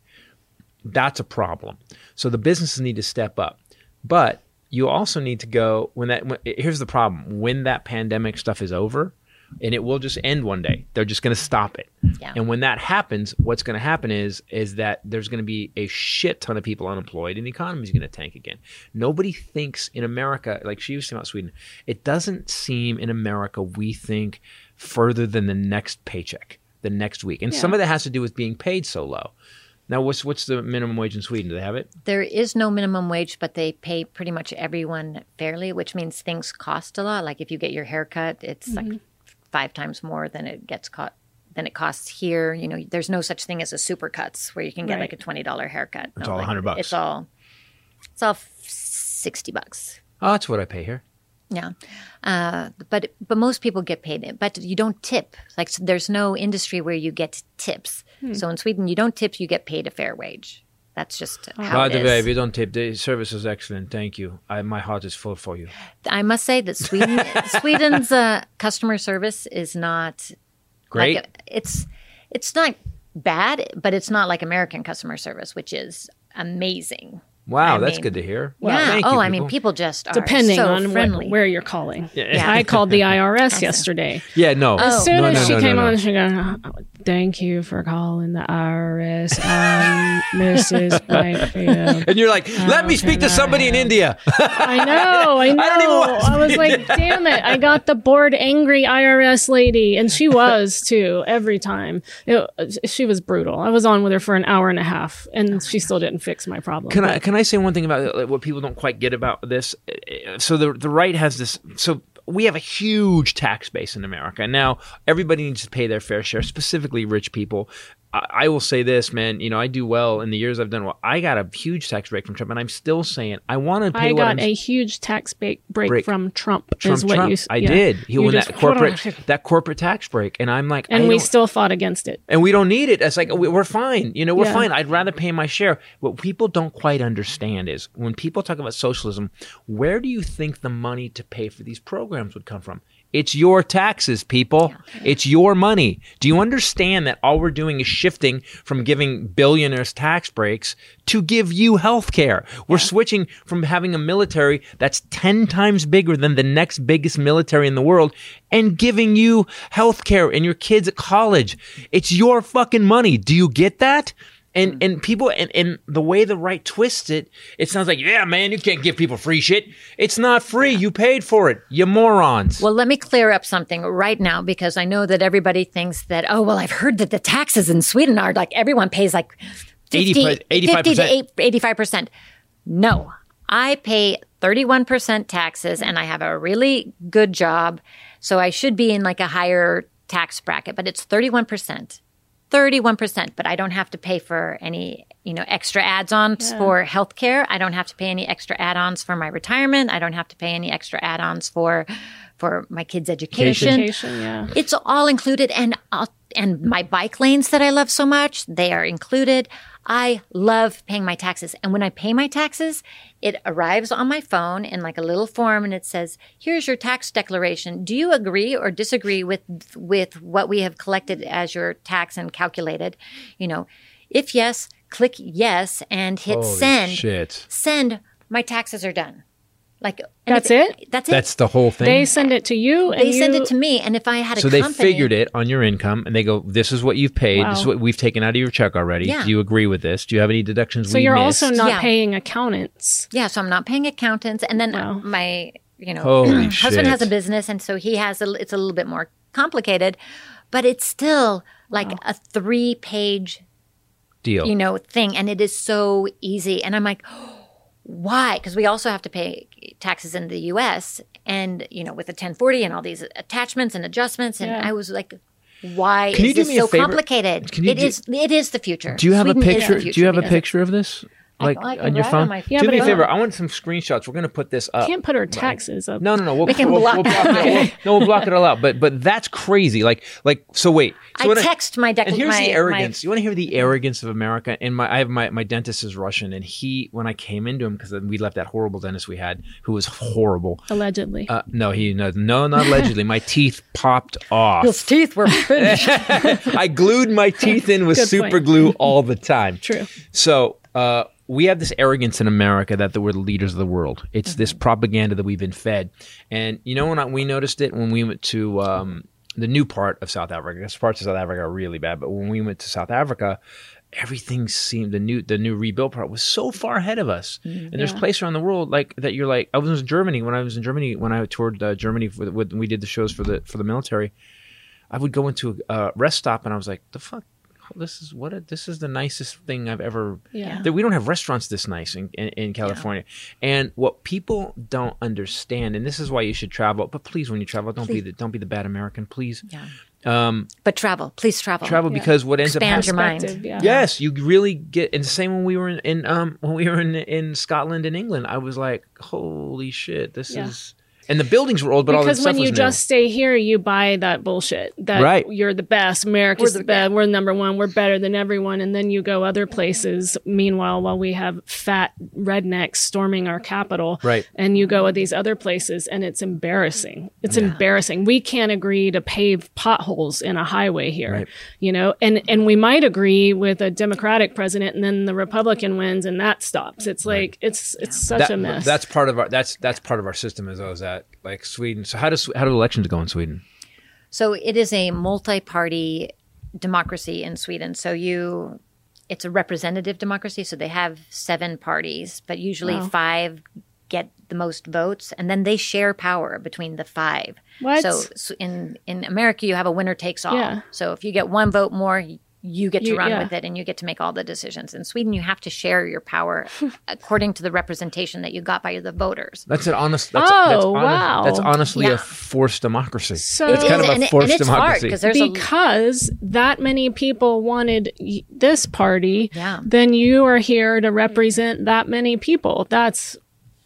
[SPEAKER 4] That's a problem. So the businesses need to step up, but you also need to go when that. When, here's the problem: when that pandemic stuff is over. And it will just end one day. They're just going to stop it.
[SPEAKER 2] Yeah.
[SPEAKER 4] And when that happens, what's going to happen is is that there's going to be a shit ton of people unemployed, and the economy's going to tank again. Nobody thinks in America, like she was saying about Sweden, it doesn't seem in America we think further than the next paycheck, the next week, and some of that has to do with being paid so low. Now, what's what's the minimum wage in Sweden? Do they have it?
[SPEAKER 2] There is no minimum wage, but they pay pretty much everyone fairly, which means things cost a lot. Like if you get your hair cut, it's like five times more than it gets caught than it costs here. You know, there's no such thing as a supercuts where you can get like a twenty dollar haircut. It's
[SPEAKER 4] all 100 bucks.
[SPEAKER 2] It's all it's all f- sixty bucks.
[SPEAKER 4] Oh, that's what I pay here.
[SPEAKER 2] Yeah, uh, but but most people get paid, it, but you don't tip. Like so there's no industry where you get tips. So in Sweden, you don't tip; you get paid a fair wage. That's just how
[SPEAKER 4] By
[SPEAKER 2] it
[SPEAKER 4] the
[SPEAKER 2] is.
[SPEAKER 4] way, if you don't tip, the service is excellent. Thank you. I, my heart is full for you.
[SPEAKER 2] I must say that Sweden Sweden's uh, customer service is not
[SPEAKER 4] Great.
[SPEAKER 2] Like, it's it's not bad, but it's not like American customer service, which is amazing.
[SPEAKER 4] wow,
[SPEAKER 2] I
[SPEAKER 4] that's
[SPEAKER 2] mean-
[SPEAKER 4] good to hear.
[SPEAKER 2] yeah.
[SPEAKER 4] Thank
[SPEAKER 2] oh,
[SPEAKER 4] you,
[SPEAKER 2] I mean,
[SPEAKER 4] people.
[SPEAKER 2] people just are
[SPEAKER 5] Depending
[SPEAKER 2] so
[SPEAKER 5] on where,
[SPEAKER 2] friendly.
[SPEAKER 5] where you're calling.
[SPEAKER 2] Yeah. Oh.
[SPEAKER 5] I called the IRS yesterday.
[SPEAKER 4] Yeah, no.
[SPEAKER 5] As soon
[SPEAKER 4] No,
[SPEAKER 5] as
[SPEAKER 4] no,
[SPEAKER 5] she
[SPEAKER 4] no, no,
[SPEAKER 5] came
[SPEAKER 4] no.
[SPEAKER 5] on, she goes, "Oh, "Thank you for calling the IRS, um, Mrs. Blakefield."
[SPEAKER 4] And you're like, let me speak to somebody
[SPEAKER 5] Uh,
[SPEAKER 4] in India.
[SPEAKER 5] I know, I know.
[SPEAKER 4] don't even want to
[SPEAKER 5] I was like, "Damn it!" I got the bored, angry IRS lady, and she was too. Every time, It- she was brutal. I was on with her for an hour and a half, and she still didn't fix my problem.
[SPEAKER 4] Oh Can I can I say one thing about uh, what people don't quite get about this? Uh, So the the right has this. So we have a huge tax base in America now. Everybody needs to pay their fair share, specifically rich people. I, I will say this, man. You know, I do well in the years I've done well. I got a huge tax break from Trump, and I'm still saying I want to pay
[SPEAKER 5] I
[SPEAKER 4] what I'm
[SPEAKER 5] got a huge tax ba- break,
[SPEAKER 4] Break.
[SPEAKER 5] from Trump.
[SPEAKER 4] Trump,
[SPEAKER 5] is what
[SPEAKER 4] Trump.
[SPEAKER 5] you? s-
[SPEAKER 4] I
[SPEAKER 5] yeah.
[SPEAKER 4] did. He
[SPEAKER 5] You
[SPEAKER 4] won
[SPEAKER 5] just-
[SPEAKER 4] that corporate that corporate tax break, and I'm like,
[SPEAKER 5] and
[SPEAKER 4] I
[SPEAKER 5] we
[SPEAKER 4] don't-
[SPEAKER 5] still fought against it.
[SPEAKER 4] and we don't need it. It's like we- we're fine. You know, we're
[SPEAKER 5] Yeah.
[SPEAKER 4] fine. I'd rather pay my share. What people don't quite understand is when people talk about socialism, where do you think the money to pay for these programs would come from? It's your taxes, people. It's your money. Do you understand that all we're doing is shifting from giving billionaires tax breaks to give you health care? We're switching from having a military that's 10 times bigger than the next biggest military in the world and giving you health care and your kids at college. It's your fucking money. Do you get that? And and people and, and the way the right twists it, it sounds like, yeah, man, you can't give people free shit. It's not free. You paid for it. You morons.
[SPEAKER 2] Well, let me clear up something right now because I know that everybody thinks that, oh, well, I've heard that the taxes in Sweden are like everyone pays like 50,
[SPEAKER 4] 80
[SPEAKER 2] 50 to
[SPEAKER 4] 85%.
[SPEAKER 2] eight- 85%. No, I pay 31% taxes and I have a really good job. So I should be in like a higher tax bracket, but it's 31%. 31%, but I don't have to pay for any, you know, extra add-ons for healthcare. I don't have to pay any extra add-ons for my retirement. I don't have to pay any extra add-ons for for my kids' education.
[SPEAKER 5] Education, yeah.
[SPEAKER 2] It's all included and I'll, and my bike lanes that I love so much, they are included. I love paying my taxes. And when I pay my taxes, it arrives on my phone in like a little form and it says, "Here's your tax declaration. Do you agree or disagree with with what we have collected as your tax and calculated?" You know, if yes, click yes and hit send.
[SPEAKER 4] Shit.
[SPEAKER 2] Send. My taxes are done. Like and
[SPEAKER 5] That's
[SPEAKER 2] if-
[SPEAKER 5] it?
[SPEAKER 2] That's it.
[SPEAKER 4] That's the whole thing.
[SPEAKER 5] They send it to you, and
[SPEAKER 2] they send
[SPEAKER 5] you-
[SPEAKER 2] it to me, and if I had a
[SPEAKER 4] so they
[SPEAKER 2] company,
[SPEAKER 4] figured it on your income and they go, This is what you've paid, this is
[SPEAKER 5] Wow.
[SPEAKER 4] what we've taken out of your check already.
[SPEAKER 2] Yeah.
[SPEAKER 4] Do you agree with this? Do you have any deductions
[SPEAKER 5] So
[SPEAKER 4] we
[SPEAKER 5] you're
[SPEAKER 4] missed?
[SPEAKER 5] also not
[SPEAKER 2] Yeah.
[SPEAKER 5] paying accountants.
[SPEAKER 2] Yeah, so I'm not paying accountants, and then uh,
[SPEAKER 5] Wow.
[SPEAKER 2] my you know,
[SPEAKER 4] Holy shit.
[SPEAKER 2] husband has a business, and so he has a. It's a little bit more complicated, but it's still like a three page
[SPEAKER 4] deal.
[SPEAKER 2] you know thing and it is so easy and i'm like why because we also have to pay taxes in the us and you know with the 1040 and all these attachments and adjustments and
[SPEAKER 5] Yeah.
[SPEAKER 2] i was like why
[SPEAKER 4] Can you
[SPEAKER 2] is
[SPEAKER 4] do
[SPEAKER 2] this
[SPEAKER 4] me a
[SPEAKER 2] so
[SPEAKER 4] favor?
[SPEAKER 2] complicated
[SPEAKER 4] Can you
[SPEAKER 2] It
[SPEAKER 4] do-
[SPEAKER 2] is. it is the future
[SPEAKER 4] do you have
[SPEAKER 2] Sweden
[SPEAKER 4] a
[SPEAKER 2] is the
[SPEAKER 4] picture? Do
[SPEAKER 2] future
[SPEAKER 4] you have a
[SPEAKER 2] because-
[SPEAKER 4] picture of this? Like
[SPEAKER 2] I can
[SPEAKER 4] on your
[SPEAKER 2] write on
[SPEAKER 4] phone?
[SPEAKER 2] my
[SPEAKER 5] Yeah,
[SPEAKER 4] do
[SPEAKER 5] but
[SPEAKER 4] me a
[SPEAKER 5] I-
[SPEAKER 4] favor. I want some screenshots. We're gonna put this up.
[SPEAKER 5] Can't put our taxes up.
[SPEAKER 4] Uh, No, no, no. We'll,
[SPEAKER 2] can
[SPEAKER 4] we'll,
[SPEAKER 2] block
[SPEAKER 4] we'll
[SPEAKER 2] that.
[SPEAKER 4] block it. We'll- no, we'll block it all out. But but that's crazy. Like like so. Wait. So
[SPEAKER 2] I
[SPEAKER 4] when
[SPEAKER 2] text my dec-
[SPEAKER 4] And here's
[SPEAKER 2] my-
[SPEAKER 4] the
[SPEAKER 2] my-
[SPEAKER 4] arrogance. You want to hear the arrogance of America? And my I have my my dentist is Russian, and he when I came into him because we left that horrible dentist we had who was horrible.
[SPEAKER 5] Allegedly.
[SPEAKER 4] Uh, no, he no no not allegedly. my teeth popped off.
[SPEAKER 2] his teeth were finished
[SPEAKER 4] I glued my teeth in with
[SPEAKER 5] Good
[SPEAKER 4] super
[SPEAKER 5] point.
[SPEAKER 4] glue all the time.
[SPEAKER 5] True.
[SPEAKER 4] So uh, we have this arrogance in America that we're the leaders of the world. It's this
[SPEAKER 5] Mm-hmm.
[SPEAKER 4] propaganda that we've been fed. And you know when I, we noticed it when we went to um, the new part of South Africa. 'cause parts of South Africa are really bad, but when we went to South Africa. Everything seemed the new the new rebuild part was so far ahead of us,
[SPEAKER 5] Mm-hmm.
[SPEAKER 4] and there's places around the world like that. You're like I was in Germany when I was in Germany when I toured uh, Germany for the, when we did the shows for the for the military. I would go into a uh, rest stop and I was like, the fuck, this is what a, this is the nicest thing I've ever.
[SPEAKER 5] Yeah.
[SPEAKER 4] That we don't have restaurants this nice in in, in California. And what people don't understand, and this is why you should travel. But please, when you travel, don't be the don't be the bad American. Please
[SPEAKER 2] yeah. but travel please travel
[SPEAKER 4] travel because what ends up
[SPEAKER 2] Expand
[SPEAKER 4] happening.
[SPEAKER 2] your mind.
[SPEAKER 5] Perspective, Yeah.
[SPEAKER 4] Yes, you really get. And the same when we were in, in um when we were in in Scotland and England, I was like, holy shit, this
[SPEAKER 5] Yeah.
[SPEAKER 4] is. And the buildings were old, but all this
[SPEAKER 5] because
[SPEAKER 4] stuff
[SPEAKER 5] when you
[SPEAKER 4] was
[SPEAKER 5] just stay here, you buy that bullshit that
[SPEAKER 4] Right.
[SPEAKER 5] you're the best, America's the, best, we're number one, we're better than everyone, and then you go other places. Meanwhile, while we have fat rednecks storming our capital,
[SPEAKER 4] Right.
[SPEAKER 5] and you go to these other places, and it's embarrassing. It's embarrassing. We can't agree to pave potholes in a highway here,
[SPEAKER 4] Right.
[SPEAKER 5] you know, and and we might agree with a Democratic president, and then the Republican wins, and that stops. It's like it's it's such
[SPEAKER 4] That-
[SPEAKER 5] a mess.
[SPEAKER 4] That's part of our that's that's part of our system as well as that like Sweden. So how does how do elections go in Sweden?
[SPEAKER 2] So it is a multi-party democracy in Sweden. So you it's a representative democracy, so they have seven parties, but usually five get the most votes and then they share power between the five.
[SPEAKER 5] What?
[SPEAKER 2] So s- in in America you have a winner takes all.
[SPEAKER 5] Yeah.
[SPEAKER 2] So if you get one vote more, y- you get to
[SPEAKER 5] You-
[SPEAKER 2] run
[SPEAKER 5] yeah.
[SPEAKER 2] with it and you get to make all the decisions. In Sweden you have to share your power according to the representation that you got by the voters.
[SPEAKER 4] That's an honest. That's, that's
[SPEAKER 5] Oh,
[SPEAKER 4] honest-
[SPEAKER 5] wow.
[SPEAKER 4] That's honestly
[SPEAKER 2] Yeah.
[SPEAKER 4] a forced democracy.
[SPEAKER 5] So-
[SPEAKER 4] it's
[SPEAKER 5] It
[SPEAKER 4] kind
[SPEAKER 2] is,
[SPEAKER 4] of
[SPEAKER 2] and
[SPEAKER 4] a
[SPEAKER 2] it-
[SPEAKER 4] forced
[SPEAKER 2] and it's hard,
[SPEAKER 4] democracy.
[SPEAKER 2] 'cause there's a-
[SPEAKER 5] because that many people wanted y- this party,
[SPEAKER 2] Yeah.
[SPEAKER 5] then you are here to represent that many people. That's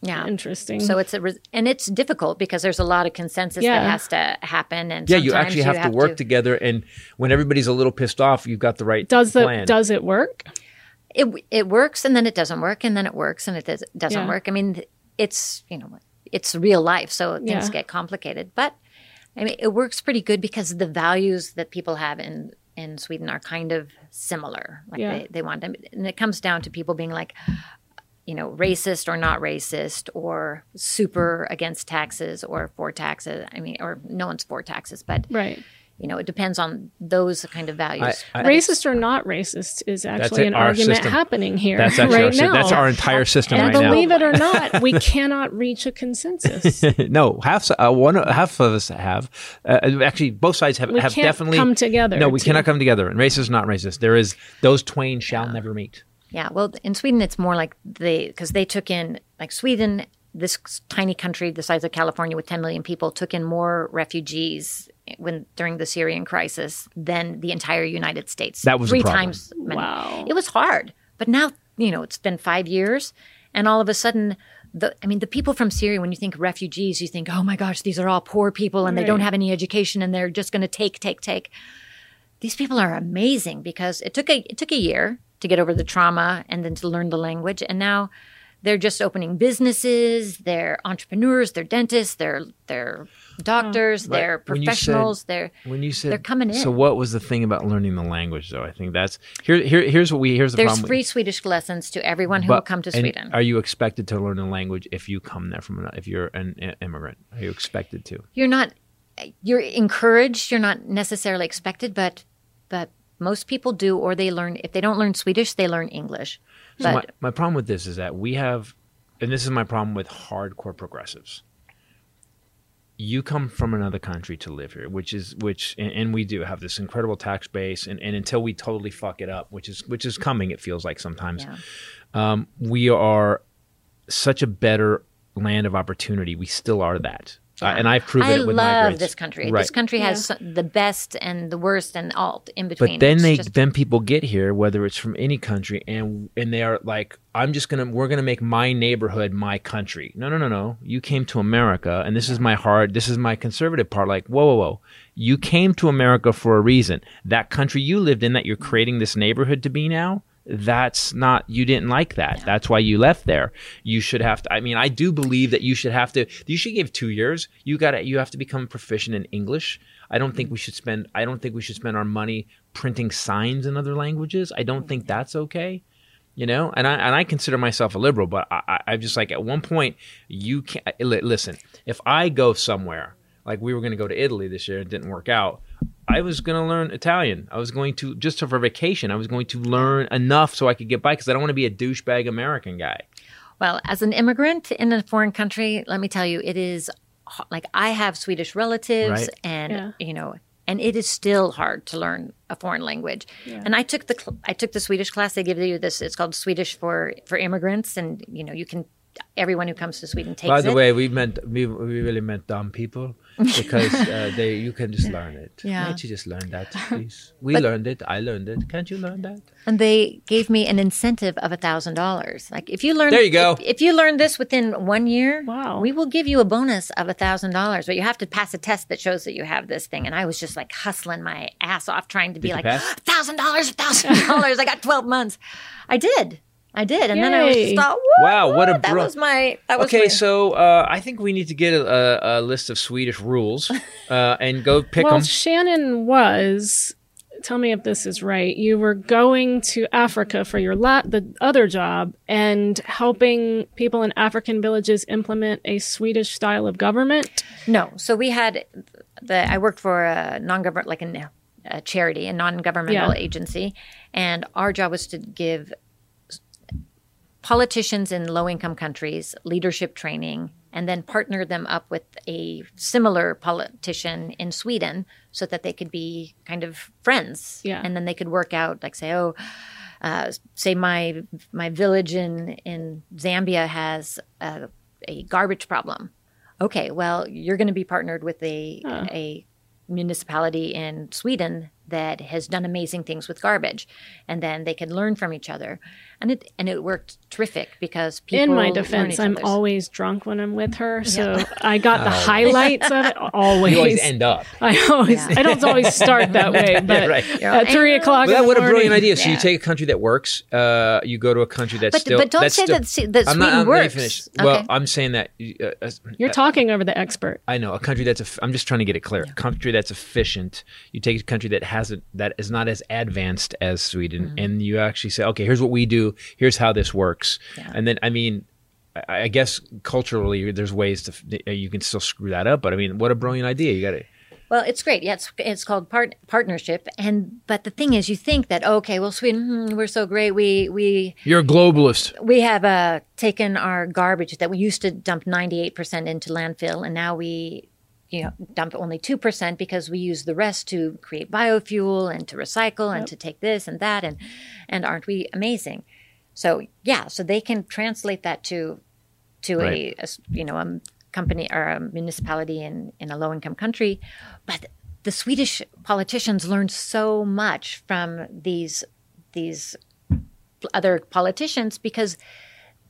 [SPEAKER 2] Yeah.
[SPEAKER 5] interesting.
[SPEAKER 2] So it's a res- and it's difficult because there's a lot of consensus that
[SPEAKER 5] Yeah.
[SPEAKER 2] has to happen, and
[SPEAKER 4] yeah, you
[SPEAKER 2] sometimes
[SPEAKER 4] actually have, to work together, and when everybody's a little pissed off, you've got the right
[SPEAKER 5] does the
[SPEAKER 4] plan.
[SPEAKER 5] does it work?
[SPEAKER 2] It it works, and then it doesn't work, and then it works, and it does, doesn't
[SPEAKER 5] Yeah.
[SPEAKER 2] work. I mean, it's you know, it's real life, so things
[SPEAKER 5] Yeah.
[SPEAKER 2] get complicated. But I mean, it works pretty good because the values that people have in in Sweden are kind of similar. Like
[SPEAKER 5] Yeah.
[SPEAKER 2] they, they want them, and it comes down to people being like. You know, racist or not racist, or super against taxes or for taxes. I mean, or no one's for taxes, but
[SPEAKER 5] Right.
[SPEAKER 2] you know, it depends on those kind of values.
[SPEAKER 4] I-
[SPEAKER 5] Racist or not racist is actually
[SPEAKER 4] it,
[SPEAKER 5] an
[SPEAKER 4] our
[SPEAKER 5] argument
[SPEAKER 4] system.
[SPEAKER 5] happening here
[SPEAKER 4] That's actually
[SPEAKER 5] right
[SPEAKER 4] our,
[SPEAKER 5] now.
[SPEAKER 4] system. that's our entire system
[SPEAKER 5] and
[SPEAKER 4] right now.
[SPEAKER 5] believe it or not, we cannot reach a consensus.
[SPEAKER 4] no, half uh, one half of us have uh, actually both sides have,
[SPEAKER 5] We
[SPEAKER 4] have
[SPEAKER 5] can't
[SPEAKER 4] definitely
[SPEAKER 5] come together
[SPEAKER 4] No, we
[SPEAKER 5] to-
[SPEAKER 4] cannot come together. And racist, not racist. There is those twain shall never meet.
[SPEAKER 2] yeah. Well, in Sweden, it's more like they, because they took in, like Sweden, this tiny country the size of California with 10 million people, took in more refugees when during the Syrian crisis than the entire United States.
[SPEAKER 4] That was a
[SPEAKER 2] three
[SPEAKER 4] problem.
[SPEAKER 2] times. Many.
[SPEAKER 5] Wow.
[SPEAKER 2] It was hard. But now, you know, it's been five years, and all of a sudden, the, I mean, the people from Syria, when you think refugees, you think, oh my gosh, these are all poor people and they don't
[SPEAKER 5] Right.
[SPEAKER 2] have any education and they're just going to take, take, take. these people are amazing because it took a it took a year to get over the trauma and then to learn the language and now they're just opening businesses they're entrepreneurs they're dentists they're they're doctors they're
[SPEAKER 4] When you said-
[SPEAKER 2] professionals they're
[SPEAKER 4] When you said
[SPEAKER 2] they're coming in
[SPEAKER 4] So what was the thing about learning the language though? I think that's here. here here's what we here's the
[SPEAKER 2] there's
[SPEAKER 4] problem.
[SPEAKER 2] free swedish lessons to everyone who will come to
[SPEAKER 4] and uh,
[SPEAKER 2] sweden
[SPEAKER 4] Are you expected to learn the language if you come there from an, if you're an i- immigrant? Are you expected to?
[SPEAKER 2] you're not you're encouraged you're not necessarily expected but but most people do or they learn if they don't learn swedish they learn english
[SPEAKER 4] So
[SPEAKER 2] but
[SPEAKER 4] my, my problem with this is that we have, and this is my problem with hardcore progressives. you come from another country to live here, which is which, and, and we do have this incredible tax base, and, and until we totally fuck it up, which is which is coming, it feels like sometimes,
[SPEAKER 2] Yeah.
[SPEAKER 4] um, we are such a better land of opportunity. We still are that, Uh, and I've proven
[SPEAKER 2] I
[SPEAKER 4] it with
[SPEAKER 2] love
[SPEAKER 4] migrants.
[SPEAKER 2] this country.
[SPEAKER 4] Right.
[SPEAKER 2] This country has so- the best and the worst and all in between.
[SPEAKER 4] But then
[SPEAKER 2] It's
[SPEAKER 4] they
[SPEAKER 2] just-
[SPEAKER 4] then people get here, whether it's from any country, and and they are like, I'm just gonna we're gonna make my neighborhood my country. No, no, no, no. You came to America, and this is my hard, this is my conservative part. Like, whoa, whoa, whoa. You came to America for a reason. That country you lived in, that you're
[SPEAKER 2] Mm-hmm.
[SPEAKER 4] creating this neighborhood to be now. That's not you didn't like that. That's why you left there. You should have to. I mean, I do believe that you should have to. You should give two years. You got to. You have to become proficient in English. I don't think we should spend I don't think we should spend our money printing signs in other languages. I don't think that's okay. You know, and I and I consider myself a liberal, but I, I, I'm just like at one point you can't li- listen. If I go somewhere, like we were going to go to Italy this year, it didn't work out. I was going to learn Italian. I was going to just for vacation. I was going to learn enough so I could get by because I don't want to be a douchebag American guy.
[SPEAKER 2] Well, as an immigrant in a foreign country, let me tell you, it is h- like I have Swedish relatives
[SPEAKER 4] Right.
[SPEAKER 2] and
[SPEAKER 5] Yeah.
[SPEAKER 2] you know, and it is still hard to learn a foreign language. And I took the cl- I took the Swedish class they give you this it's called Swedish for for immigrants and you know, you can everyone who comes to Sweden takes
[SPEAKER 4] By the
[SPEAKER 2] it.
[SPEAKER 4] way, we meant we, we really meant dumb people because uh, they you can just learn it.
[SPEAKER 2] Yeah.
[SPEAKER 4] Can't you just learn that, please? We learned it. I learned it. Can't you learn that?
[SPEAKER 2] and they gave me an incentive of a thousand dollars. Like if you learn,
[SPEAKER 4] There you go.
[SPEAKER 2] If, if you learn this within one year,
[SPEAKER 5] Wow.
[SPEAKER 2] we will give you a bonus of a thousand dollars. But you have to pass a test that shows that you have this thing. And I was just like hustling my ass off, trying to be
[SPEAKER 4] you
[SPEAKER 2] like
[SPEAKER 4] pass?
[SPEAKER 2] thousand dollars, thousand dollars. I got twelve months. I did, I did, and then I was
[SPEAKER 5] Yay.
[SPEAKER 2] just thought,
[SPEAKER 4] Wow, what a
[SPEAKER 2] that
[SPEAKER 4] bro-
[SPEAKER 2] was my that was
[SPEAKER 4] Okay,
[SPEAKER 2] my-
[SPEAKER 4] so uh, I think we need to get a, a, a list of Swedish rules uh, and go pick
[SPEAKER 5] well,
[SPEAKER 4] them.
[SPEAKER 5] Shannon was. Tell me if this is right. You were going to Africa for your la- the other job and helping people in African villages implement a Swedish style of government.
[SPEAKER 2] No, so we had the I worked for a non-government like a, a charity, a non-governmental
[SPEAKER 5] Yeah.
[SPEAKER 2] agency, and our job was to give s- politicians in low-income countries leadership training and then partner them up with a similar politician in Sweden so that they could be kind of friends
[SPEAKER 5] Yeah.
[SPEAKER 2] and then they could work out like say oh uh, say my my village in in Zambia has a, a garbage problem. Okay, well you're going to be partnered with a a municipality in Sweden that has done amazing things with garbage, and then they can learn from each other, and it and it worked terrific because people
[SPEAKER 5] in my
[SPEAKER 2] learn
[SPEAKER 5] defense,
[SPEAKER 2] each
[SPEAKER 5] I'm
[SPEAKER 2] other's-
[SPEAKER 5] always drunk when I'm with her, so I got the highlights of it always.
[SPEAKER 4] Oh. You always end up.
[SPEAKER 5] I always I don't always start that way, but
[SPEAKER 4] right.
[SPEAKER 5] at three o'clock.
[SPEAKER 4] Well, that,
[SPEAKER 5] in the
[SPEAKER 4] what a brilliant
[SPEAKER 5] morning-
[SPEAKER 4] idea! So you
[SPEAKER 2] Yeah.
[SPEAKER 4] take a country that works, uh, you go to a country that's
[SPEAKER 2] But-
[SPEAKER 4] still.
[SPEAKER 2] but don't
[SPEAKER 4] that's
[SPEAKER 2] say
[SPEAKER 4] still-
[SPEAKER 2] that Se- that
[SPEAKER 4] I'm not,
[SPEAKER 2] Sweden
[SPEAKER 4] I'm not even
[SPEAKER 2] works.
[SPEAKER 4] finished.
[SPEAKER 2] Okay.
[SPEAKER 4] Well, I'm saying that uh, uh,
[SPEAKER 5] You're talking over the expert.
[SPEAKER 4] I know a country that's. eff- I'm just trying to get it clear. A country that's efficient. You take a country that hasn't, that is not as advanced as Sweden,
[SPEAKER 2] Mm-hmm.
[SPEAKER 4] and you actually say, okay, here's what we do. Here's how this works. And then, I mean, I, I guess culturally, there's ways to f- uh, you can still screw that up. But I mean, what a brilliant idea! You got it.
[SPEAKER 2] Well, it's great. Yeah, it's, it's called part, partnership. And but the thing is, you think that okay, well, Sweden, hmm, we're so great. We we
[SPEAKER 4] You're a globalist.
[SPEAKER 2] we have uh, taken our garbage that we used to dump 98% into landfill and now we you know dump only 2% because we use the rest to create biofuel and to recycle and to take this and that and and aren't we amazing so yeah so they can translate that to to
[SPEAKER 4] Right.
[SPEAKER 2] a, a s- you know a m- company or a municipality in in a low income country but the swedish politicians learn so much from these these other politicians because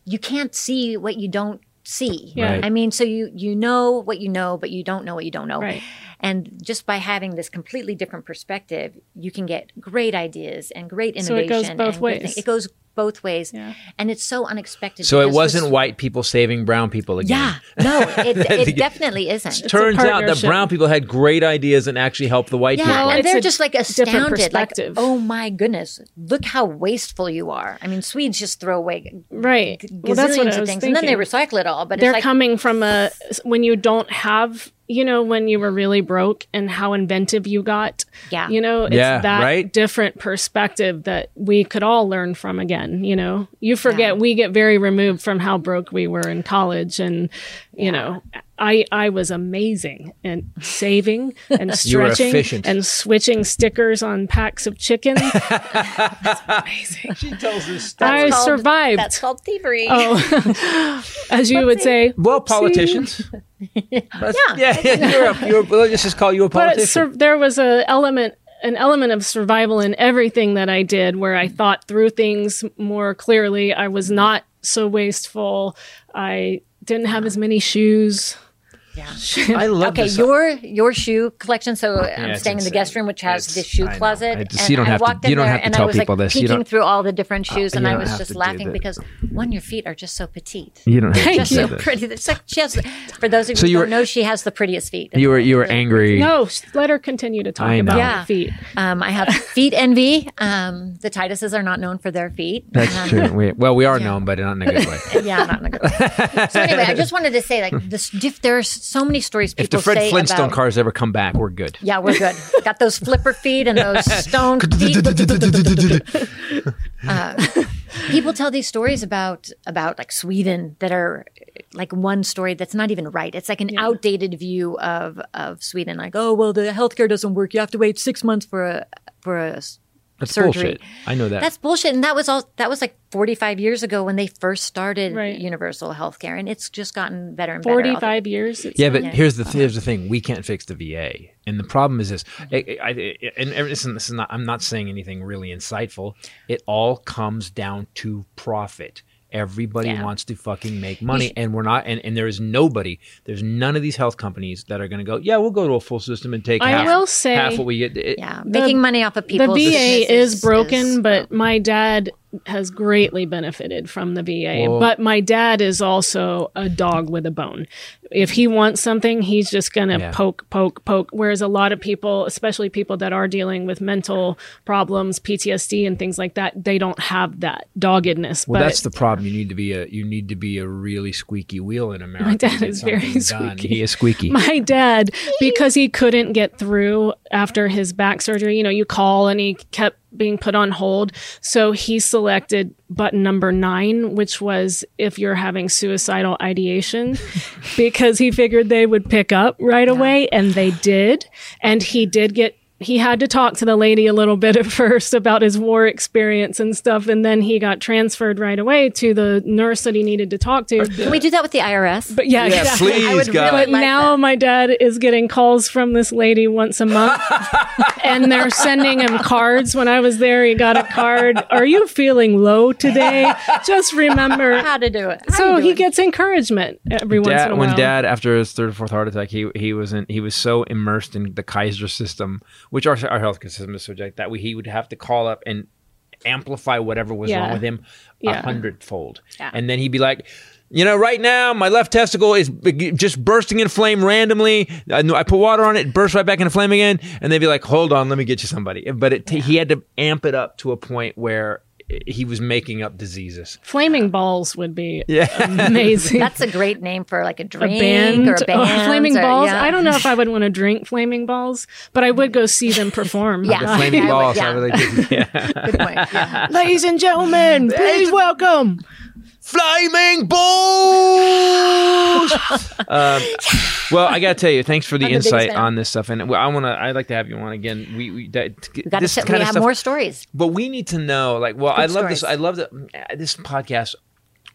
[SPEAKER 2] you can't see what you don't see.
[SPEAKER 5] Yeah.
[SPEAKER 4] Right.
[SPEAKER 2] I mean, so you you know what you know, but you don't know what you don't know.
[SPEAKER 5] Right.
[SPEAKER 2] And just by having this completely different perspective, you can get great ideas and great
[SPEAKER 5] So
[SPEAKER 2] innovation.
[SPEAKER 5] it goes both
[SPEAKER 2] and good
[SPEAKER 5] ways.
[SPEAKER 2] It goes both ways,
[SPEAKER 5] Yeah.
[SPEAKER 2] and it's so unexpected.
[SPEAKER 4] So it
[SPEAKER 2] because
[SPEAKER 4] wasn't
[SPEAKER 2] this-
[SPEAKER 4] white people saving brown people again.
[SPEAKER 2] Yeah, no, it, it definitely isn't.
[SPEAKER 4] Turns out that
[SPEAKER 5] partnership.
[SPEAKER 4] brown people had great ideas and actually helped the white
[SPEAKER 2] Yeah,
[SPEAKER 4] people.
[SPEAKER 2] and
[SPEAKER 5] it's
[SPEAKER 2] they're
[SPEAKER 5] a
[SPEAKER 2] just like
[SPEAKER 5] different
[SPEAKER 2] astounded, like,
[SPEAKER 5] perspective.
[SPEAKER 2] "Oh my goodness, look how wasteful you are!" I mean, Swedes just throw away
[SPEAKER 5] Right.
[SPEAKER 2] gazillions
[SPEAKER 5] Well, that's
[SPEAKER 2] of
[SPEAKER 5] what I
[SPEAKER 2] things,
[SPEAKER 5] was thinking.
[SPEAKER 2] and then they recycle it all. But
[SPEAKER 5] They're
[SPEAKER 2] it's like,
[SPEAKER 5] coming from a when you don't have, you know, when you were really broke and how inventive you got.
[SPEAKER 2] Yeah.
[SPEAKER 5] You know, it's
[SPEAKER 4] Yeah,
[SPEAKER 5] that
[SPEAKER 4] right?
[SPEAKER 5] different perspective that we could all learn from again, you know. You forget we get very removed from how broke we were in college and, you know, I I was amazing and saving and
[SPEAKER 4] You were
[SPEAKER 5] stretching
[SPEAKER 4] efficient.
[SPEAKER 5] and switching stickers on packs of chicken.
[SPEAKER 4] She tells this story.
[SPEAKER 5] I survived. Oh.
[SPEAKER 8] That's called thievery.
[SPEAKER 5] as you would say.
[SPEAKER 4] well, politicians. yeah, yeah, You're a, you're, well, let's just call you a
[SPEAKER 5] But
[SPEAKER 4] politician.
[SPEAKER 5] it sur- there was a element an element of survival in everything that I did where I thought through things more clearly. I was not so wasteful. I didn't have as many shoes.
[SPEAKER 4] I love
[SPEAKER 2] Okay,
[SPEAKER 4] this.
[SPEAKER 2] your your shoe collection. So I'm
[SPEAKER 4] it's
[SPEAKER 2] staying in the
[SPEAKER 4] insane.
[SPEAKER 2] guest room, which has
[SPEAKER 4] It's-
[SPEAKER 2] this shoe
[SPEAKER 4] I know.
[SPEAKER 2] closet.
[SPEAKER 4] It's- you don't have to- you don't have to
[SPEAKER 2] and I
[SPEAKER 4] tell
[SPEAKER 2] was like
[SPEAKER 4] people this. You
[SPEAKER 2] peeking
[SPEAKER 4] don't- Oh,
[SPEAKER 2] through all the different shoes, and I
[SPEAKER 4] you don't
[SPEAKER 2] was
[SPEAKER 4] have
[SPEAKER 2] just
[SPEAKER 4] to do
[SPEAKER 2] laughing
[SPEAKER 4] that.
[SPEAKER 2] because one, your feet are just so petite.
[SPEAKER 4] you don't have
[SPEAKER 5] Thank
[SPEAKER 4] to
[SPEAKER 2] Just
[SPEAKER 4] say
[SPEAKER 2] so
[SPEAKER 5] you.
[SPEAKER 4] that.
[SPEAKER 2] pretty. It's like she has, for those of you
[SPEAKER 4] So
[SPEAKER 2] who
[SPEAKER 4] you
[SPEAKER 2] don't
[SPEAKER 4] were-
[SPEAKER 2] know, she has the prettiest feet.
[SPEAKER 4] You were you were angry.
[SPEAKER 5] No, sh- let her continue to talk
[SPEAKER 4] I
[SPEAKER 5] about
[SPEAKER 4] know.
[SPEAKER 5] her
[SPEAKER 2] Yeah.
[SPEAKER 5] feet.
[SPEAKER 2] Um, I have feet envy. Um, the Tituses are not known for their feet.
[SPEAKER 4] That's
[SPEAKER 2] Um,
[SPEAKER 4] true. We, well, we are known, but not in a good way.
[SPEAKER 2] Yeah, not in a good way. So anyway, I just wanted to say, like, this, diff, there are so many stories people
[SPEAKER 4] if the Fred
[SPEAKER 2] say
[SPEAKER 4] Flintstone
[SPEAKER 2] about.
[SPEAKER 4] cars ever come back, we're good.
[SPEAKER 2] yeah, we're good. Got those flipper feet and those stone feet. people tell these stories about about like Sweden that are like one story that's not even right. It's like an outdated view of of Sweden. Like, oh well, the healthcare doesn't work. You have to wait six months for a for a s-
[SPEAKER 4] That's
[SPEAKER 2] surgery.
[SPEAKER 4] bullshit. I know that.
[SPEAKER 2] That's bullshit. And that was all that was like 45 years ago when they first started
[SPEAKER 5] Right.
[SPEAKER 2] universal health care. And it's just gotten better and better. all the-
[SPEAKER 5] 45 years. It's
[SPEAKER 4] yeah, but
[SPEAKER 2] Yeah.
[SPEAKER 4] here's the th- here's the thing: we can't fix the VA, and the problem is this. I, I, I- and listen, this is not. I'm not saying anything really insightful. It all comes down to profit. Everybody
[SPEAKER 2] Yeah.
[SPEAKER 4] wants to fucking make money, and we're not. And, and there is nobody. There's none of these health companies that are going to go. Yeah, we'll go to a full system and take.
[SPEAKER 5] I
[SPEAKER 4] half,
[SPEAKER 5] will say-
[SPEAKER 4] half what we get. It-
[SPEAKER 2] yeah, making money off of
[SPEAKER 5] the
[SPEAKER 2] people's
[SPEAKER 5] VA
[SPEAKER 2] businesses
[SPEAKER 5] is broken, but my dad has greatly benefited from the VA.
[SPEAKER 4] Well-
[SPEAKER 5] but my dad is also a dog with a bone. If he wants something, he's just going to
[SPEAKER 4] Yeah.
[SPEAKER 5] poke, poke, poke. Whereas a lot of people, especially people that are dealing with mental problems, PTSD, and things like that, they don't have that doggedness.
[SPEAKER 4] Well,
[SPEAKER 5] but
[SPEAKER 4] that's the problem. You need to be a you need to be a really squeaky wheel in America. to
[SPEAKER 5] dad
[SPEAKER 4] get
[SPEAKER 5] is very
[SPEAKER 4] something done.
[SPEAKER 5] squeaky.
[SPEAKER 4] He is squeaky.
[SPEAKER 5] my dad because he couldn't get through after his back surgery you know you call and he kept being put on hold so he selected button number nine which was if you're having suicidal ideation because he figured they would pick up right away and they did and he did get he had to talk to the lady a little bit at first about his war experience and stuff and then he got transferred right away to the nurse that he needed to talk to
[SPEAKER 2] Can we do that with the IRS?
[SPEAKER 5] but yeah,
[SPEAKER 4] Yeah,
[SPEAKER 5] exactly.
[SPEAKER 4] please, I would God. really
[SPEAKER 5] But
[SPEAKER 2] like
[SPEAKER 5] now
[SPEAKER 2] that.
[SPEAKER 5] my dad is getting calls from this lady once a month, and they're sending him cards. When I was there, he got a card. Are you feeling low today? Just remember.
[SPEAKER 2] how to do it. How you
[SPEAKER 5] So he
[SPEAKER 2] doing?
[SPEAKER 5] gets encouragement every once in
[SPEAKER 4] dad,
[SPEAKER 5] a
[SPEAKER 4] when
[SPEAKER 5] while.
[SPEAKER 4] dad after his third or fourth heart attack he he was in he was so immersed in the kaiser system which our, our health system is subject that we, he would have to call up and amplify whatever was
[SPEAKER 5] Yeah.
[SPEAKER 4] wrong with him
[SPEAKER 5] Yeah.
[SPEAKER 4] a hundredfold and then he'd be like you know, right now my left testicle is b- just bursting in flame randomly. I, knew- I put water on it, it burst right back into flame again, and they'd be like, "Hold on, let me get you somebody." But it, he had to amp it up to a point where he was making up diseases.
[SPEAKER 5] Flaming balls would be
[SPEAKER 4] Yeah.
[SPEAKER 5] amazing.
[SPEAKER 2] That's a great name for like a
[SPEAKER 5] a
[SPEAKER 2] drink
[SPEAKER 5] band,
[SPEAKER 2] or a
[SPEAKER 5] oh,
[SPEAKER 2] band.
[SPEAKER 5] flaming
[SPEAKER 2] or-
[SPEAKER 5] balls.
[SPEAKER 2] yeah.
[SPEAKER 5] I don't know if I would want to drink flaming balls, but I would go see them perform.
[SPEAKER 2] Yeah.
[SPEAKER 4] The flaming
[SPEAKER 2] I would-
[SPEAKER 4] balls. I
[SPEAKER 2] yeah.
[SPEAKER 4] really did.
[SPEAKER 2] Good point. Yeah.
[SPEAKER 5] Ladies and gentlemen, please welcome.
[SPEAKER 4] Flaming balls. um, well, I gotta tell you, thanks for the
[SPEAKER 2] I'm the biggest
[SPEAKER 4] insight
[SPEAKER 2] fan.
[SPEAKER 4] on this stuff, and well, I wanna, I'd like to have you on again. We, we that,
[SPEAKER 2] We got to
[SPEAKER 4] this
[SPEAKER 2] sit.
[SPEAKER 4] kind
[SPEAKER 2] We
[SPEAKER 4] of
[SPEAKER 2] have
[SPEAKER 4] stuff,
[SPEAKER 2] more stories.
[SPEAKER 4] but we need to know. Like, well, I love this. I
[SPEAKER 2] stories.
[SPEAKER 4] love that mm, this podcast.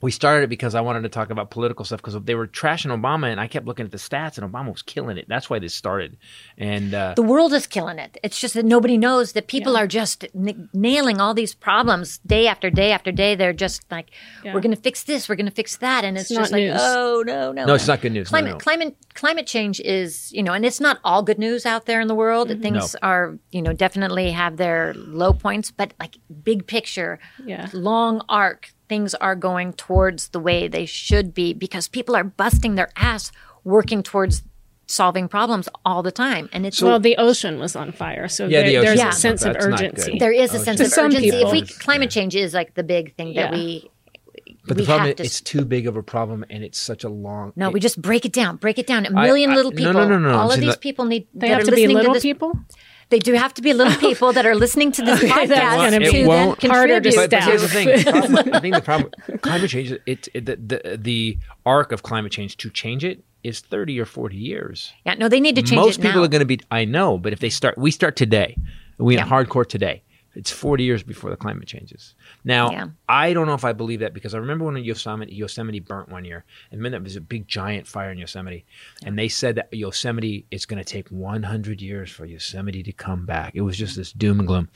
[SPEAKER 4] We started it because I wanted to talk about political stuff because they were trashing Obama, and I kept looking at the stats, and Obama was killing it. That's why this started, and uh,
[SPEAKER 2] The world is killing it. It's just that nobody knows that people are just n- nailing all these problems day after day after day. They're just like, we're going to fix this, we're going to fix that, and it's,
[SPEAKER 5] not
[SPEAKER 2] just like,
[SPEAKER 5] news.
[SPEAKER 2] oh no, no,
[SPEAKER 4] no, it's not good news. No,
[SPEAKER 2] Climate,
[SPEAKER 4] no.
[SPEAKER 2] climate, climate change is you know, and it's not all good news out there in the world. Things
[SPEAKER 4] Mm-hmm. No.
[SPEAKER 2] are you know definitely have their low points, but like big picture,
[SPEAKER 5] Yeah.
[SPEAKER 2] long arc, things are going towards the way they should be because people are busting their ass working towards solving problems all the time, and it's
[SPEAKER 5] well, the ocean was on fire, so
[SPEAKER 4] Yeah, the
[SPEAKER 5] there, there's
[SPEAKER 4] ocean.
[SPEAKER 5] a sense of
[SPEAKER 4] That's not good.
[SPEAKER 5] urgency.
[SPEAKER 2] there is a
[SPEAKER 4] Oh,
[SPEAKER 2] sense
[SPEAKER 5] To
[SPEAKER 2] of
[SPEAKER 5] some
[SPEAKER 2] urgency. If we
[SPEAKER 5] people.
[SPEAKER 2] climate change is like the big thing that
[SPEAKER 5] Yeah.
[SPEAKER 2] we
[SPEAKER 4] but
[SPEAKER 2] we
[SPEAKER 4] the problem
[SPEAKER 2] have
[SPEAKER 4] is,
[SPEAKER 2] to-
[SPEAKER 4] it's too big of a problem, and it's such a long.
[SPEAKER 2] no,
[SPEAKER 4] it-
[SPEAKER 2] we just break it down, break it down. A
[SPEAKER 4] I-
[SPEAKER 2] million
[SPEAKER 4] I-
[SPEAKER 2] little
[SPEAKER 4] no,
[SPEAKER 2] people.
[SPEAKER 4] no, no, no,
[SPEAKER 2] All
[SPEAKER 4] I'm
[SPEAKER 2] of
[SPEAKER 4] saying
[SPEAKER 2] these
[SPEAKER 4] that-
[SPEAKER 2] people need
[SPEAKER 5] They
[SPEAKER 2] that
[SPEAKER 5] have
[SPEAKER 2] are
[SPEAKER 5] to be
[SPEAKER 2] listening
[SPEAKER 5] little
[SPEAKER 2] to this.
[SPEAKER 5] people.
[SPEAKER 2] They do have to be little people that are listening to this
[SPEAKER 5] that's
[SPEAKER 2] podcast
[SPEAKER 5] gonna
[SPEAKER 2] to
[SPEAKER 5] be-
[SPEAKER 4] It
[SPEAKER 2] then
[SPEAKER 4] won't-
[SPEAKER 5] harder to
[SPEAKER 2] contribute.
[SPEAKER 4] But,
[SPEAKER 5] But-
[SPEAKER 4] but here's the thing.
[SPEAKER 5] staff.
[SPEAKER 4] the problem- I think the problem climate change. It, it the, the the arc of climate change to change it is 30 or 40 years.
[SPEAKER 2] Yeah, no, they need to change
[SPEAKER 4] Most
[SPEAKER 2] it
[SPEAKER 4] people
[SPEAKER 2] now.
[SPEAKER 4] are going to be, I know, but if they start, we start today. We in hardcore today. It's 40 years before the climate changes. Now,
[SPEAKER 2] Yeah.
[SPEAKER 4] I don't know if I believe that because I remember when Yosemite, Yosemite burnt one year, and then there was a big giant fire in Yosemite, and they said that Yosemite it's going to take 100 years for Yosemite to come back. It was just this doom and gloom.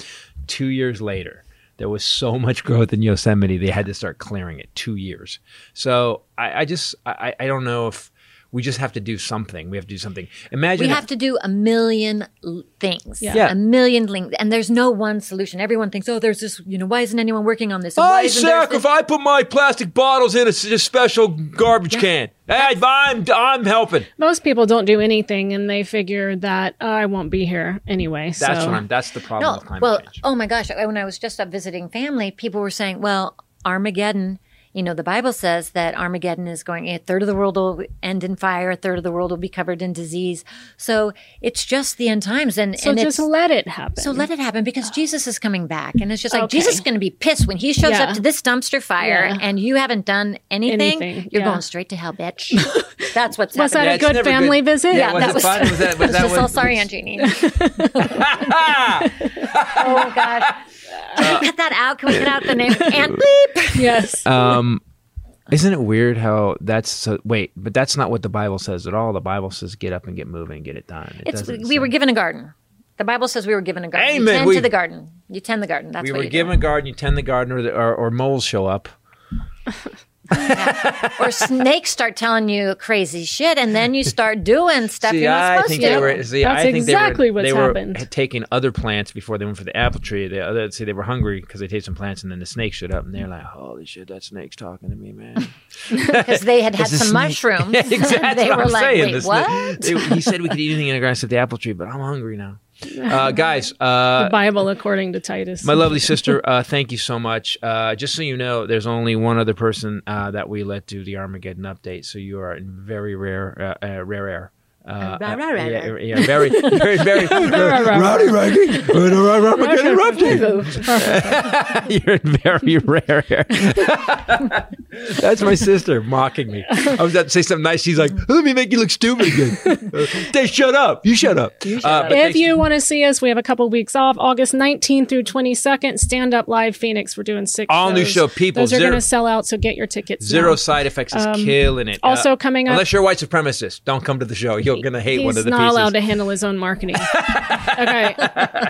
[SPEAKER 4] Two years later, there was so much growth in Yosemite they had to start clearing it. Two years. So I, I just I, I I don't know if we just have to do something. We have to do something. Imagine
[SPEAKER 2] we
[SPEAKER 4] if-
[SPEAKER 2] have to do a million l- things.
[SPEAKER 4] Yeah.
[SPEAKER 2] A million links. And there's no one solution. Everyone thinks, oh, there's this, you know, why isn't anyone working on this? And why
[SPEAKER 4] I
[SPEAKER 2] isn't there this-
[SPEAKER 4] sacrifice. I put my plastic bottles in a, s- a special garbage can. Hey, I'm I'm helping.
[SPEAKER 5] Most people don't do anything, and they figure that "Oh, I won't be here anyway.
[SPEAKER 4] That's
[SPEAKER 5] so
[SPEAKER 4] what I'm. That's the problem with
[SPEAKER 2] No,
[SPEAKER 4] climate
[SPEAKER 2] well,
[SPEAKER 4] change.
[SPEAKER 2] oh my gosh. When I was just up visiting family, people were saying, well, Armageddon, you know, the Bible says that Armageddon is going, a third of the world will end in fire, a third of the world will be covered in disease. So it's just the end times. And,
[SPEAKER 5] so
[SPEAKER 2] and
[SPEAKER 5] just
[SPEAKER 2] it's,
[SPEAKER 5] let it happen.
[SPEAKER 2] So let it happen because Jesus is coming back. And it's just like,
[SPEAKER 5] Ah. Okay.
[SPEAKER 2] Jesus is going to be pissed when he shows
[SPEAKER 5] Yeah.
[SPEAKER 2] up to this dumpster fire
[SPEAKER 5] Yeah.
[SPEAKER 2] and you haven't done anything.
[SPEAKER 5] Anything,
[SPEAKER 2] You're
[SPEAKER 5] yeah.
[SPEAKER 2] going straight to hell, bitch. That's what's
[SPEAKER 5] Was
[SPEAKER 2] happening.
[SPEAKER 5] that
[SPEAKER 4] Yeah,
[SPEAKER 5] a
[SPEAKER 4] it's
[SPEAKER 5] good
[SPEAKER 4] never
[SPEAKER 5] family
[SPEAKER 4] good.
[SPEAKER 5] visit?
[SPEAKER 4] Yeah, it was it fun? Was that- was
[SPEAKER 2] I
[SPEAKER 4] that
[SPEAKER 2] just
[SPEAKER 4] one-
[SPEAKER 2] all sorry, Angelini. oh, gosh. Can we cut that out? Can we cut out the name? Aunt Bleep.
[SPEAKER 5] yes.
[SPEAKER 4] um, isn't it weird how that's so? Wait, but that's not what the Bible says at all. The Bible says get up and get moving and get it done. It
[SPEAKER 2] It's,
[SPEAKER 4] doesn't
[SPEAKER 2] we
[SPEAKER 4] say-
[SPEAKER 2] were given a garden. The Bible says we were given a garden. You
[SPEAKER 4] Amen.
[SPEAKER 2] tend
[SPEAKER 4] We-
[SPEAKER 2] to the garden. You tend the garden. That's
[SPEAKER 4] we
[SPEAKER 2] what
[SPEAKER 4] were
[SPEAKER 2] you do.
[SPEAKER 4] given a garden. You tend the garden, or, the, or or moles show up.
[SPEAKER 2] or snakes start telling you crazy shit, and then you start doing stuff
[SPEAKER 4] See,
[SPEAKER 2] you're not
[SPEAKER 4] I
[SPEAKER 2] supposed
[SPEAKER 4] think
[SPEAKER 2] to.
[SPEAKER 4] they were. See,
[SPEAKER 5] That's
[SPEAKER 4] I think
[SPEAKER 5] exactly
[SPEAKER 4] they were,
[SPEAKER 5] what's
[SPEAKER 4] they were
[SPEAKER 5] happened.
[SPEAKER 4] ha- taking other plants before they went for the apple tree. The other say they were hungry because they tasted some plants, and then the snake showed up, and they're like, "Holy shit, that snake's talking to me, man!"
[SPEAKER 2] because they had had
[SPEAKER 4] a
[SPEAKER 2] some
[SPEAKER 4] snake.
[SPEAKER 2] mushrooms.
[SPEAKER 4] Yeah, exactly.
[SPEAKER 2] they
[SPEAKER 4] what
[SPEAKER 2] were
[SPEAKER 4] I'm
[SPEAKER 2] like,
[SPEAKER 4] saying.
[SPEAKER 2] wait,
[SPEAKER 4] The sna-
[SPEAKER 2] what?
[SPEAKER 4] they- he said we could eat anything in the grass at the apple tree, but I'm hungry now. Uh, guys, uh,
[SPEAKER 5] Bible according to Titus.
[SPEAKER 4] my lovely sister, uh, thank you so much. Uh, just so you know, there's only one other person uh, that we let do the Armageddon update, so you are in very rare, uh, uh, rare air. Uh,
[SPEAKER 2] Rare,
[SPEAKER 4] uh,
[SPEAKER 2] rare, rare,
[SPEAKER 4] yeah,
[SPEAKER 2] rare.
[SPEAKER 4] yeah, very, very, very,
[SPEAKER 6] Rowdy Raggy. Armageddon erupted.
[SPEAKER 4] You're in very rare air. That's my sister mocking me. I was about to say something nice. She's like, let me make you look stupid again. they shut up. You shut up. Uh, but
[SPEAKER 5] if
[SPEAKER 4] they-
[SPEAKER 5] you want to see us, we have a couple weeks off, August 19th through 22nd, stand up live Phoenix. We're doing six.
[SPEAKER 4] All new
[SPEAKER 5] shows.
[SPEAKER 4] show, people,
[SPEAKER 5] Those are
[SPEAKER 4] zero-
[SPEAKER 5] going to sell out, so get your tickets.
[SPEAKER 4] Zero
[SPEAKER 5] now.
[SPEAKER 4] side effects is killing it.
[SPEAKER 5] Um,
[SPEAKER 4] Uh,
[SPEAKER 5] also coming up-
[SPEAKER 4] Unless you're a white supremacist, don't come to the show. You're going to hate
[SPEAKER 5] He's
[SPEAKER 4] one of the
[SPEAKER 5] not
[SPEAKER 4] pieces.
[SPEAKER 5] allowed to handle his own marketing. okay,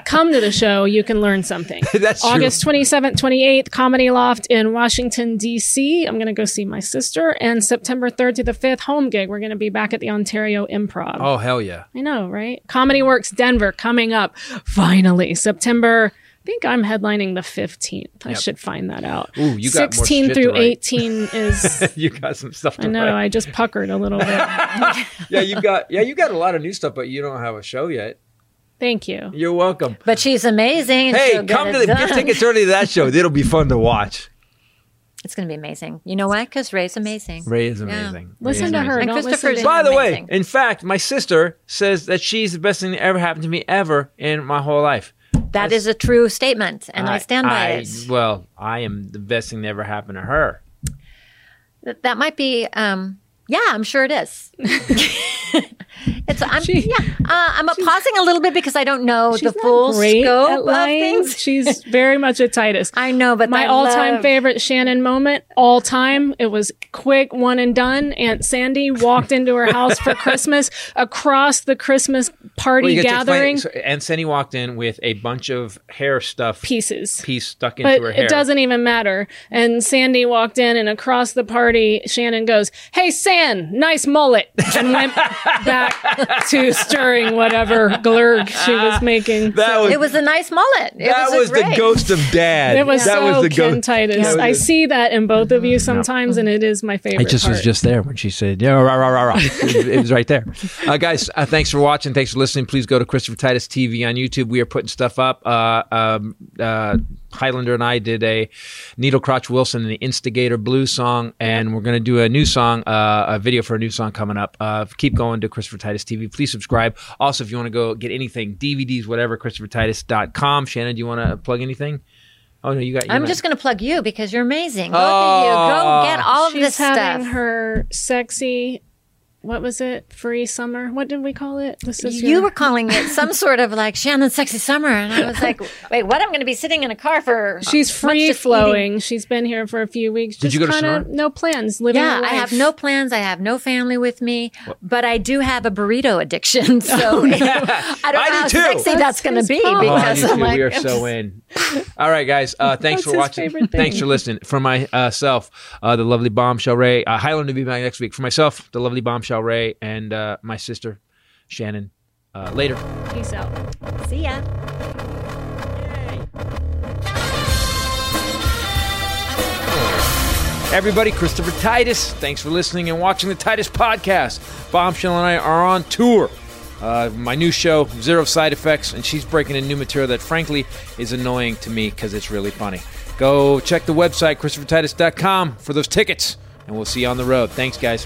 [SPEAKER 5] come to the show. You can learn something.
[SPEAKER 4] That's true.
[SPEAKER 5] August 27th, 28th, Comedy Loft in Washington, D.C. I'm going to go see my sister. And September 3rd to the 5th, home gig. We're going to be back at the Ontario Improv.
[SPEAKER 4] Oh, hell yeah.
[SPEAKER 5] I know, right? Comedy Works Denver coming up finally September. I think I'm headlining the 15th. I should find that out.
[SPEAKER 4] Ooh, you got more
[SPEAKER 5] 16
[SPEAKER 4] shit to
[SPEAKER 5] through
[SPEAKER 4] write.
[SPEAKER 5] 18 is.
[SPEAKER 4] You got some stuff to
[SPEAKER 5] I know.
[SPEAKER 4] write.
[SPEAKER 5] I just puckered a little bit.
[SPEAKER 4] yeah, you got yeah, you got a lot of new stuff, but you don't have a show yet.
[SPEAKER 5] Thank you.
[SPEAKER 4] You're welcome.
[SPEAKER 2] But she's amazing. and
[SPEAKER 4] Hey,
[SPEAKER 2] she'll get
[SPEAKER 4] come
[SPEAKER 2] it
[SPEAKER 4] to the
[SPEAKER 2] done.
[SPEAKER 4] get tickets early to that show. It'll be fun to watch.
[SPEAKER 2] It's going to be amazing. You know why? Because Ray's amazing.
[SPEAKER 4] Ray is amazing. Ray
[SPEAKER 5] Listen
[SPEAKER 4] is
[SPEAKER 5] to her.
[SPEAKER 2] And
[SPEAKER 5] Don't
[SPEAKER 2] Christopher's-
[SPEAKER 5] listen to
[SPEAKER 4] By the way,
[SPEAKER 2] Amazing.
[SPEAKER 4] in fact, my sister says that she's the best thing that ever happened to me ever in my whole life.
[SPEAKER 2] That is a true statement, and I, stand by
[SPEAKER 4] I-
[SPEAKER 2] it.
[SPEAKER 4] Well, I am the best thing that ever happened to her.
[SPEAKER 2] That- That might be. Um, yeah, I'm sure it is. it's I'm yeah. Uh, I'm uh, pausing a little bit because I don't know the full
[SPEAKER 5] Great at
[SPEAKER 2] scope of
[SPEAKER 5] lying.
[SPEAKER 2] things.
[SPEAKER 5] She's very much a Titus.
[SPEAKER 2] I know, but
[SPEAKER 5] My
[SPEAKER 2] I
[SPEAKER 5] all time
[SPEAKER 2] love-
[SPEAKER 5] favorite Shannon moment, all time. It was quick, one and done. Aunt Sandy walked into her house for Christmas across the Christmas party
[SPEAKER 4] you get to explain-
[SPEAKER 5] gathering
[SPEAKER 4] so- and Sandy walked in with a bunch of hair stuff
[SPEAKER 5] pieces.
[SPEAKER 4] piece stuck into
[SPEAKER 5] but
[SPEAKER 4] her hair.
[SPEAKER 5] it doesn't even matter. And Sandy walked in, and across the party, Shannon goes, "Hey, San, nice mullet," and went back to stirring whatever glurg she was making.
[SPEAKER 4] Ah, That was
[SPEAKER 2] It was a nice mullet. It
[SPEAKER 4] that
[SPEAKER 2] a
[SPEAKER 4] was, the
[SPEAKER 2] great-
[SPEAKER 4] ghost of dad.
[SPEAKER 5] it was
[SPEAKER 4] that
[SPEAKER 5] so
[SPEAKER 4] was the
[SPEAKER 5] Ken
[SPEAKER 4] ghost.
[SPEAKER 5] Titus. I see that in both of you sometimes, and it is my favorite.
[SPEAKER 4] It Mm-hmm. just was
[SPEAKER 5] part.
[SPEAKER 4] just there when she said, yeah, rah, rah, rah, rah. It, it was right there. Uh, guys, uh, thanks for watching. Thanks for listening. Please go to Christopher Titus TV on YouTube. We are putting stuff up. Uh, um, uh, Highlander and I did a Needle Crotch Wilson and the Instigator Blues song, and we're going to do a new song, uh, a video for a new song coming up. Uh, keep going to Christopher Titus TV. Please subscribe. Also, if you want to go get anything, DVDs, whatever, ChristopherTitus.com. Shannon, do you want to plug anything? Oh, no, you got
[SPEAKER 2] I'm
[SPEAKER 4] you're
[SPEAKER 2] just
[SPEAKER 4] not-
[SPEAKER 2] going to plug you because you're amazing. Both of you, go
[SPEAKER 4] Oh.
[SPEAKER 2] get all of
[SPEAKER 5] She's
[SPEAKER 2] this
[SPEAKER 5] having
[SPEAKER 2] stuff.
[SPEAKER 5] her sexy what was it? Free summer. What did we call it? This is
[SPEAKER 2] You
[SPEAKER 5] your-
[SPEAKER 2] were calling it some sort of like Shannon's sexy summer, and I was like, "Wait, what? I'm going to be sitting in a car for?"
[SPEAKER 5] She's
[SPEAKER 2] lunch
[SPEAKER 5] free
[SPEAKER 2] just
[SPEAKER 5] flowing. She's been here for a few weeks.
[SPEAKER 4] Uh, Did you go to
[SPEAKER 5] kinda
[SPEAKER 4] Sonora?
[SPEAKER 5] No plans. Living.
[SPEAKER 2] Yeah,
[SPEAKER 5] life.
[SPEAKER 2] I have no plans. I have no family with me, but I do have a burrito addiction. So I don't
[SPEAKER 4] Oh,
[SPEAKER 2] know
[SPEAKER 4] I do
[SPEAKER 2] how
[SPEAKER 4] too.
[SPEAKER 2] sexy that's going to be
[SPEAKER 5] Oh,
[SPEAKER 2] because
[SPEAKER 4] oh, you
[SPEAKER 2] I'm
[SPEAKER 4] two,
[SPEAKER 2] like,
[SPEAKER 4] we are so in. All right, guys. Uh, thanks
[SPEAKER 5] That's
[SPEAKER 4] for
[SPEAKER 5] his
[SPEAKER 4] watching.
[SPEAKER 5] favorite thing.
[SPEAKER 4] Thanks for listening. For myself, uh, the lovely bombshell Ray. Uh, Highlander will be back next week. For myself, the lovely bombshell Ray, and uh, my sister Shannon. Uh, later.
[SPEAKER 5] Peace out.
[SPEAKER 2] see ya.
[SPEAKER 4] Everybody, Christopher Titus, thanks for listening and watching the Titus Podcast. Bombshell and I are on tour. Uh, my new show, Zero Side Effects, and she's breaking in new material that, frankly, is annoying to me because it's really funny. Go check the website, ChristopherTitus.com, for those tickets, and we'll see you on the road. Thanks, guys.